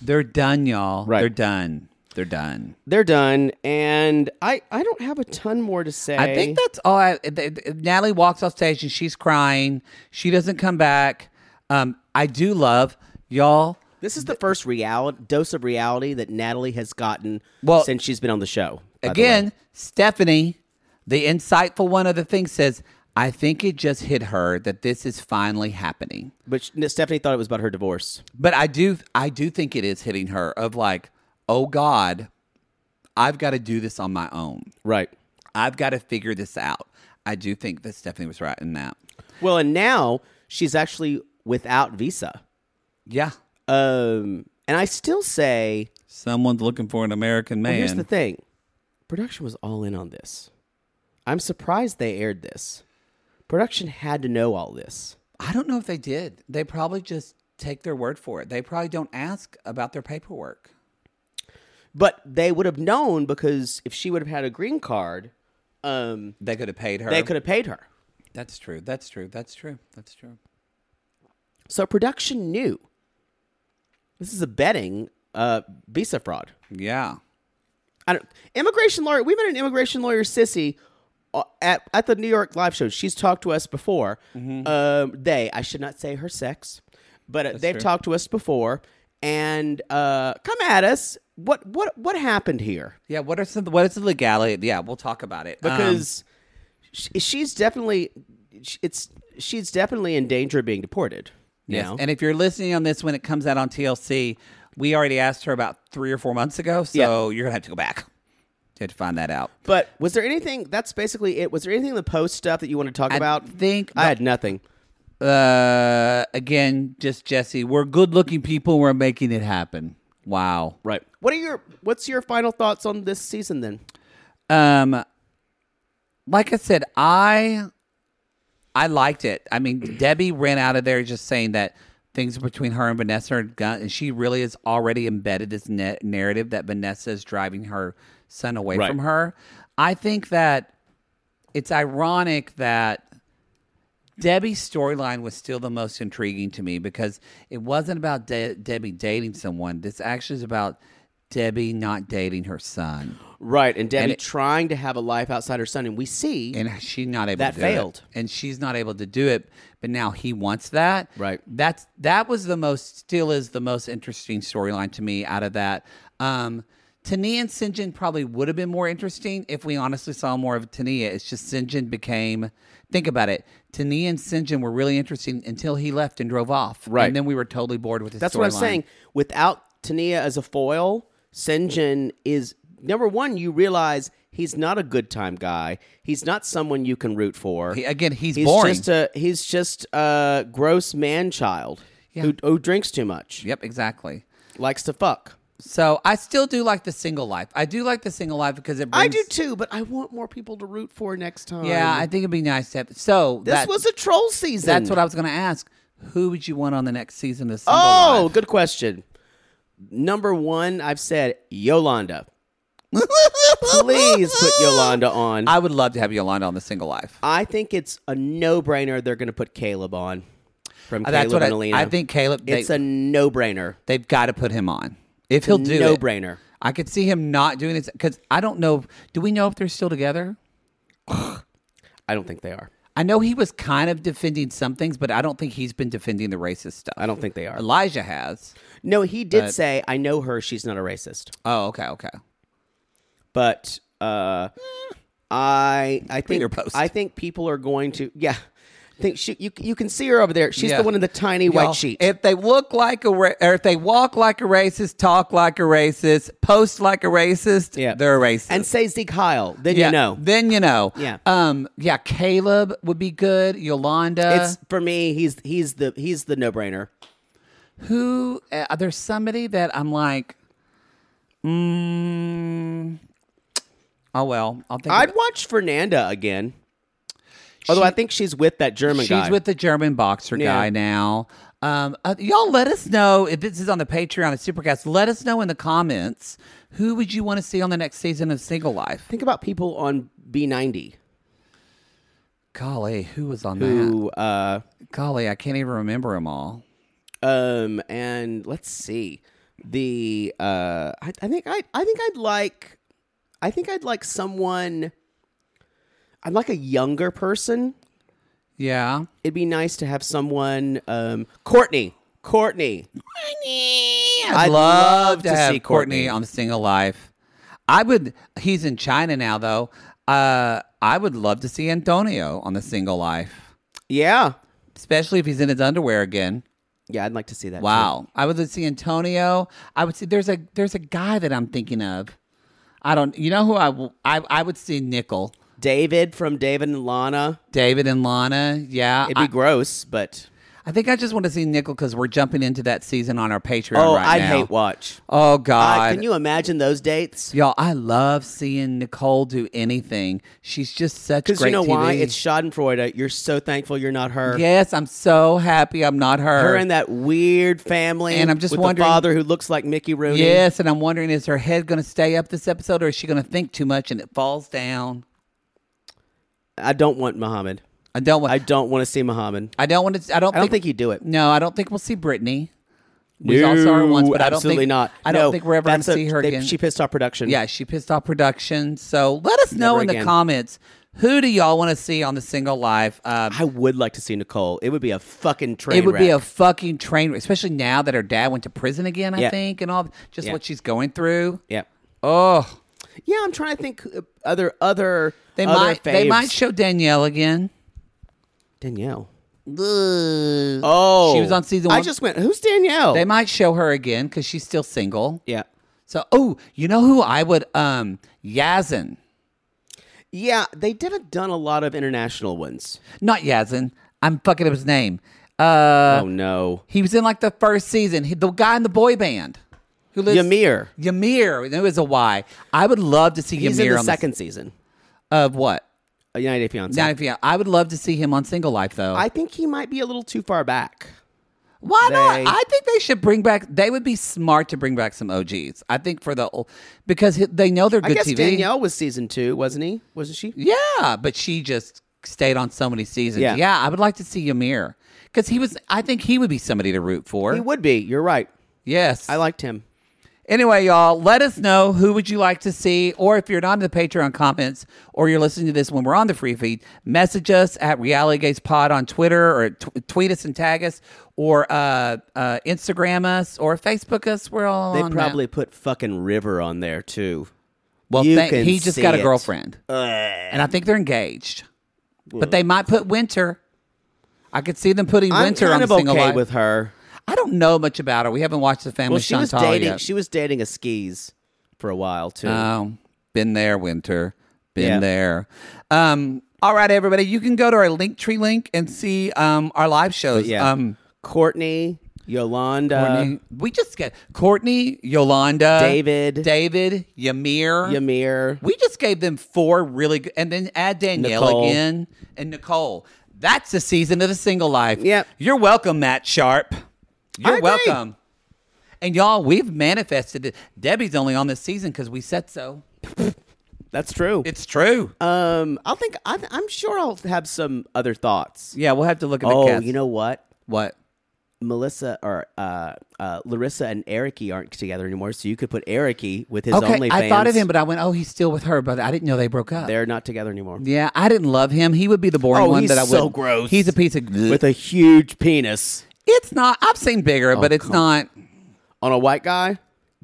Speaker 4: they're done, y'all. all
Speaker 5: Right.
Speaker 4: They're done. They're done.
Speaker 5: They're done, and I I don't have a ton more to say.
Speaker 4: I think that's all. I, th- th- Natalie walks off stage and she's crying. She doesn't come back. Um, I do love y'all.
Speaker 5: this is the first reality dose of reality that Natalie has gotten
Speaker 4: Well-
Speaker 5: since she's been on the show. by the way.
Speaker 4: Again, Stephanie, the insightful one of the thing says, I think it just hit her that this is finally happening.
Speaker 5: but sh- Stephanie thought it was about her divorce.
Speaker 4: But I do I do think it is hitting her of like, oh God, I've got to do this on my own.
Speaker 5: Right.
Speaker 4: I've got to figure this out. I do think that Stephanie was right in that.
Speaker 5: Well, and now she's actually without visa.
Speaker 4: Yeah.
Speaker 5: Um, and I still say,
Speaker 4: Someone's looking for an American man.
Speaker 5: well, here's the thing: production was all in on this. I'm surprised they aired this. Production had to know all this.
Speaker 4: I don't know if they did. They probably just take their word for it. They probably don't ask about their paperwork.
Speaker 5: But they would have known because if she would have had a green card, um,
Speaker 4: They could have paid her.
Speaker 5: they could have paid her.
Speaker 4: That's true. That's true. That's true. That's true.
Speaker 5: So production knew. This is a betting uh, visa fraud.
Speaker 4: Yeah.
Speaker 5: I don't, immigration lawyer. We met an immigration lawyer, Sissy, uh, at at the New York live show. She's talked to us before.
Speaker 4: Mm-hmm.
Speaker 5: Um, they, I should not say her sex, but uh, they've talked to us before. And uh, come at us. What what what happened here?
Speaker 4: Yeah. What are some? What is the legality? Yeah, we'll talk about it Um,
Speaker 5: Because sh she's definitely it's she's definitely in danger of being deported.
Speaker 4: yes.
Speaker 5: now.
Speaker 4: And if you're listening on this when it comes out on TLC, we already asked her about three or four months ago. So you're gonna have to go back. You had to find that out.
Speaker 5: But was there anything? That's basically it. Was there anything in the post stuff that you want to talk
Speaker 4: I
Speaker 5: about?
Speaker 4: think-
Speaker 5: I had nothing.
Speaker 4: Uh, again, just Jesse. We're good-looking people. We're making it happen. Wow.
Speaker 5: Right. What are your What's your final thoughts on this season then?
Speaker 4: Um, like I said, I I liked it. I mean, Debbie ran out of there just saying that things between her and Vanessa are gone, and she really has already embedded this na- narrative that Vanessa is driving her son away from her. I think that it's ironic that Debbie's storyline was still the most intriguing to me because it wasn't about De- Debbie dating someone. This actually is about Debbie not dating her son.
Speaker 5: Right, and Debbie
Speaker 4: And it-
Speaker 5: trying to have a life outside her son, and we see
Speaker 4: and she's not able
Speaker 5: That
Speaker 4: to do it.
Speaker 5: failed.
Speaker 4: and she's not able to do it but now he wants that
Speaker 5: Right.
Speaker 4: that's that was the most still is the most interesting storyline to me out of that um Tania and Sinjin probably would have been more interesting if we honestly saw more of Tania. It's just Sinjin became, think about it. Tania and Sinjin were really interesting until he left and drove off.
Speaker 5: Right.
Speaker 4: And then we were totally bored with his
Speaker 5: that's what I'm
Speaker 4: storyline.
Speaker 5: saying. Without Tania as a foil, Senjin is number one. You realize he's not a good time guy. He's not someone you can root for.
Speaker 4: He- again, he's boring.
Speaker 5: Just a, he's just a gross man child who, who drinks too much,
Speaker 4: Yep, exactly.
Speaker 5: likes to fuck.
Speaker 4: So I still do like the single life. I do like the single life because it brings.
Speaker 5: I do too, but I want more people to root for next time.
Speaker 4: Yeah, I think it'd be nice to have. So
Speaker 5: this
Speaker 4: that-
Speaker 5: was a troll season.
Speaker 4: That's what I was going to ask. Who would you want on the next season of Single
Speaker 5: Oh,
Speaker 4: Life?
Speaker 5: good question. Number one, I've said Yolanda. Please put Yolanda on. I,
Speaker 4: I would love to have Yolanda on the Single Life.
Speaker 5: think it's a no-brainer. They're going to put Caleb on from
Speaker 4: Uh,
Speaker 5: Caleb
Speaker 4: that's what
Speaker 5: and
Speaker 4: I-
Speaker 5: Alina.
Speaker 4: I think Caleb- they-
Speaker 5: it's a no-brainer.
Speaker 4: They've got to put him on if he'll do it.
Speaker 5: no-brainer.
Speaker 4: I could see him not doing this because I don't know. Do we know if they're still together?
Speaker 5: I don't think they are.
Speaker 4: I know he was kind of defending some things, but I don't think he's been defending the racist stuff.
Speaker 5: I don't think they are.
Speaker 4: Elijah has.
Speaker 5: No, he did say, "I know her. She's not a racist."
Speaker 4: Oh, okay, okay.
Speaker 5: But uh, I, I think,
Speaker 4: your post.
Speaker 5: I think people are going to, yeah. I think she, you, you can see her over there. She's
Speaker 4: Yeah.
Speaker 5: the one in the tiny
Speaker 4: Y'all,
Speaker 5: white sheet.
Speaker 4: If they look like a ra- or if they walk like a racist, talk like a racist, post like a racist,
Speaker 5: Yeah.
Speaker 4: they're a racist.
Speaker 5: and say Zeke Heil, then
Speaker 4: yeah,
Speaker 5: you know.
Speaker 4: Then you know.
Speaker 5: Yeah.
Speaker 4: Um. Yeah. Caleb would be good. Yolanda.
Speaker 5: it's for me. He's he's the he's the no brainer.
Speaker 4: who? Uh, there's somebody that I'm like. Mm, oh well, I'll think.
Speaker 5: I'd
Speaker 4: about-
Speaker 5: watch Fernanda again. Although I think she's with that German
Speaker 4: she's
Speaker 5: guy.
Speaker 4: with the German boxer
Speaker 5: Yeah.
Speaker 4: guy now. Um, uh, y'all let us know if this is on the Patreon at Supercast. Let us know in the comments who would you want to see on the next season of Single Life.
Speaker 5: Think about people on B ninety
Speaker 4: Golly, who was on that?
Speaker 5: who uh
Speaker 4: Golly, I can't even remember them all.
Speaker 5: um and let's see. the uh, I, I think I I think I'd like I think I'd like someone. I'd like a younger person.
Speaker 4: Yeah.
Speaker 5: It'd be nice to have someone, um, Courtney. Courtney.
Speaker 4: I'd,
Speaker 5: I'd
Speaker 4: love,
Speaker 5: love
Speaker 4: to,
Speaker 5: to
Speaker 4: have
Speaker 5: see
Speaker 4: Courtney,
Speaker 5: Courtney.
Speaker 4: on Single Life. I would. He's in China now, though. Uh, I would love to see Antonio on the Single Life,
Speaker 5: Yeah.
Speaker 4: especially if he's in his underwear again.
Speaker 5: Yeah, I'd like to see that. too.
Speaker 4: Wow, I would see Antonio. I would see. There's a there's a guy that I'm thinking of. I don't. You know who I w- I, I would see Nickel,
Speaker 5: David from David and Lana.
Speaker 4: David and Lana. Yeah,
Speaker 5: It'd be
Speaker 4: I,
Speaker 5: gross, but
Speaker 4: I think I just want to see Nickel because we're jumping into that season on our Patreon.
Speaker 5: oh,
Speaker 4: right
Speaker 5: I'd
Speaker 4: now.
Speaker 5: hate watch.
Speaker 4: Oh
Speaker 5: Uh,
Speaker 4: God!
Speaker 5: can you imagine those dates?
Speaker 4: Y'all, I love seeing Nicole do anything. She's just such great
Speaker 5: Because you know
Speaker 4: TV.
Speaker 5: why? It's Schadenfreude. You're so thankful you're not her.
Speaker 4: yes, I'm so happy I'm not her.
Speaker 5: Her and that weird family,
Speaker 4: And I'm just
Speaker 5: with
Speaker 4: wondering-
Speaker 5: the father who looks like Mickey Rooney.
Speaker 4: yes, and I'm wondering is her head going to stay up this episode, or is she going to think too much and it falls down?
Speaker 5: I don't want Muhammad.
Speaker 4: I don't want.
Speaker 5: I don't want to see Muhammad.
Speaker 4: I don't want to. I don't.
Speaker 5: I don't think he'd do it.
Speaker 4: No, I don't think we'll see Brittany. We all saw her once, but I don't
Speaker 5: absolutely
Speaker 4: think-
Speaker 5: not.
Speaker 4: I don't
Speaker 5: No,
Speaker 4: think we're ever going
Speaker 5: that's
Speaker 4: to
Speaker 5: a-
Speaker 4: see her
Speaker 5: they-
Speaker 4: again.
Speaker 5: She pissed off production.
Speaker 4: yeah, she pissed off production. So let us know
Speaker 5: Never
Speaker 4: in the
Speaker 5: again.
Speaker 4: comments who do y'all want to see on the single live. Um,
Speaker 5: I would like to see Nicole. It would be a fucking train.
Speaker 4: it would be a
Speaker 5: wreck.
Speaker 4: fucking train, wreck, especially now that her dad went to prison again. I
Speaker 5: Yeah.
Speaker 4: think, and all just
Speaker 5: Yeah.
Speaker 4: what she's going through.
Speaker 5: yeah.
Speaker 4: Oh,
Speaker 5: Yeah, I'm trying to think uh, other other
Speaker 4: they
Speaker 5: other
Speaker 4: might they
Speaker 5: faves.
Speaker 4: might show Danielle again.
Speaker 5: Danielle.
Speaker 4: Oh,
Speaker 5: Oh,
Speaker 4: she was on season one.
Speaker 5: I just went. Who's Danielle?
Speaker 4: They might show her again because she's still single.
Speaker 5: Yeah.
Speaker 4: So, oh, you know who I would um Yazin,
Speaker 5: Yeah, they haven't done a lot of international ones.
Speaker 4: not Yazin. I'm fucking up his name. Uh,
Speaker 5: oh no,
Speaker 4: he was in like the first season. He, the guy in the boy band who lives
Speaker 5: Ymir.
Speaker 4: Ymir. There was a Y. I would love to see
Speaker 5: He's
Speaker 4: Ymir
Speaker 5: in the
Speaker 4: on
Speaker 5: second season.
Speaker 4: of what.
Speaker 5: A United Fiance.
Speaker 4: Now, if you, I would love to see him on Single Life, though.
Speaker 5: I think he might be a little too far back.
Speaker 4: Why
Speaker 5: They-
Speaker 4: not? I think they should bring back. They would be smart to bring back some OGs. I think for the ol- because he- they know they're
Speaker 5: I
Speaker 4: good
Speaker 5: guess
Speaker 4: TV.
Speaker 5: Danielle was season two, wasn't he? Wasn't she?
Speaker 4: Yeah, but she just stayed on so many seasons. Yeah,
Speaker 5: Yeah.
Speaker 4: I would like to see Ymir because he was. I think he would be somebody to root for.
Speaker 5: He would be. You're right.
Speaker 4: Yes.
Speaker 5: I liked him.
Speaker 4: Anyway, y'all, let us know who would you like to see, or if you're not in the Patreon comments, or you're listening to this when we're on the free feed, message us at Reality Gaze Pod on Twitter, or tw- tweet us and tag us, or uh, uh, Instagram us, or Facebook us. We're all
Speaker 5: They
Speaker 4: on that.
Speaker 5: probably put fucking River on there too.
Speaker 4: Well,
Speaker 5: you
Speaker 4: thank-
Speaker 5: can
Speaker 4: he just
Speaker 5: see
Speaker 4: got a
Speaker 5: it. Uh.
Speaker 4: girlfriend, and I think they're engaged, but they might put Winter. I could see them putting
Speaker 5: I'm
Speaker 4: Winter
Speaker 5: kind
Speaker 4: on
Speaker 5: of
Speaker 4: single
Speaker 5: okay
Speaker 4: life.
Speaker 5: with her.
Speaker 4: I don't know much about her. We haven't watched the family.
Speaker 5: Well, she was
Speaker 4: Chantal
Speaker 5: dating.
Speaker 4: Yet.
Speaker 5: She was dating a skis for a while too.
Speaker 4: Oh, been there, Winter. Been
Speaker 5: Yeah.
Speaker 4: there. Um, all right, everybody. You can go to our Linktree link and see um, our live shows.
Speaker 5: yeah.
Speaker 4: Um,
Speaker 5: Courtney, Yolanda,
Speaker 4: Courtney, we just get Courtney, Yolanda,
Speaker 5: David.
Speaker 4: David, Ymir.
Speaker 5: Ymir.
Speaker 4: We just gave them four really good, and then add Danielle
Speaker 5: Nicole.
Speaker 4: again and Nicole. That's the season of the single life.
Speaker 5: Yep.
Speaker 4: You're welcome, Matt Sharp. You're
Speaker 5: agree.
Speaker 4: welcome. And y'all, we've manifested it. Debbie's only on this season because we said so.
Speaker 5: That's true.
Speaker 4: It's true.
Speaker 5: um, I'll think. I, I'm sure I'll have some other thoughts.
Speaker 4: Yeah, we'll have to look at the
Speaker 5: oh,
Speaker 4: cast.
Speaker 5: you know what?
Speaker 4: what?
Speaker 5: Melissa or uh, uh, Larissa and Ericy aren't together anymore, so you could put Ericy with his
Speaker 4: okay,
Speaker 5: OnlyFans.
Speaker 4: I thought of him, but I went, "Oh, he's still with her," but I didn't know they broke up.
Speaker 5: they're not together anymore.
Speaker 4: yeah, I didn't love him. He would be the boring
Speaker 5: Oh,
Speaker 4: one
Speaker 5: he's
Speaker 4: that I would.
Speaker 5: so gross.
Speaker 4: He's a piece of.
Speaker 5: With a Oh, huge penis
Speaker 4: it's not. I've seen bigger, but it's not
Speaker 5: on a white guy,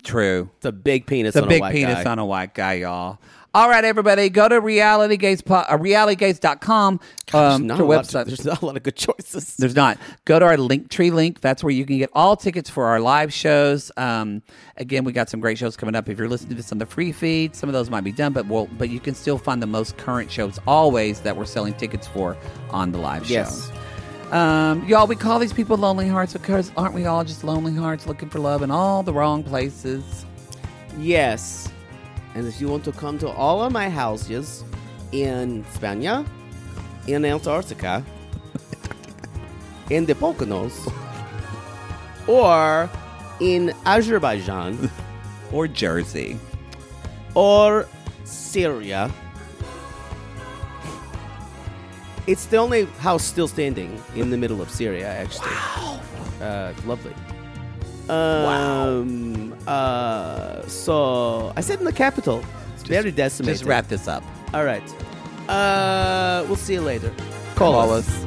Speaker 4: true.
Speaker 5: it's a big penis.
Speaker 4: It's a
Speaker 5: on
Speaker 4: big
Speaker 5: a white
Speaker 4: penis
Speaker 5: guy.
Speaker 4: on a white guy, y'all. All right, everybody, go to realitygates.com, uh, realitygates.com, um,
Speaker 5: Not
Speaker 4: their
Speaker 5: a lot-
Speaker 4: website.
Speaker 5: there's not a lot of good choices.
Speaker 4: There's not. Go to our Linktree link. That's where you can get all tickets for our live shows. Um, again, we got some great shows coming up. If you're listening to this on the free feed, some of those might be done, but we'll, but you can still find the most current shows always that we're selling tickets for on the live show.
Speaker 5: Yes.
Speaker 4: Um, y'all, we call these people lonely hearts because aren't we all just lonely hearts looking for love in all the wrong places?
Speaker 5: Yes. And if you want to come to all of my houses in Spain, in Antarctica, in the Poconos, or in Azerbaijan,
Speaker 4: Or Jersey.
Speaker 5: or Syria, it's the only house still standing in the middle of Syria, actually. Wow. Uh, lovely.
Speaker 8: Um, wow. Uh, so I said in the capital. It's very decimated.
Speaker 9: Just wrap this up.
Speaker 8: All right. Uh, we'll see you later. Call,
Speaker 9: Call
Speaker 8: us.
Speaker 9: us.